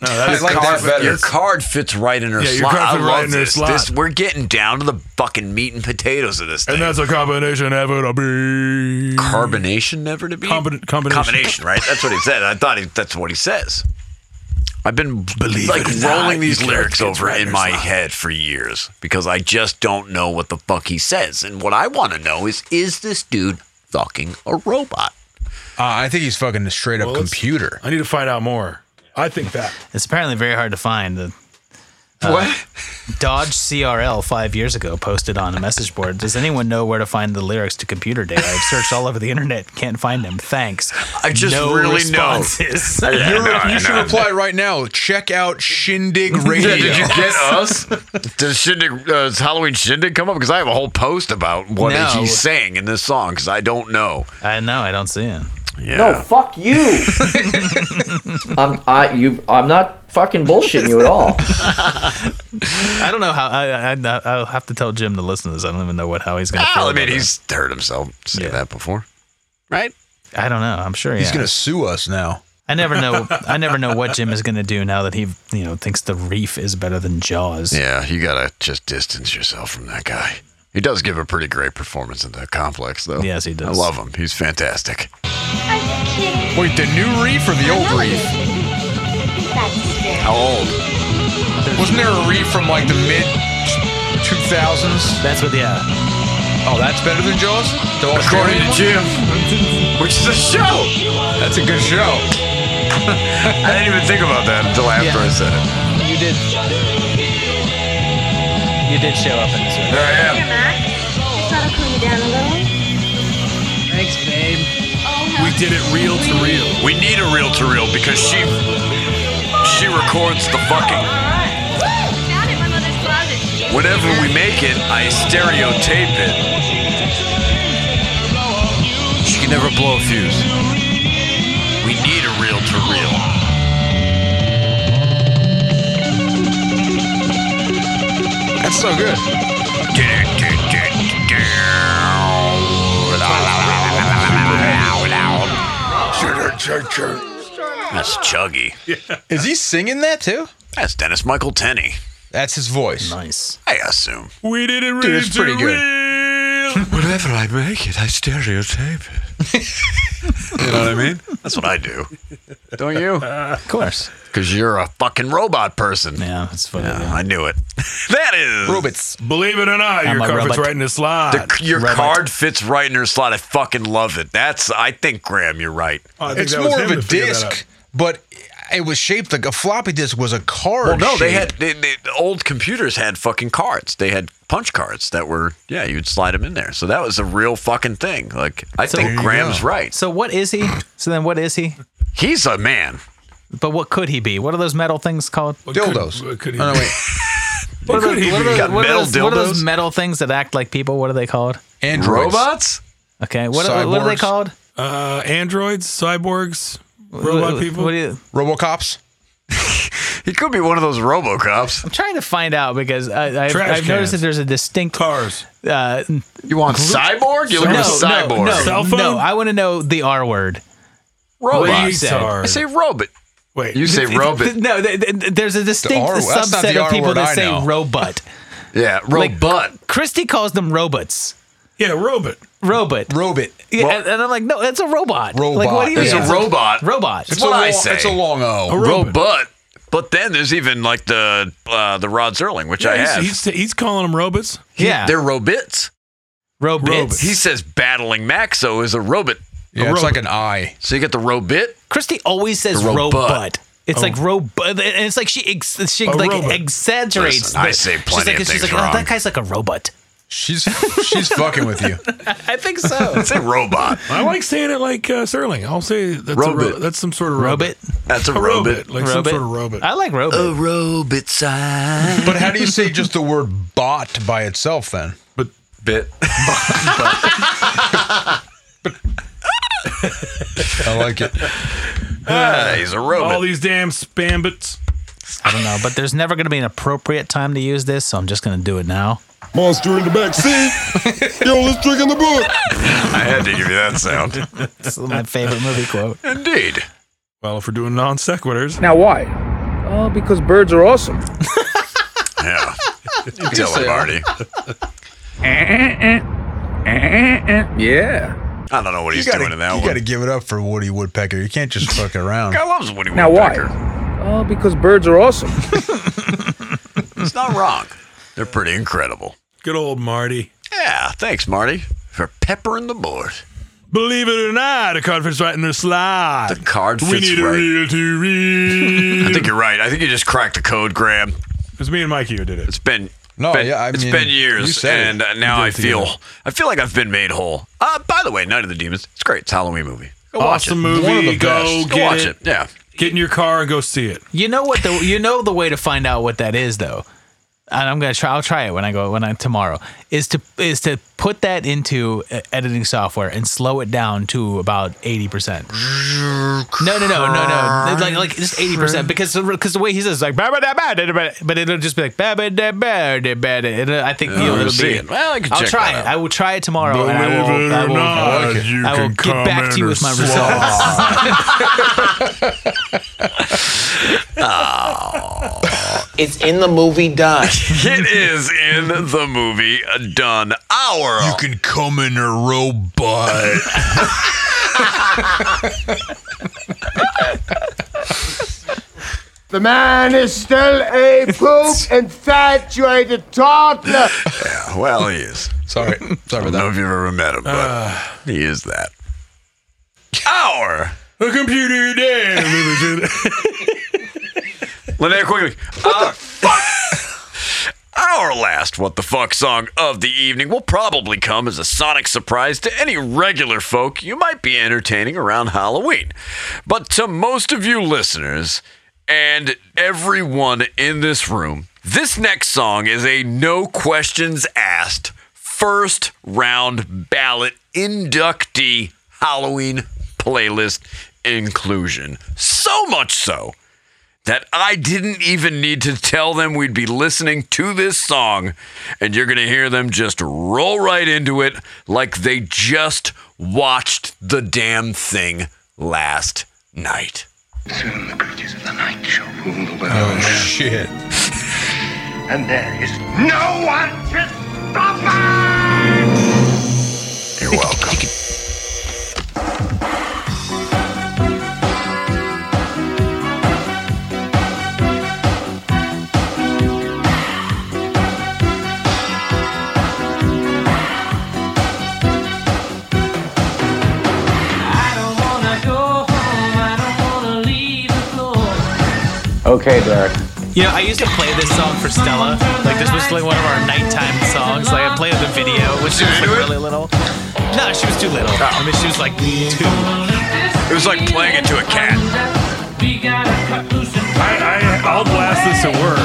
No, that
Your
is
card-
that's-
Your card fits right in her
Yeah, your
slot.
card
I
fits
love
right in her
this.
slot.
This- We're getting down to the fucking meat and potatoes of this thing.
And that's a combination of it'll be
carbonation never to be
Combin- combination.
combination, right? That's what he said. I thought he, that's what he says. I've been
Believe
like
it or not,
rolling these
your card
lyrics
fits
over
right in
in
her
my
slot.
head for years because I just don't know what the fuck he says. And what I want to know is is this dude fucking a robot?
Uh, I think he's fucking a straight up computer.
I need to find out more. I think that.
It's apparently very hard to find. The,
What?
Dodge CRL five years ago posted on a message board. Does anyone know where to find the lyrics to Computer Day? I've searched all over the internet, can't find them. Thanks.
I just
no
really know.
responses.
I- yeah,
You're-
no, I
you should
know.
reply right now. Check out Shindig Radio.
us? Does Shindig, uh, does Halloween Shindig come up? Because I have a whole post about what
No.
he's saying in this song because I don't know.
I know. I don't see it.
Yeah.
No, fuck you. I'm I you I'm not fucking bullshitting you at all.
I don't know how. I, I, I, I'll have to tell Jim to listen to this. I don't even know what how he's going to.
Well, I mean, he's hurt himself. Say that before, right?
I don't know. I'm sure he
He's
has.
going to sue us now.
I never know. I never know what Jim is going to do now that he, you know, thinks the reef is better than Jaws.
Yeah, you gotta just distance yourself from that guy. He does give a pretty great performance in the complex, though.
Yes, he does.
I love him. He's fantastic.
Wait, the new reef or the old reef?
How old?
Wasn't there a reef from like the mid 2000s?
That's what, yeah.
Oh, that's better than Jaws? The
According
Australian
to
one?
Jim, which is a show.
That's a good show.
I didn't even think about that until after I said it.
You did. You did show up in this. One.
There I am.
Thanks, babe.
We did it real to real.
We need a reel to reel because she she records the fucking. Whenever we make it, I stereotape it. She can never blow a fuse. We need a reel to reel.
That's so good.
That's chuggy.
Is he singing that too?
That's Dennis Michael Tenney.
That's his voice.
Nice.
I assume.
We did it real
Dude, it's
to
pretty good.
real.
Whenever I make it, I stereotype it. you know what I mean? That's what I do. Don't you?
Of course.
Because you're a fucking robot person.
Yeah, that's funny.
Yeah,
Yeah.
I knew it. that is.
Robots.
Believe it or not,
I'm
your
a
card fits
robot.
right in the slot.
The, your
Robot.
card fits right in her slot. I fucking love it. That's, I think, Graham, you're right.
Oh, I think
It's
that was
more of
him
a
that figured that out.
disc, but it was shaped like a floppy disk was a card.
Well, no, they
shape.
had they, they, the old computers had fucking cards. They had punch cards that were yeah, you'd slide them in there. So that was a real fucking thing. Like I
So- There
think
you
Graham's right.
So what is he? So then what is he?
He's a man.
But what could he be? What are those metal things called?
dildos.
Could- what could he-
oh, no, wait.
What could he
What are
be?
those,
got
what are
metal
those- what are those
dildos?
metal things that act like people? What are they called?
Androids.
Robots?
Okay. What, are- what are they
Cyborgs.
called?
Uh, androids, cyborgs, robot
What-
people.
What do you,
Robocops.
He could be one of those RoboCops.
I'm trying to find out because I, I've,
Trash
I've noticed that
cans.
there's a distinct.
Cars.
Uh, n-
You want cyborg? You're looking
no,
for cyborg.
no,
Cell
no,
phone?
no. I want to know the R word.
Robot.
What do you
Retard.
said.
I say robot.
Wait,
You say robot.
No, th- th- there's a distinct
R- that's not
subset
the
of
R
people
word
that
I
say
know.
robot.
Yeah, robot.
Christy calls them robots.
yeah, robot.
Robot.
Robot.
Yeah, and, and I'm like, no, it's a robot. Like,
Robot.
what do you
It's
mean?
a robot.
Robot.
It's what
a
I
long,
say.
It's a long O.
robot.
Robot. But then there's even like the uh, the Rod Serling, which I
Yeah,
have.
he's, he's, he's calling them robots.
yeah.
They're robits.
robots.
He says battling Maxo is a robot.
Yeah, it's like an I.
So you get the robit.
Christy always says
Robot.
robot. It's like robot, and it's like she ex- she like
robot.
exaggerates.
Listen, I
the-
say
she's
plenty
like,
of
she's
things
like, oh,
wrong.
that guy's like a robot.
She's she's fucking with you.
I think so.
It's a robot.
I like saying it like uh, Sterling. I'll say that's,
Robot.
A ro- that's some sort of robot.
That's a
robot.
robot.
Like some sort of robot.
I like robot.
A robot sign.
But how do you say just the word bot by itself then?
But
bit.
I like it.
Ah, he's a robot.
All these damn spambits.
I don't know, but there's never going to be an appropriate time to use this, so I'm just going to do it now.
Monster in the back seat. Yo, let's drink in the book.
I had to give you that sound.
This is my favorite movie quote.
Indeed.
Well, if we're doing non sequiturs,
Now, why? Oh, because birds are awesome.
Yeah. You tell him, Marty.
yeah.
I don't know what he's
you gotta,
doing in that
you
one.
gotta give it up for Woody Woodpecker. You can't just fuck around.
Guy loves Woody
Now, why?
Woodpecker.
Oh, because birds are awesome.
It's not wrong. They're pretty incredible.
good old Marty.
Yeah, thanks, Marty, for peppering the board.
Believe it or not, a card fits right in the slide.
The card
we
fits
need a
right.
real to read.
I think you're right. I think you just cracked the code, Graham.
It was me and Mikey who did it.
It's been
No,
been,
yeah, I
it's
mean,
been
you
years,
said it.
and uh,
We
now
did it
I feel
together.
I feel like I've been made whole. Uh, by the way, Night of the Demons. It's great. It's a Halloween movie. Go watch
awesome
it.
movie.
One of the
go
best.
get
Go watch
it.
it. Yeah.
Get in your car and go see it.
You know what the you know the way to find out what that is though. And I'm gonna try. I'll try it when I go when I tomorrow. Is to is to put that into uh, editing software and slow it down to about eighty percent. No, no, no, no, no. Like like just eighty percent because because the way he says it's like "Bah, bah, da, bah, da, da, bah," but it'll just be like "Bah, bah, da, bah, da, bah, da." It'll- I think
Yeah,
you'll
we'll
it'll
see
be.
it. Well, I can
Oh, I'll
check
try
that
it.
out.
I will try it tomorrow. and I
Believe
will,
it
I
or
will, I
not,
will,
you
I will
can
get back
come
to you
in
with my
or
results.
It's in the movie done.
it is in the movie done. Our
You can come in a robot.
The man is still a poop infatuated toddler.
Yeah, well, he is.
Sorry. Sorry
I don't
about
know
that.
if you've ever met him, but
Uh.
he is that. Our
A computer damn.
Linnea quickly. What the fuck? Our last What the Fuck song of the evening will probably come as a sonic surprise to any regular folk you might be entertaining around Halloween. But to most of you listeners and everyone in this room, this next song is a no questions asked first round ballot inductee Halloween playlist inclusion. So much so that I didn't even need to tell them we'd be listening to this song, and you're going to hear them just roll right into it like they just watched the damn thing last night.
Soon the creatures of the night shall rule the world.
Oh shit.
And there is no one to stop us!
You're welcome.
Okay, Derek.
You know, I used to play this song for Stella. Like this was like one of our nighttime songs. Like I played the video when she was like really little. No, she was too little. I mean, she was like two.
It was like playing it to a cat.
I, I, I'll blast this at work.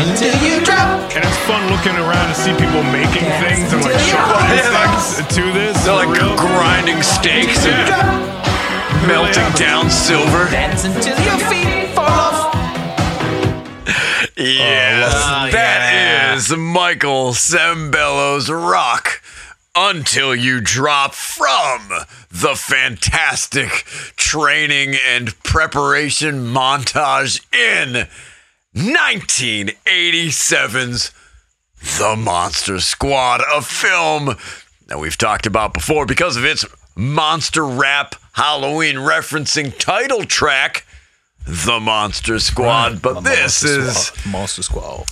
Until you drop.
And it's fun looking around to see people making things and like
Yeah,
sharpening things to this.
They're like
for real.
grinding steaks and
Yeah.
melting down silver.
Dance until your feet fall off.
Yes,
Oh,
Uh, that
yeah.
is Michael Sembello's rock until you drop from the fantastic training and preparation montage in 1987's The Monster Squad, a film that we've talked about before because of its monster rap Halloween referencing title track, The Monster Squad. But this is
Monster Squall.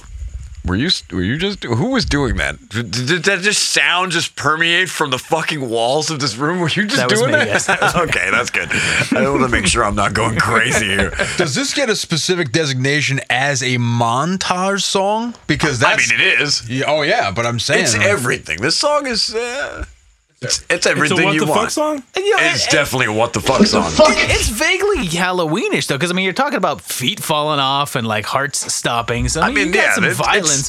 Were you were you just who was doing that? Did, did that just sound just permeate from the fucking walls of this room? Were you just
That was
doing
me,
that?
yes, that was me.
okay, that's good. I want to make sure I'm not going crazy here.
Does this get a specific designation as a montage song? Because
I
that's
mean, it is.
Yeah, oh yeah, but I'm saying
It's
uh,
everything. This song is. Uh, it's, it's everything
what
you
the fuck
want.
song?
It's definitely a what the fuck song.
It's vaguely Halloweenish though, because I mean, you're talking about feet falling off and like hearts stopping. So I mean, you got some
it's-
violence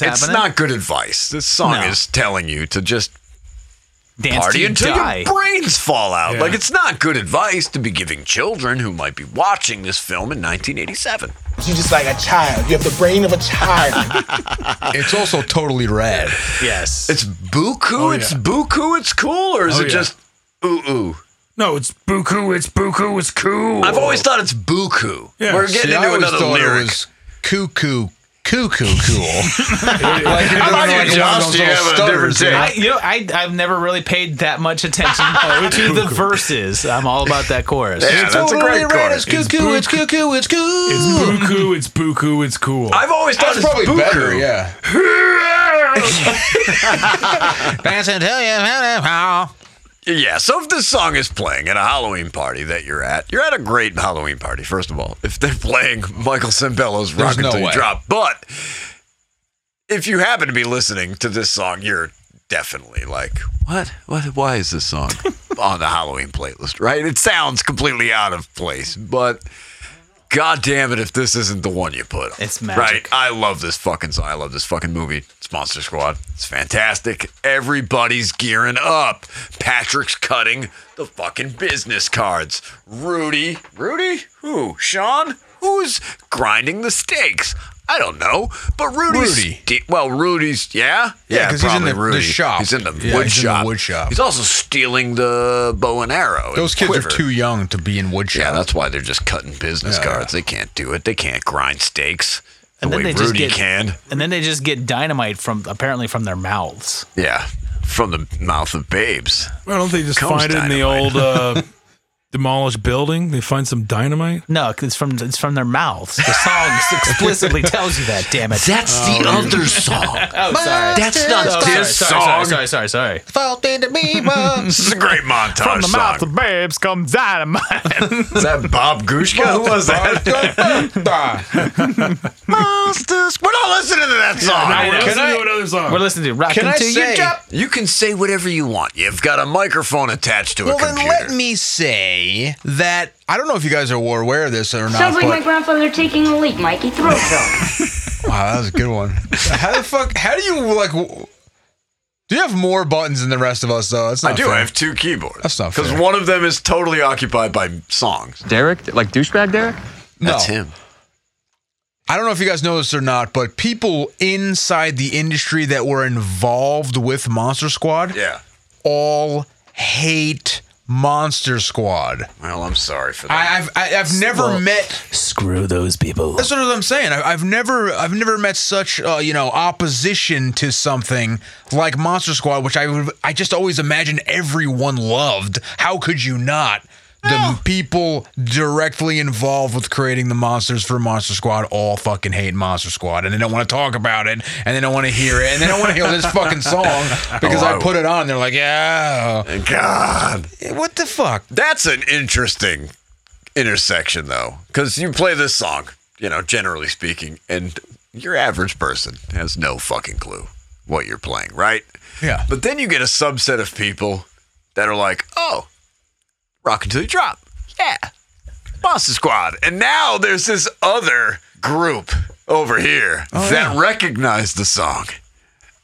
it's, it's
happening.
not good advice. This song
No.
is telling you to just
Dance till
party
you
until
die.
your brains fall out.
Yeah.
Like it's not good advice to be giving children who might be watching this film in 1987.
You just like a child. You have the brain of a child.
it's also totally rad.
Yes.
It's buku.
Oh,
It's
yeah.
buku. It's cool, or is
Oh,
it
yeah.
just ooh ooh?
No, it's buku. It's buku. It's cool.
I've always thought it's buku.
Yeah.
We're
See,
getting
I
into
always
another
thought
lyric.
It was cuckoo, cuckoo, cool. like you're
How
doing
about
like
you,
one of
Josh?
those
Do you
little
have a
stutters. you know?
I, you know, I, I've never really paid that much attention to the verses. I'm all about that chorus.
Yeah, It's that's a totally great rad, chorus. it's
cuckoo, it's cuckoo, it's cool.
It's buku. It's buku. It's cool.
I've always thought
That's
it's
probably
buku.
better, yeah.
Yeah, so if this song is playing at a Halloween party that you're at, you're at a great Halloween party, first of all. If they're playing Michael Cimbello's
There's
Rock
no
Until You
way.
Drop. But if you happen to be listening to this song, you're definitely like, what? What? Why is this song on the Halloween playlist, right? It sounds completely out of place, but God damn it if this isn't the one you put on.
It's magic.
Right? I love this fucking song. I love this fucking movie. It's Monster Squad. It's fantastic. Everybody's gearing up. Patrick's cutting the fucking business cards. Rudy. Rudy? Who? Sean? Who's grinding the stakes? I don't know, but Rudy's
Rudy.
sti- well, Rudy's yeah,
Yeah, 'cause he's in
probably
the- the
Rudy.
shop.
He's in the
Yeah, he's in
wood
the
shop.
wood shop.
He's also stealing the bow and arrow. and
Those kids
quiver.
are too young to be in woodshop.
Yeah, that's why they're just cutting business
Yeah.
cards. They can't do it. They can't grind steaks the
And then
way
they
Rudy
just get-
can.
And then they just get dynamite from apparently from their mouths.
Yeah, from the mouth of babes.
Why don't they just
Comes
find it in the
dynamite.
old uh, demolished building? They find some dynamite.
No, 'cause it's from it's from their mouths. The song explicitly tells you that. Damn it.
That's the other song.
Oh, sorry.
That's not
Oh,
this
sorry,
song.
Sorry, sorry, sorry, sorry.
Faulty to me, but
This is a great montage
From the
song.
mouth of babes comes dynamite.
Is that Bob Gushka? Who was that? Monsters. We're not listening to that song.
no, we're
Can
listening
I-
to another song.
We're listening to Rock
Can I
Until You
say-
Drop.
You can say whatever you want. You've got a microphone attached to
Well,
a
then
computer.
let me say that I don't know if you guys are were aware of this or not.
Sounds like
but,
my grandfather taking a leak, Mikey. Throw it up.
Wow, that was a good one. how the fuck? How do you like? w- Do you have more buttons than the rest of us though? That's not
I do.
Fair.
I have two keyboards.
That's not
Because
fair.
one of them is totally occupied by songs.
Derek, like douchebag Derek?
no.
That's him.
I don't know if you guys know this or not, but people inside the industry that were involved with Monster Squad
Yeah.
all hate Monster Squad.
Well, I'm sorry for that.
I, I've I, I've never
Well,
met
Screw those people.
That's what I'm saying. I, I've never, I've never met such, uh, you know, opposition to something like Monster Squad, which I, would- I just always imagined everyone loved. How could you not? The people directly involved with creating the monsters for Monster Squad all fucking hate Monster Squad, and they don't want to talk about it, and they don't want to hear it, and they don't want to hear this fucking song because
Oh,
I,
I-
put it on. They're like, yeah,
God.
what the fuck?
That's an interesting intersection, though, because you play this song, you know, generally speaking, and your average person has no fucking clue what you're playing, right?
Yeah.
But then you get a subset of people that are like, oh, rock until you drop. Yeah. Monster Squad. And now there's this other group over here
Oh,
that recognize the song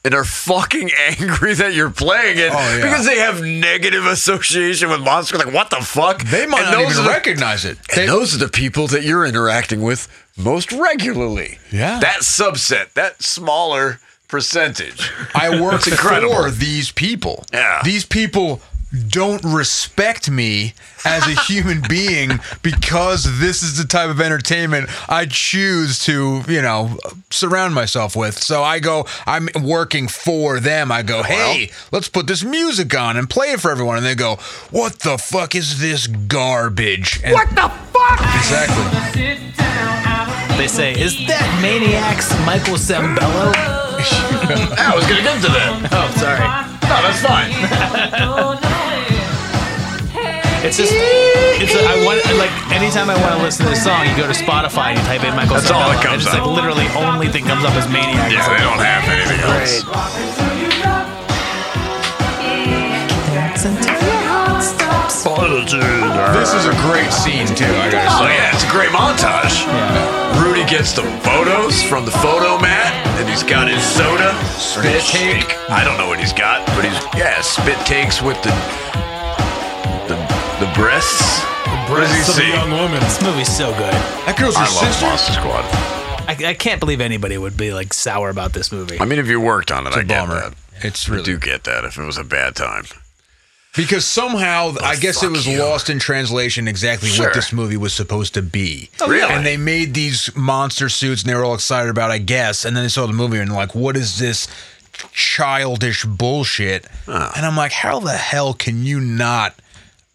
and are fucking angry that you're playing it
Oh, yeah.
because they have negative association with Monster. Like, what the fuck?
They might
And
not
those
even
are the-
recognize it.
and
They-
those are the people that you're interacting with most regularly.
Yeah.
That subset, that smaller percentage.
I work
It's incredible.
for these people.
Yeah.
These people don't respect me as a human being because this is the type of entertainment I choose to, you know, surround myself with. So I go, I'm working for them. I go, hey, let's put this music on and play it for everyone. And they go, what the fuck is this garbage? And
What the fuck?
Exactly.
They say, is that maniacs Michael Sambello?
I was gonna get to that.
Oh, sorry.
No, that's fine.
It's just, it's a, I want like anytime I want to listen to this song, you go to Spotify and you type in Michael.
That's all that
Sardella, and
comes
it's
up.
like literally only thing comes up is Maniac.
Yeah, they don't have anything else.
This is a great scene too. I gotta
Oh
say.
yeah, it's a great montage. Rudy gets the photos from the photo mat, and he's got his soda, spit take. I don't know what he's got, but he's yeah, spit takes with the the, the breasts. What does he
breasts of a
see?
young
woman.
This movie's so good. That
I love Monster Squad.
I, I can't believe anybody would be like sour about this movie.
I mean, if you worked on it,
It's a
I get
bummer.
that. It's really I do get that. If it was a bad time,
Because somehow, I guess it
Oh, fuck
was
you.
lost in translation exactly
Sure.
what this movie was supposed to be.
Oh, Really?
And they made these monster suits and they were all excited about, it, I guess. And then they saw the movie and, like, what is this childish bullshit? And I'm like, how the hell can you not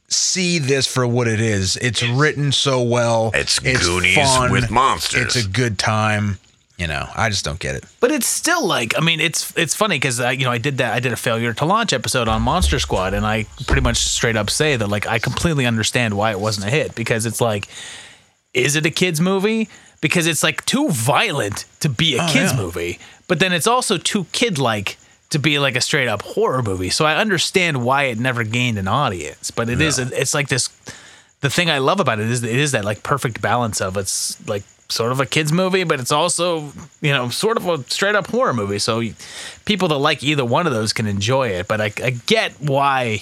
see this for what it is? It's written so well. It's,
Goonies with monsters.
It's a good time. You know, I just don't get it.
But it's still like I mean it's it's funny because you know I did that I did a failure to launch episode on Monster Squad and I pretty much straight up say that like I completely understand why it wasn't a hit because it's like is it a kids movie because it's like too violent to be a
Oh,
kids
yeah.
movie but then it's also too kid like to be like a straight up horror movie so I understand why it never gained an audience but it is it's like this the thing I love about it is it is that like perfect balance of it's like sort of a kids movie, but it's also you know sort of a straight up horror movie. So you- people that like either one of those can enjoy it. But I, I get why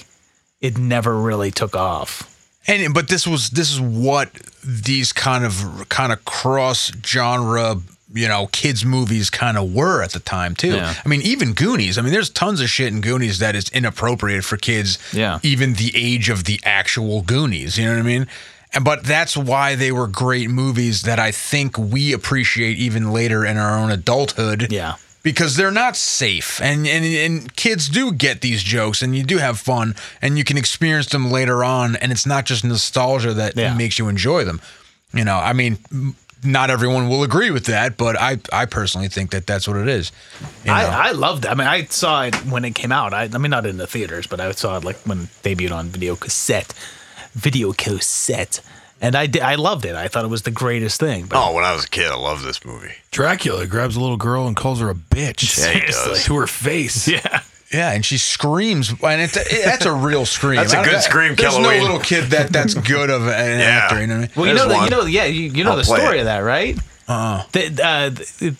it never really took off.
And but this was this is what these kind of kind of cross genre you know kids movies kind of were at the time too.
Yeah.
I mean even Goonies. I mean there's tons of shit in Goonies that is inappropriate for kids.
Yeah.
Even the age of the actual Goonies. You know what I mean? And but that's why they were great movies that I think we appreciate even later in our own adulthood.
Yeah.
Because they're not safe, and, and and kids do get these jokes, and you do have fun, and you can experience them later on, and it's not just nostalgia that
Yeah.
makes you enjoy them. You know, I mean, m- not everyone will agree with that, but I I personally think that that's what it is. You know?
I, I loved it. I mean, I saw it when it came out. I, I mean, not in the theaters, but I saw it like when it debuted on video cassette, video cassette, and I did. I loved it. I thought it was the greatest thing. But
Oh, when I was a kid, I loved this movie.
Dracula grabs a little girl and calls her a bitch.
Yeah, he does. Seriously.
To her face.
Yeah.
Yeah, and she screams, and it's it, that's a real scream.
That's a
I don't-
good scream,
There's
Halloween.
no little kid that that's good of an actor. You know what I mean?
Well, you know, the, you know, yeah, you, you know
Oh, I'll
the
play
story
it.
of that, right?
Uh-uh.
That, uh, th-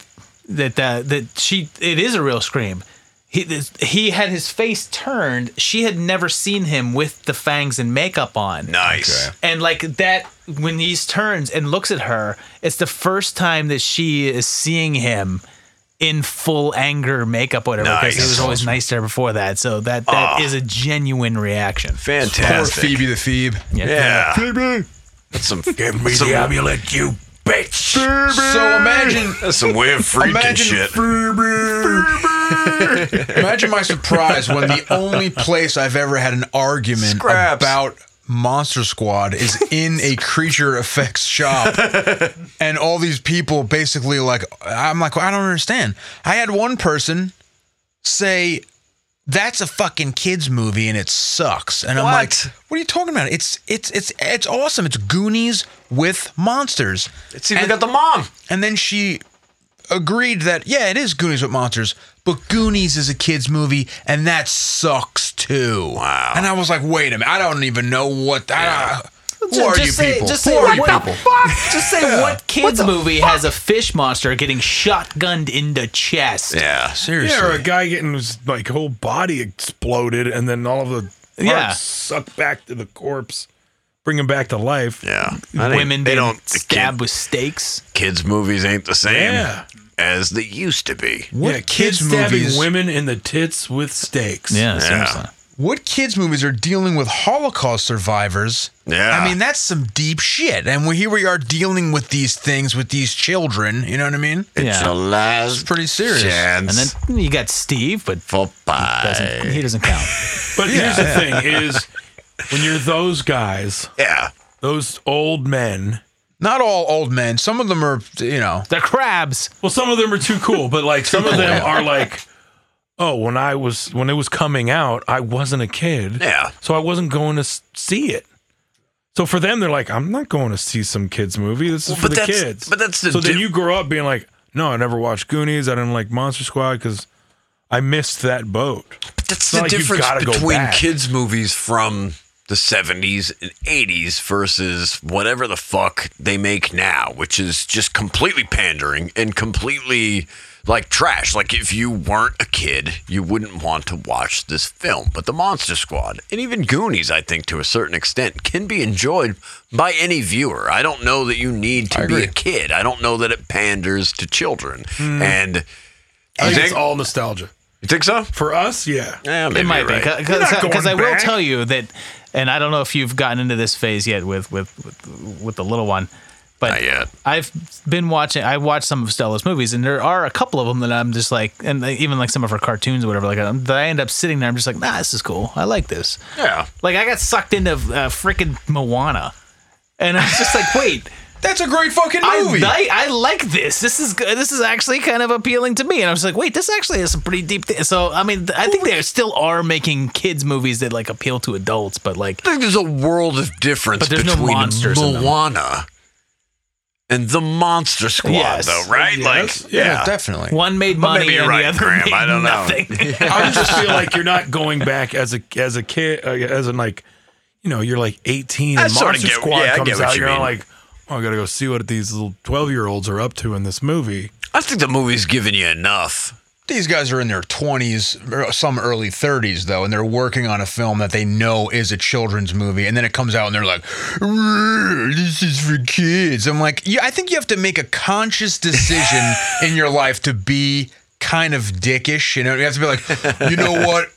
that uh, that she it is a real scream. He this- he had his face turned. She had never seen him with the fangs and makeup on.
Nice.
And like that, when he turns and looks at her, it's the first time that she is seeing him in full anger makeup, whatever. Because he
Nice.
was always nice to her before that. So that that
Ah.
is a genuine reaction.
Fantastic.
Poor Phoebe the Phoebe.
Yeah.
Phoebe.
That's some.
Give me
some- Oh,
the
amulet, you bitch.
So imagine
That's some weird freaking
Imagine
shit.
Imagine my surprise when the only place I've ever had an argument about Monster Squad is in a creature effects shop. and all these people basically like I'm like, I don't understand. I had one person say that's a fucking kids movie and it sucks. And I'm like, what are you talking about? It's it's it's it's awesome. It's Goonies with monsters. It's even got the mom. And then she agreed that yeah, it is Goonies with monsters, but Goonies is a kids movie and that sucks too. Wow. And I was like, wait a minute, I don't even know what that. Who are you people?
Just
Who
say,
are you
what,
people?
Just say
Yeah.
what kids movie has a fish monster getting shotgunned in the chest?
Yeah,
Yeah, or a guy getting his like whole body exploded, and then all of the parts
Yeah.
sucked back to the corpse, bring him back to life.
Yeah,
Women
they
being
don't
stabbed with stakes.
Kids movies ain't the same
Yeah.
as they used to be.
yeah, kids, stabbing women in the tits with stakes.
Yeah. seriously.
What kids movies are dealing with Holocaust survivors?
Yeah.
I mean that's some deep shit. And we- here we are dealing with these things with these children. You know what I mean?
It's Yeah. a
last pretty serious.
And then you got Steve, but doesn't, he doesn't count.
But
Yeah.
here's the thing: is when you're those guys,
yeah,
those old men
Not all old men. Some of them are, you know,
the crabs.
Well, some of them are too cool, but like some of them are like, oh, when I was when it was coming out, I wasn't a kid.
Yeah.
So I wasn't going to s- see it. So for them, they're like, I'm not going to see some kids movie. This is
Well,
for
but
the
that's-
kids.
but that's the
so then
di-
you grow up being like, no, I never watched Goonies. I didn't like Monster Squad because I missed that boat. But
That's the difference between kids' movies from the 70s and 80s versus whatever the fuck they make now, which is just completely pandering and completely like trash. Like, if you weren't a kid, you wouldn't want to watch this film. But The Monster Squad and even Goonies, I think, to a certain extent, can be enjoyed by any viewer. I don't know that you need to be a kid, I don't know that it panders to children.
Mm.
And
I think
You
it's all nostalgia.
You think so?
For us, yeah.
Yeah,
it might
you're right.
be
You're not
because I
going
will
back.
tell you that, and I don't know if you've gotten into this phase yet with with with, with the little one, but I've been watching. I watched some of Stella's movies, and there are a couple of them that I'm just like, and like, even like some of her cartoons or whatever. Like um, that, I end up sitting there. I'm just like, nah, this is cool. I like this.
Yeah.
Like I got sucked into uh, freaking Moana, and I was just like, wait.
That's a great fucking
movie. I, I like this. This is good. This is actually kind of appealing to me. And I was like, wait, this actually is some pretty deep. Thi-. So I mean, th- I think there still are making kids movies that like appeal to adults, but like,
I think there's a world of difference
But there's no
between
monsters in them.
Moana and the Monster Squad,
Yes.
though, right? Like, yeah,
One made
But
money,
maybe you're
and
right,
the other
Graham.
made
I don't know.
nothing.
I just feel like you're not going back as a as a kid uh, as in like you know you're like 18
I
and
sorta
Monster
get-
Squad
yeah, I
comes
get what
out
you
you're not
mean.
like oh, I gotta go see what these little 12 year olds are up to in this movie.
I think the movie's giving you enough.
These guys are in their 20s, or some early 30s, though, and they're working on a film that they know is a children's movie. And then it comes out and they're like, "Rrr, this is for kids. I'm like, yeah, I think you have to make a conscious decision in your life to be kind of dickish. You know, you have to be like, you know what?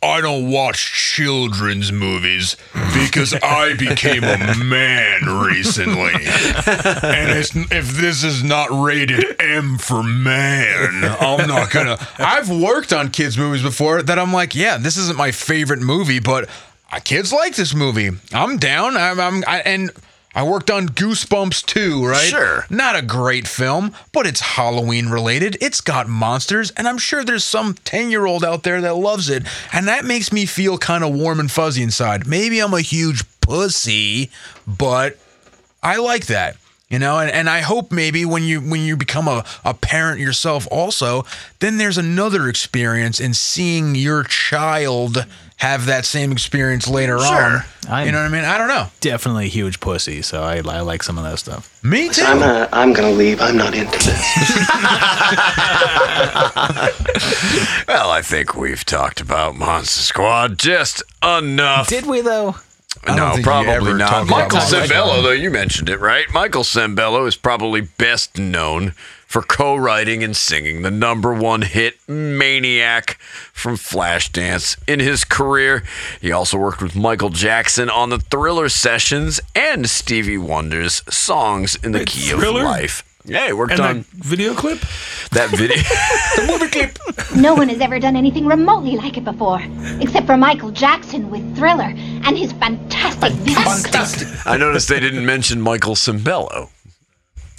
I don't watch children's movies because I became a man recently. And it's, if this is not rated M for man, I'm not gonna. I've worked on kids' movies before that I'm like, yeah, this isn't my favorite movie, but uh, kids like this movie. I'm down. I'm, I'm I, and. I worked on Goosebumps 2, right?
Sure.
Not a great film, but it's Halloween related. It's got monsters, and I'm sure there's some 10 year old out there that loves it. And that makes me feel kind of warm and fuzzy inside. Maybe I'm a huge pussy, but I like that. You know, and, and I hope maybe when you when you become a, a parent yourself also, then there's another experience in seeing your child have that same experience later on. you know what I mean? I don't know.
Definitely a huge pussy. So I, I like some of that stuff.
Me too.
I'm, uh, I'm gonna leave. I'm not into this.
Well, I think we've talked about Monster Squad just enough.
Did we though?
no,
think you
probably
ever
not.
talked
Michael
about Monster
Sembello,
Squad.
though, you mentioned it, right? Michael Sembello is probably best known for co writing and singing the number one hit Maniac from Flashdance in his career. He also worked with Michael Jackson on the Thriller sessions and Stevie Wonder's songs in the key
Thriller?
of life. Yeah, he worked
And
on
that video clip?
that video.
No one has ever done anything remotely like it before, except for Michael Jackson with Thriller and his fantastic visuals.
I noticed they didn't mention Michael Cimbello.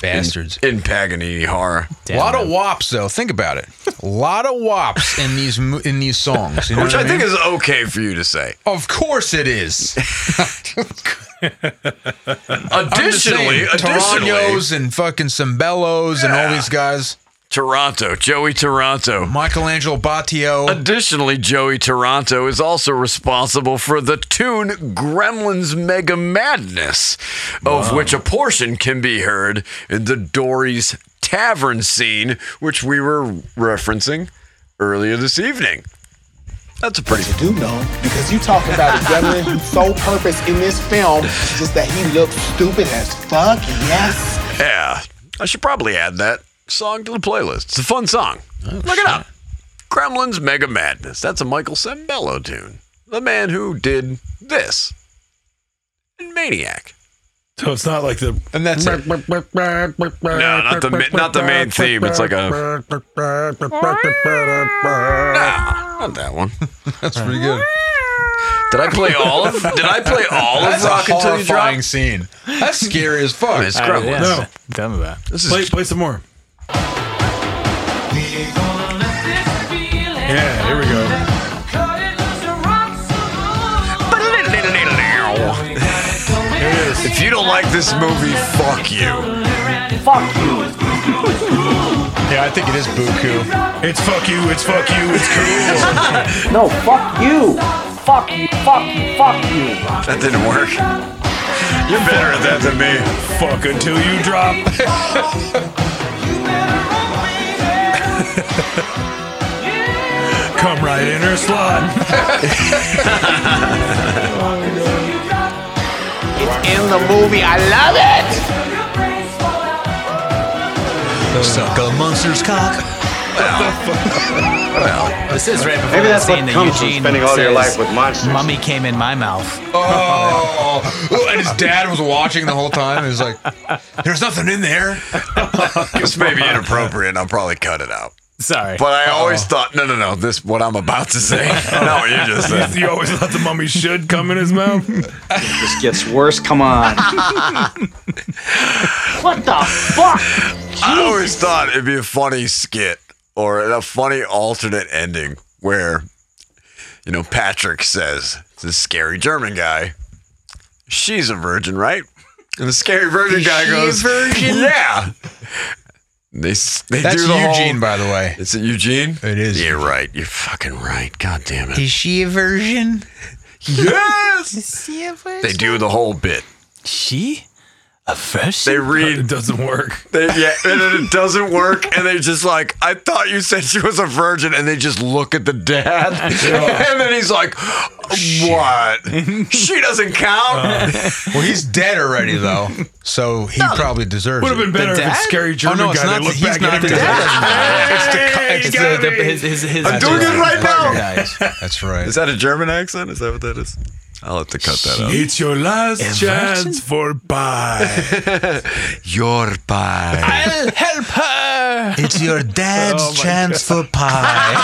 Bastards.
In, in Paganini horror.
A lot of wops, though. Think about it. A lot of wops in these mo- in these songs. you know
Which
what
I think
mean?
is okay for you to say.
Of course it is.
Additionally, additionally,
Taranios and fucking Cimbellos and all these guys.
Toronto, Joey Toronto.
Michelangelo Battio.
Additionally, Joey Toronto is also responsible for the tune Gremlins Mega Madness, of which a portion can be heard in the Dory's Tavern scene, which we were referencing earlier this evening. That's a pretty.
do know because you talking about a gentleman whose sole purpose in this film is just that he looks stupid as fuck. Yes.
Yeah, I should probably add that song to the playlist. It's a fun song.
Oh,
Look it up. Kremlin's Mega Madness. That's a Michael Sembello tune. The man who did this. And Maniac.
So it's not like the
and that's
it.
No, not the ma- not the main theme. It's like a Nah, not that one.
That's pretty good.
Did I play all of? Did I play all of
That's
Rock
a
Until You Drop?
horrifying scene. That's scary as fuck.
It's gross.
No.
Dumb about.
This is play, play some more. Yeah, here we go.
If you don't like this movie, fuck you.
Fuck you.
Yeah, I think it is buku.
It's fuck you. It's fuck you. It's cool.
no, fuck you. Fuck you. Fuck you. Fuck you.
That didn't work. You're better at that than me.
Fuck until you drop. Come right in her slot.
In the movie, I love it.
Suck a monster's cock.
Well, this is right before
Maybe that's
the
what
scene
comes
that
from
Eugene
spending all
says,
your life with monsters.
Mummy came in my mouth.
Oh, and his dad was watching the whole time. He was like, "There's nothing in there."
This may be inappropriate. I'll probably cut it out.
Sorry.
But I always thought, no, no, no. This what I'm about to say. no, you just said.
you always thought the mummy should come in his mouth.
This gets worse. Come on.
What the fuck?
I always thought it'd be a funny skit or a funny alternate ending where, you know, Patrick says, this scary German guy, she's a virgin, right? And the scary virgin
Is
guy
she a
goes,
virgin?
yeah. And They, s- they
That's
do the whole-
Eugene, by the way.
Is it Eugene?
It is.
You're right. You're fucking right. God damn it.
Is she a virgin?
Yes.
Is she a virgin?
They do the whole bit.
She? A
They
virgin?
read.
doesn't work.
They, yeah, and then it doesn't work, and they just like, I thought you said she was a virgin, and they just look at the dad, and then he's like, "What? she doesn't count."
Uh,
Well, he's dead already though, so he probably deserves.
Would have been
it.
better if it's scary German
oh, no, it's
guy.
Not,
they look
he's
back
not
at
the
him
dad. it's the, co-
Hey,
it's
you got
the,
me.
the
his, his, his
I'm doing it right now.
guys. That's right.
Is that a German accent? Is that what that is? I'll have to cut that out.
It's your last
A
chance for pie.
Your pie.
I'll help her.
It's your dad's
Oh my
chance for pie.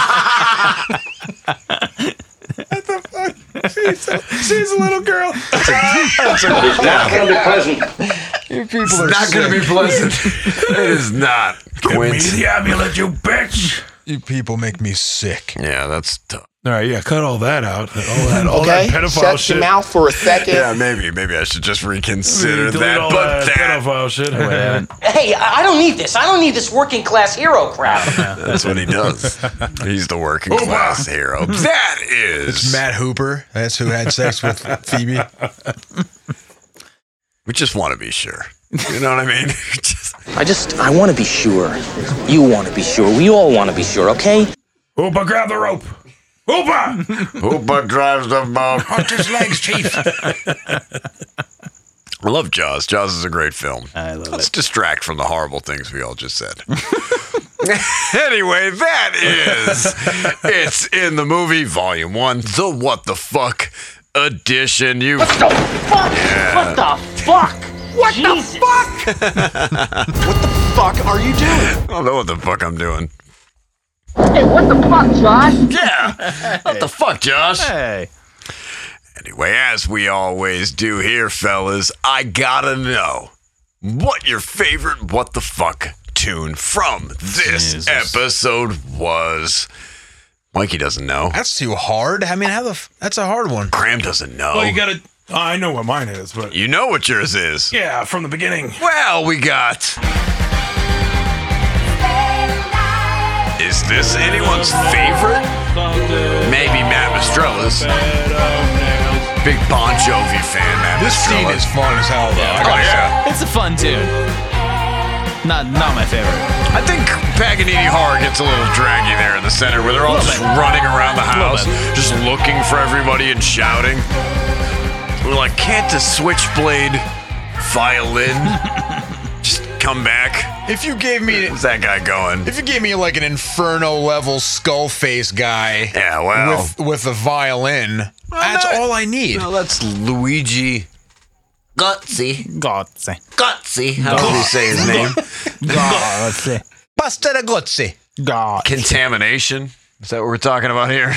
She's a, she's a little girl.
It's not gonna be pleasant.
You
It's
people are
not going to be
sick.
pleasant. it is not. Quince.
the amulet, you bitch.
you people make me sick.
Yeah, that's tough.
All right, yeah, cut all that out. All that, all
okay,
that pedophile
shut
shit.
your mouth for a second.
Yeah, maybe, maybe I should just reconsider
Delete
that.
all
But
that
that,
pedophile shit.
Hey, I I don't need this. I don't need this working class hero crap.
that's what he does. He's the working class hero. That is.
It's Matt Hooper. That's who had sex with Phoebe.
We just want to be sure. You know what I mean? Just-
I just, I want to be sure. You want to be sure. We all want to be sure, okay?
Oopa, grab the rope. Oopa.
Hoopa drives the boat.
Punch his legs, Chief.
I love Jaws. Jaws is a great film. I love Let's distract from the horrible things we all just said. anyway, that is it's in the movie volume one, the what the fuck edition. You
What the fuck? What the fuck? What the fuck?
what the fuck are you doing? I don't know what the fuck I'm doing.
Hey, what the fuck, Josh?
Yeah. What the fuck, Josh?
Hey.
Anyway, as we always do here, fellas, I gotta know what your favorite what the fuck tune from this episode was. Mikey doesn't know.
That's too hard. I mean, how the? F- that's a hard one.
Graham doesn't know.
Well, Oh, you
you,
gotta. I know what mine is, but
know what yours is.
yeah, from the beginning.
Well, we got. Is this anyone's favorite? Maybe Matt Mastrella's. Big Bon Jovi fan, Matt
This scene
Mastrella.
is fun as hell, though. I
Oh,
gotta say.
yeah.
It's a fun tune. Not not my favorite.
I think Paganini horror gets a little draggy there in the center where they're all just running around the house, just looking for everybody and shouting. We're like, can't the switchblade violin just come back?
If you gave me,
Where's that guy going?
if you gave me like an inferno level skull face guy
Yeah, well.
with with a violin, that's
that-
all I need.
No, that's Luigi Gozzi.
God say.
Gozzi. How do you say his name?
God say.
Pasta da gozzi.
God.
Contamination. Is that what we're talking about here?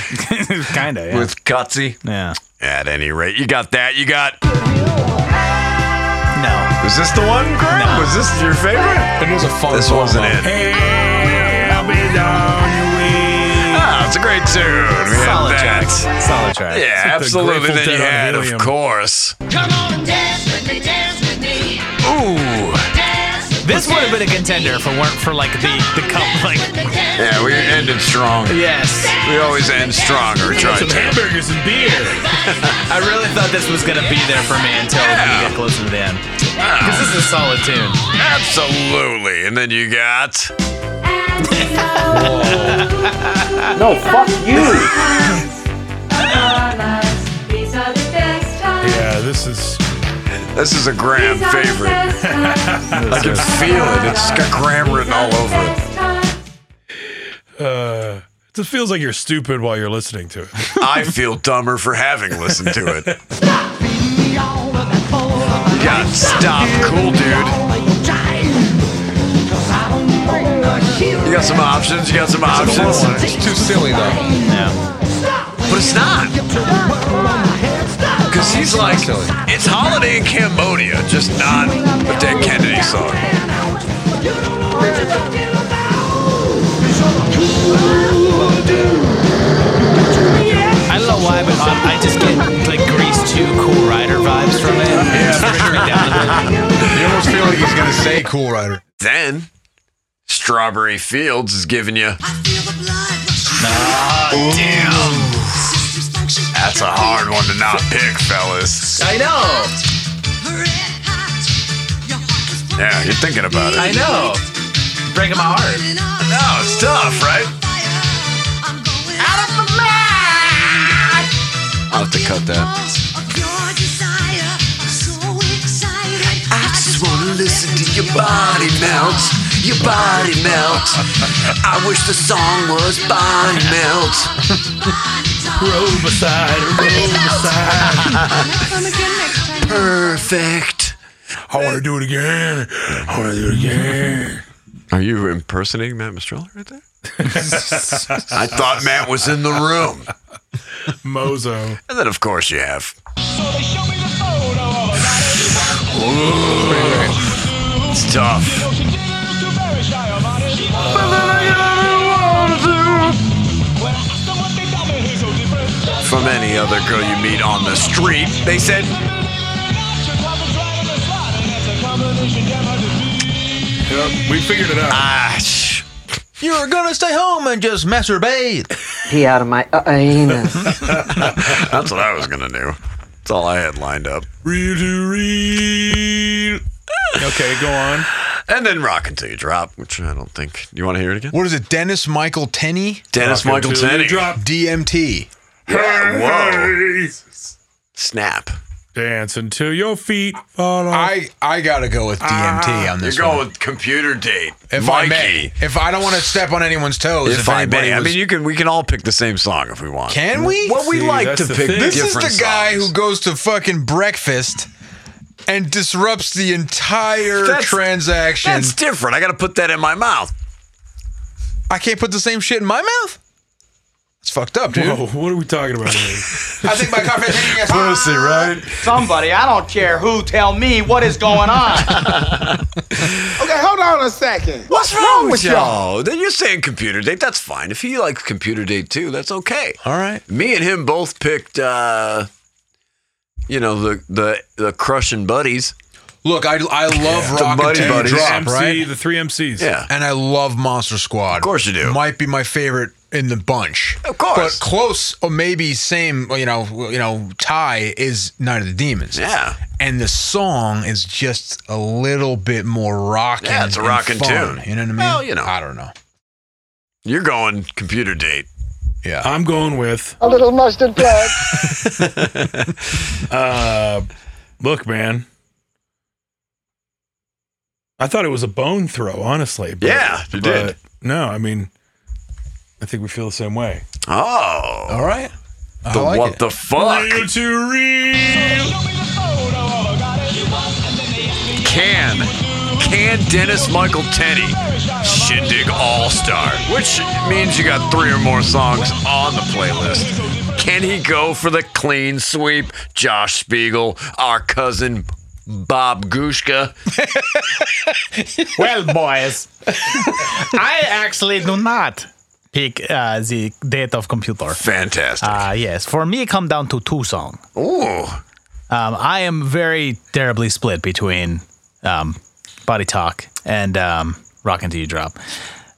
kind of. Yeah.
With Cutsy?
Yeah.
At any rate, you got that. You got.
No.
Was this the one, Greg?
No.
Was this your favorite?
It was a fun
This wasn't it.
song, though.
Ah, it's a great tune. We had
Solid
that.
track. Solid track.
Yeah,
The
absolutely.
Grateful
Then you
Dead on
had, of
helium.
course.
Come on and dance with me, dance with me.
Ooh.
Dance with
This would have been a contender if it weren't for like the the cup like
Yeah, we ended strong.
yes.
We always end stronger. Try
Some
to.
hamburgers and beer. I really thought this was gonna be there for me until we get closer to the end.
Ah.
Because this is a solid tune.
Absolutely. And then you got.
No, fuck you.
Yeah, this is.
This is a Graham favorite. I can feel it. It's got Graham written all over it.
Uh, it just feels like you're stupid while you're listening to it.
I feel dumber for having listened to it. You got Stop Cool Dude. You got some options. You got some options.
It's too silly though.
But it's not. Because he's like, it's Holiday in Cambodia, just not a Dead Kennedy song.
I don't know why, but um, I just get like Grease 2 Cool Rider vibes from it. It's bringing me down to the-
You almost feel like he's gonna say Cool Rider.
Then, Strawberry Fields is giving you. Oh, damn. That's a hard one to not pick, fellas.
I know.
Yeah, you're thinking about it.
I know. Breaking my heart.
No, it's tough, right? I'll have to cut that.
I just wanna listen to your body melt, your body melt. I wish the song was body melt.
Road beside, road
Perfect.
I want to do it again. I want to do it again.
Are you impersonating Matt Mistrella right there? I thought Matt was in the room.
Mozo.
And then, of course, you have. Ooh, it's tough. From any other girl you meet on the street, they said,
Yep, we figured it out.
ah, shh.
You're gonna stay home and just masturbate.
Pee out of my uh, anus.
That's what I was going to do. That's all I had lined up.
Real to real. Okay, go on.
And then Rock Until You Drop, which I don't think. You want to hear it again?
What is it? Dennis Michael Tenney, Uh,
Dennis
Rock
Michael
Until You
Tenney.
Drop.
DMT.
Yeah, whoa.
Hey,
Snap.
Dance until your feet fall off.
I I gotta go with DMT on
Oh. Ah, You're
this
going
one.
with computer date.
If
Mikey.
I may, if I don't want to step on anyone's toes,
If,
if,
I
anybody
may. I
was-
mean, you can. We can all pick the same song if we want.
can we?
Well, we
See,
like
that's
to
the
pick
thing.
This is
different
the guy
songs.
who goes to fucking breakfast and disrupts the entire
That's-
transaction.
That's different. I got to put that in my mouth.
I can't put the same shit in my mouth. It's fucked up, dude.
Whoa, what are we talking about? here?
I think my coffee is
Pussy, right?
Somebody, I don't care who, tell me what is going on.
Okay, hold on a second.
What's wrong with y'all? Then you're saying computer date. That's fine. If he likes computer date too, that's okay.
All right.
Me and him both picked. uh You know the the the crushing buddies.
Look, I, I love
The
Rock
Buddy
and Buddy
Buddies.
Drop,
MC,
right?
the three MCs.
Yeah.
And I love Monster Squad. Of
course you do.
Might be my favorite in the bunch.
Of course.
But close or maybe same, you know, you know, tie is Night of the Demons.
Yeah.
And the song is just a little bit more rocking.
Yeah, it's a
and
rocking
fun,
tune.
You know what I mean?
Well, you know.
I don't know.
You're going computer date.
Yeah.
I'm going with.
A little mustard blood.
Uh, look, man. I thought it was a bone throw, honestly. but-
Yeah, you
but
did.
No, I mean, I think we feel the same way.
Oh.
All right. I
The
like
what
it.
the fuck?
Real to real.
Can. Can and Dennis Michael Tenney, Shindig All Star, which means you got three or more songs on the playlist. Can he go for the clean sweep? Josh Spiegel, our cousin Bob Gushka.
well, boys, I actually do not pick uh, the date of computer.
Fantastic.
Ah.
Uh, yes, for me, it come down to two song.
Ooh.
Um, I am very terribly split between um, Body Talk and um, Rock Until You Drop.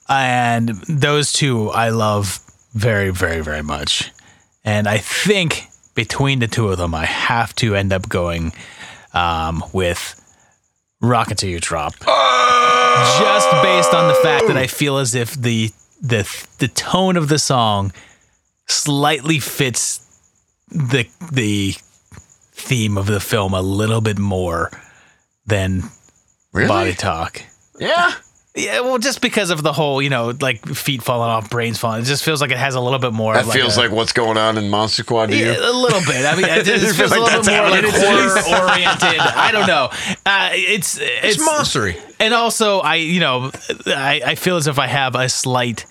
And those two I love very, very, very much. And I think between the two of them, I have to end up going um, with Rock Until You Drop.
Oh!
Just based on the fact that I feel as if the the the tone of the song slightly fits the the theme of the film a little bit more than
Really?
body talk.
Yeah.
Yeah, well, just because of the whole, you know, like feet falling off, brains falling, it just feels like it has a little bit more.
That
of like
feels
a-
like what's going on in Monster Squad to you?
Yeah, a little bit. I mean, it just feels a little bit more like horror oriented. I don't know. Uh, it's, it's
monstery.
and also I, you know, I, I feel as if I have a slight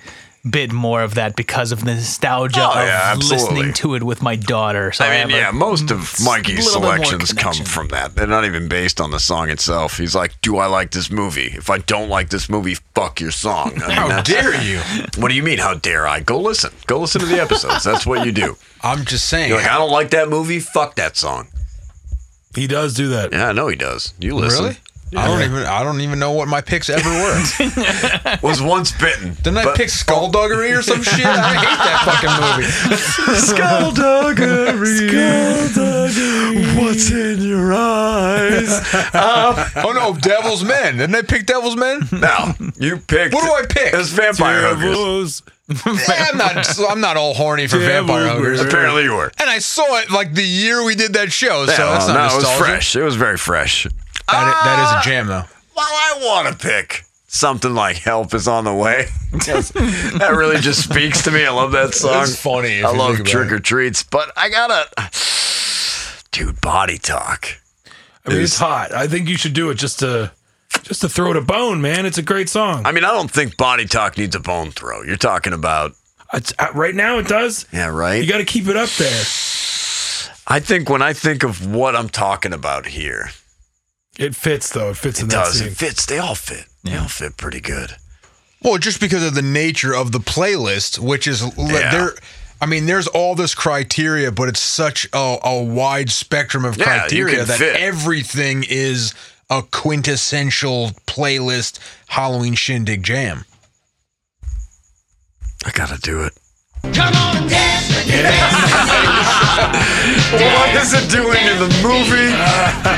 bit more of that because of the nostalgia
Oh,
of
yeah, absolutely.
listening to it with my daughter. So I,
I mean, yeah,
have a-
most
Mm,
of Mikey's
little bit more
selections come from that. They're not even based on the song itself. He's like, "Do I like this movie? If I don't like this movie, fuck your song." I mean,
How
that's-
dare you?
What do you mean? How dare I? Go listen. Go listen to the episodes. That's what you do.
I'm just saying.
You're like, I don't like that movie. Fuck that song.
He does do that.
Yeah, I know he does. You listen.
Really? I don't even. I don't even know what my picks ever were.
Was once bitten.
Didn't I pick Skullduggery or some shit? I hate that fucking movie.
Skullduggery. What's in your eyes?
oh no, Devil's Men. Didn't I pick Devil's Men?
No, you picked.
What do I pick?
It's vampire hookers.
Yeah, I'm not. I'm not all horny for
Devil's
vampire hookers.
Men. Apparently you were.
And I saw it like the year we did that show, so
Yeah,
that's
well,
not
no, it was
nostalgia.
fresh. It was very fresh.
That i- that
Ah!
is a jam though.
Well, I want to pick something like "Help is on the way." that really just speaks to me. I love that song.
It's funny if
I
you
love
think about
trick or treats, but I gotta, dude, body talk.
I mean, it's hot. I think you should do it just to just to throw it a bone, man. It's a great song.
I mean, I don't think body talk needs a bone throw. You're talking about
It's, uh, right now, it does.
yeah, right.
You got to keep it up there.
I think when I think of what I'm talking about here,
It fits though. It fits in
it
that
does.
scene.
It fits. They all fit. They all fit pretty good.
Well, just because of the nature of the playlist, which is l-
Yeah.
there. I mean, there's all this criteria, but it's such a, a wide spectrum of
Yeah, you
criteria
can
that
fit.
everything is a quintessential playlist Halloween shindig jam.
I gotta do it.
Come on and dance with me,
What is it doing in the movie?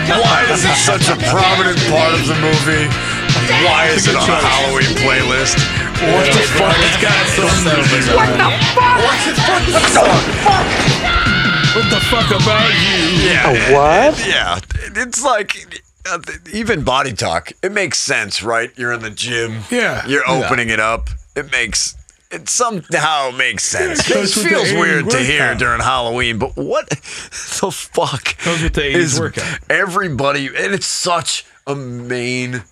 Why is it such a prominent part of the movie? Why is it on a Halloween playlist? What the fuck? It's got something. What the fuck? What's it fucking
What the fuck about you?
Yeah.
A
what? Yeah. It's like uh, even body talk. It makes sense, right? You're in the gym.
Yeah.
You're opening it up. It makes it somehow makes sense.
Yeah, it
it
goes with the
feels
Asian
weird to hear
workout.
during Halloween, but what the fuck
Goes with the 80s
is
workout.
everybody? And it's such a main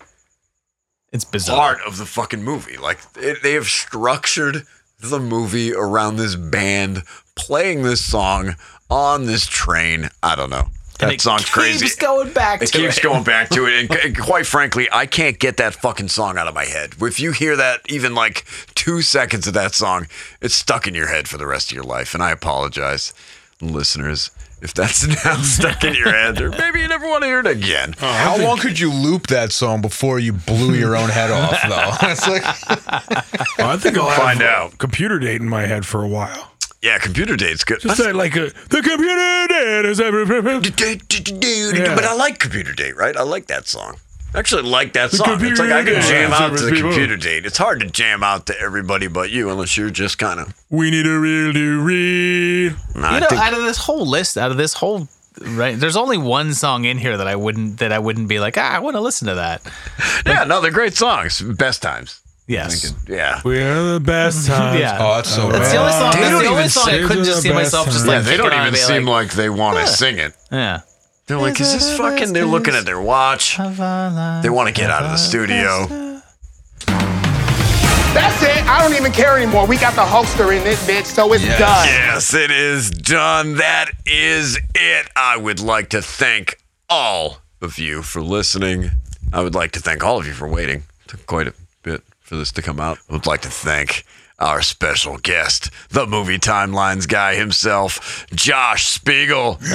It's bizarre.
part of the fucking movie. Like it, they have structured the movie around this band playing this song on this train. I don't know. That
it
song's crazy.
keeps going back
It
to
keeps
it.
going back to it, and, and quite frankly, I can't get that fucking song out of my head. If you hear that, even like two seconds of that song, it's stuck in your head for the rest of your life. And I apologize, listeners, if that's now stuck in your head, or maybe you never want to hear it again.
Uh-huh.
How long could you loop that song before you blew your own head off, though? It's like,
I think I'll
Find
have
out.
Computer date in my head for a while.
Yeah, computer date's good.
Just say like a, the computer date is every. Yeah.
But I like Computer Date, right? I like that song. I Actually, like that
The
song. It's like
Computer
I can
Date.
jam
Yeah,
out to the
people.
Computer Date. It's hard to jam out to everybody but you unless you're just kind of.
We need a real new read.
Nah,
you
I
know,
think
out of this whole list, out of this whole right, there's only one song in here that I wouldn't that I wouldn't be like, ah, I want to listen to that.
yeah, no, they're great songs. Best times.
Yes,
Yeah.
We are the best times.
yeah.
oh, that's so
That's the
bad.
only song.
They
That's
don't
the only
even
song I
say
couldn't
they're
just
the
see myself
best
just
song.
like.
Yeah, they don't
kicking on
even
and be
seem
like,
like, they want to sing it.
Yeah.
They're like, is this fucking? They're looking at their watch. They want to get out of the studio.
That's it. I don't even care anymore. We got the Hulkster in this bitch, so it's done.
Yes, it is done. That is it. I would like to thank all of you for listening. I would like to thank all of you for waiting. took quite a bit for this to come out. I would like to thank our special guest, the movie timelines guy himself, Josh Spiegel. Was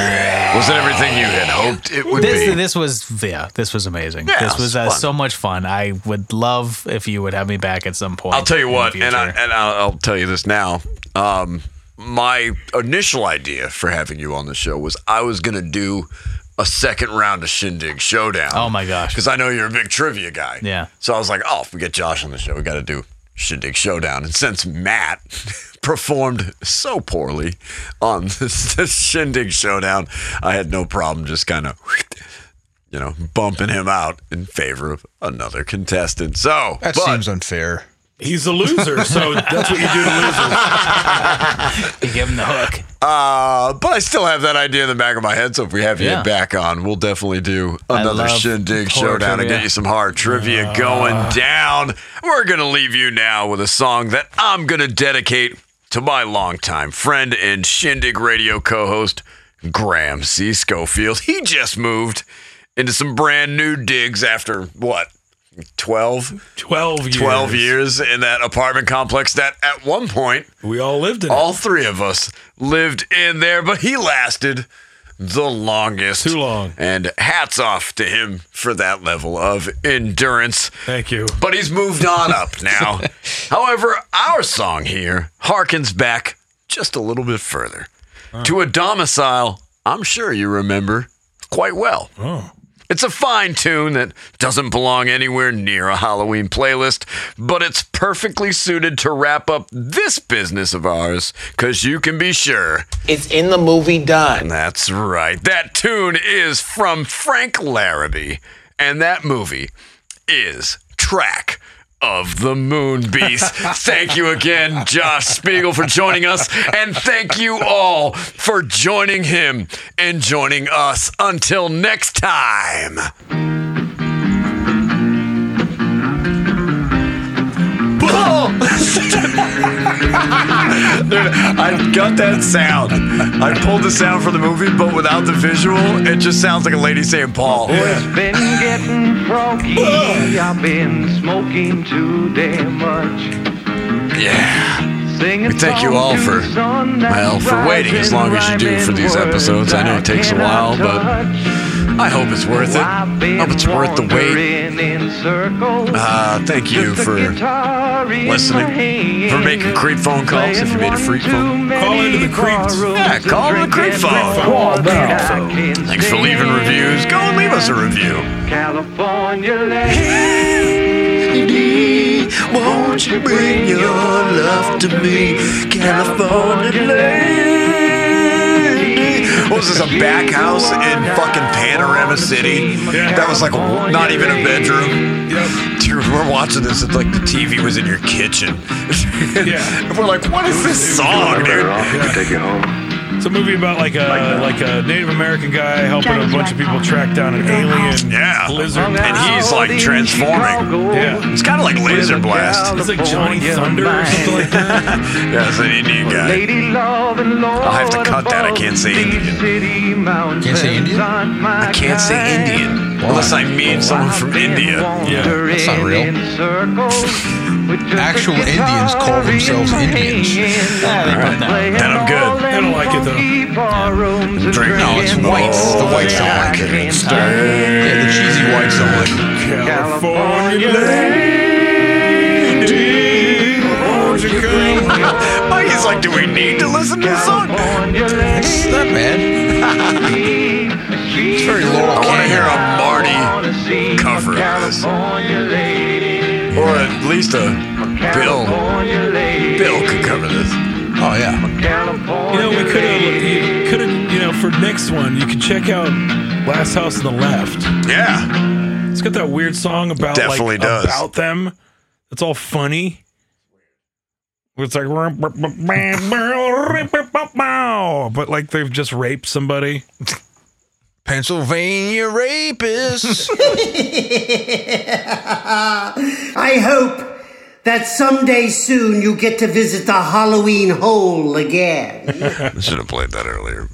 it everything you had hoped it would
this,
be?
This was yeah, this was amazing.
Yeah,
this
it was
was uh,
fun.
so much fun. I would love if you would have me back at some point.
I'll tell you
in the
what, and I,
future.
and I'll, I'll tell you this now. Um, my initial idea for having you on the show was I was gonna do a second round of Shindig Showdown.
Oh my gosh.
Because I know you're a big trivia guy.
Yeah.
So I was like, oh, if we get Josh on the show, we got to do Shindig Showdown. And since Matt performed so poorly on this, this Shindig Showdown, I had no problem just kind of, you know, bumping him out in favor of another contestant. So
That seems unfair.
He's a loser, so that's what you do to
losers.
you give him the hook.
Uh, but I still have that idea in the back of my head. So if we have you
Yeah.
back on, we'll definitely do
I
another
love
shindig
horror
showdown and
trivia. Uh.
get you some hard trivia going down. We're gonna leave you now with a song that I'm gonna dedicate to my longtime friend and shindig radio co-host Graham C. Schofield. He just moved into some brand new digs after what 12
12 years.
12 years in that apartment complex that at one point
we all lived in
all three of us lived in there but he lasted the longest too long and hats off to him for that level of endurance
thank you
but he's moved on up now however our song here harkens back just a little bit further to a domicile i'm sure you remember quite well
Oh.
it's a fine tune that doesn't belong anywhere near a Halloween playlist, but it's perfectly suited to wrap up this business of ours, because you can be sure.
It's in the movie done.
That's right. That tune is from Frank Larrabee, and that movie is Track of the Moonbeast. thank you again, Josh Spiegel, for joining us, and thank you all for joining him and joining us. Until next time. Dude, I got that sound. I pulled the sound from the movie, but without the visual, it just sounds like a lady saying Paul.
Been getting froggy. I've been smoking too damn much.
Yeah.
Singing
We thank you all for, well, for waiting as long as you do for these episodes. I know it takes a while, but I hope it's worth it. I hope Oh, it's worth the wait. Uh, thank you for listening, for making creep phone calls. If you made a free phone,
call into the creep.
Yeah, call the creep phone.
Call the
Thanks for leaving reviews. Go and leave us a review.
California lady, won't you bring your love to me, California lady?
What was this, a back house in fucking Panorama City? That was like a, not even a bedroom. Dude, we're watching this. It's like the TV was in your kitchen. and we're like, what is this song, dude?
take you home. It's a movie about like a like a Native American guy helping a bunch of people track down an alien
yeah.
lizard,
And he's like transforming.
Yeah,
it's kind of like Laser Blast.
It's like Johnny Thunder or something like that.
Yeah, it's an Indian guy.
Lady love and Lord
I'll have to cut that. I can't say Indian.
City mountains
Can't say Indian?
aren't my
I can't say
kind.
Indian unless I meet someone from India.
Yeah, that's not real.
Actual Indians call themselves Indians.
And I'm good.
I don't like it though.
Drink.
No, it's whites. The whites don't like it. It's the- yeah, the cheesy whites don't like it.
California lady, won't you come?
Oh, he's like, do we need to listen to this song?
It's not bad.
It's very Laurel I want to hear a Marty cover of this. Or at least a Bill. Bill could cover this.
Oh, yeah.
You know, we could have, you could have, you know, for next one, you could check out Last House on the Left.
Yeah,
it's got that weird song about
Definitely
like
does.
about them. It's all funny. It's like, but like they've just raped somebody.
Pennsylvania rapists.
I hope that someday soon you get to visit the Halloween hole again.
I should have played that earlier.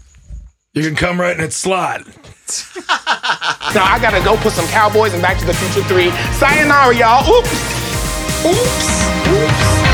You can come right in its slot.
Now I gotta go put some Cowboys in Back to the Future 3. Sayonara, y'all. Oops. Oops. Oops.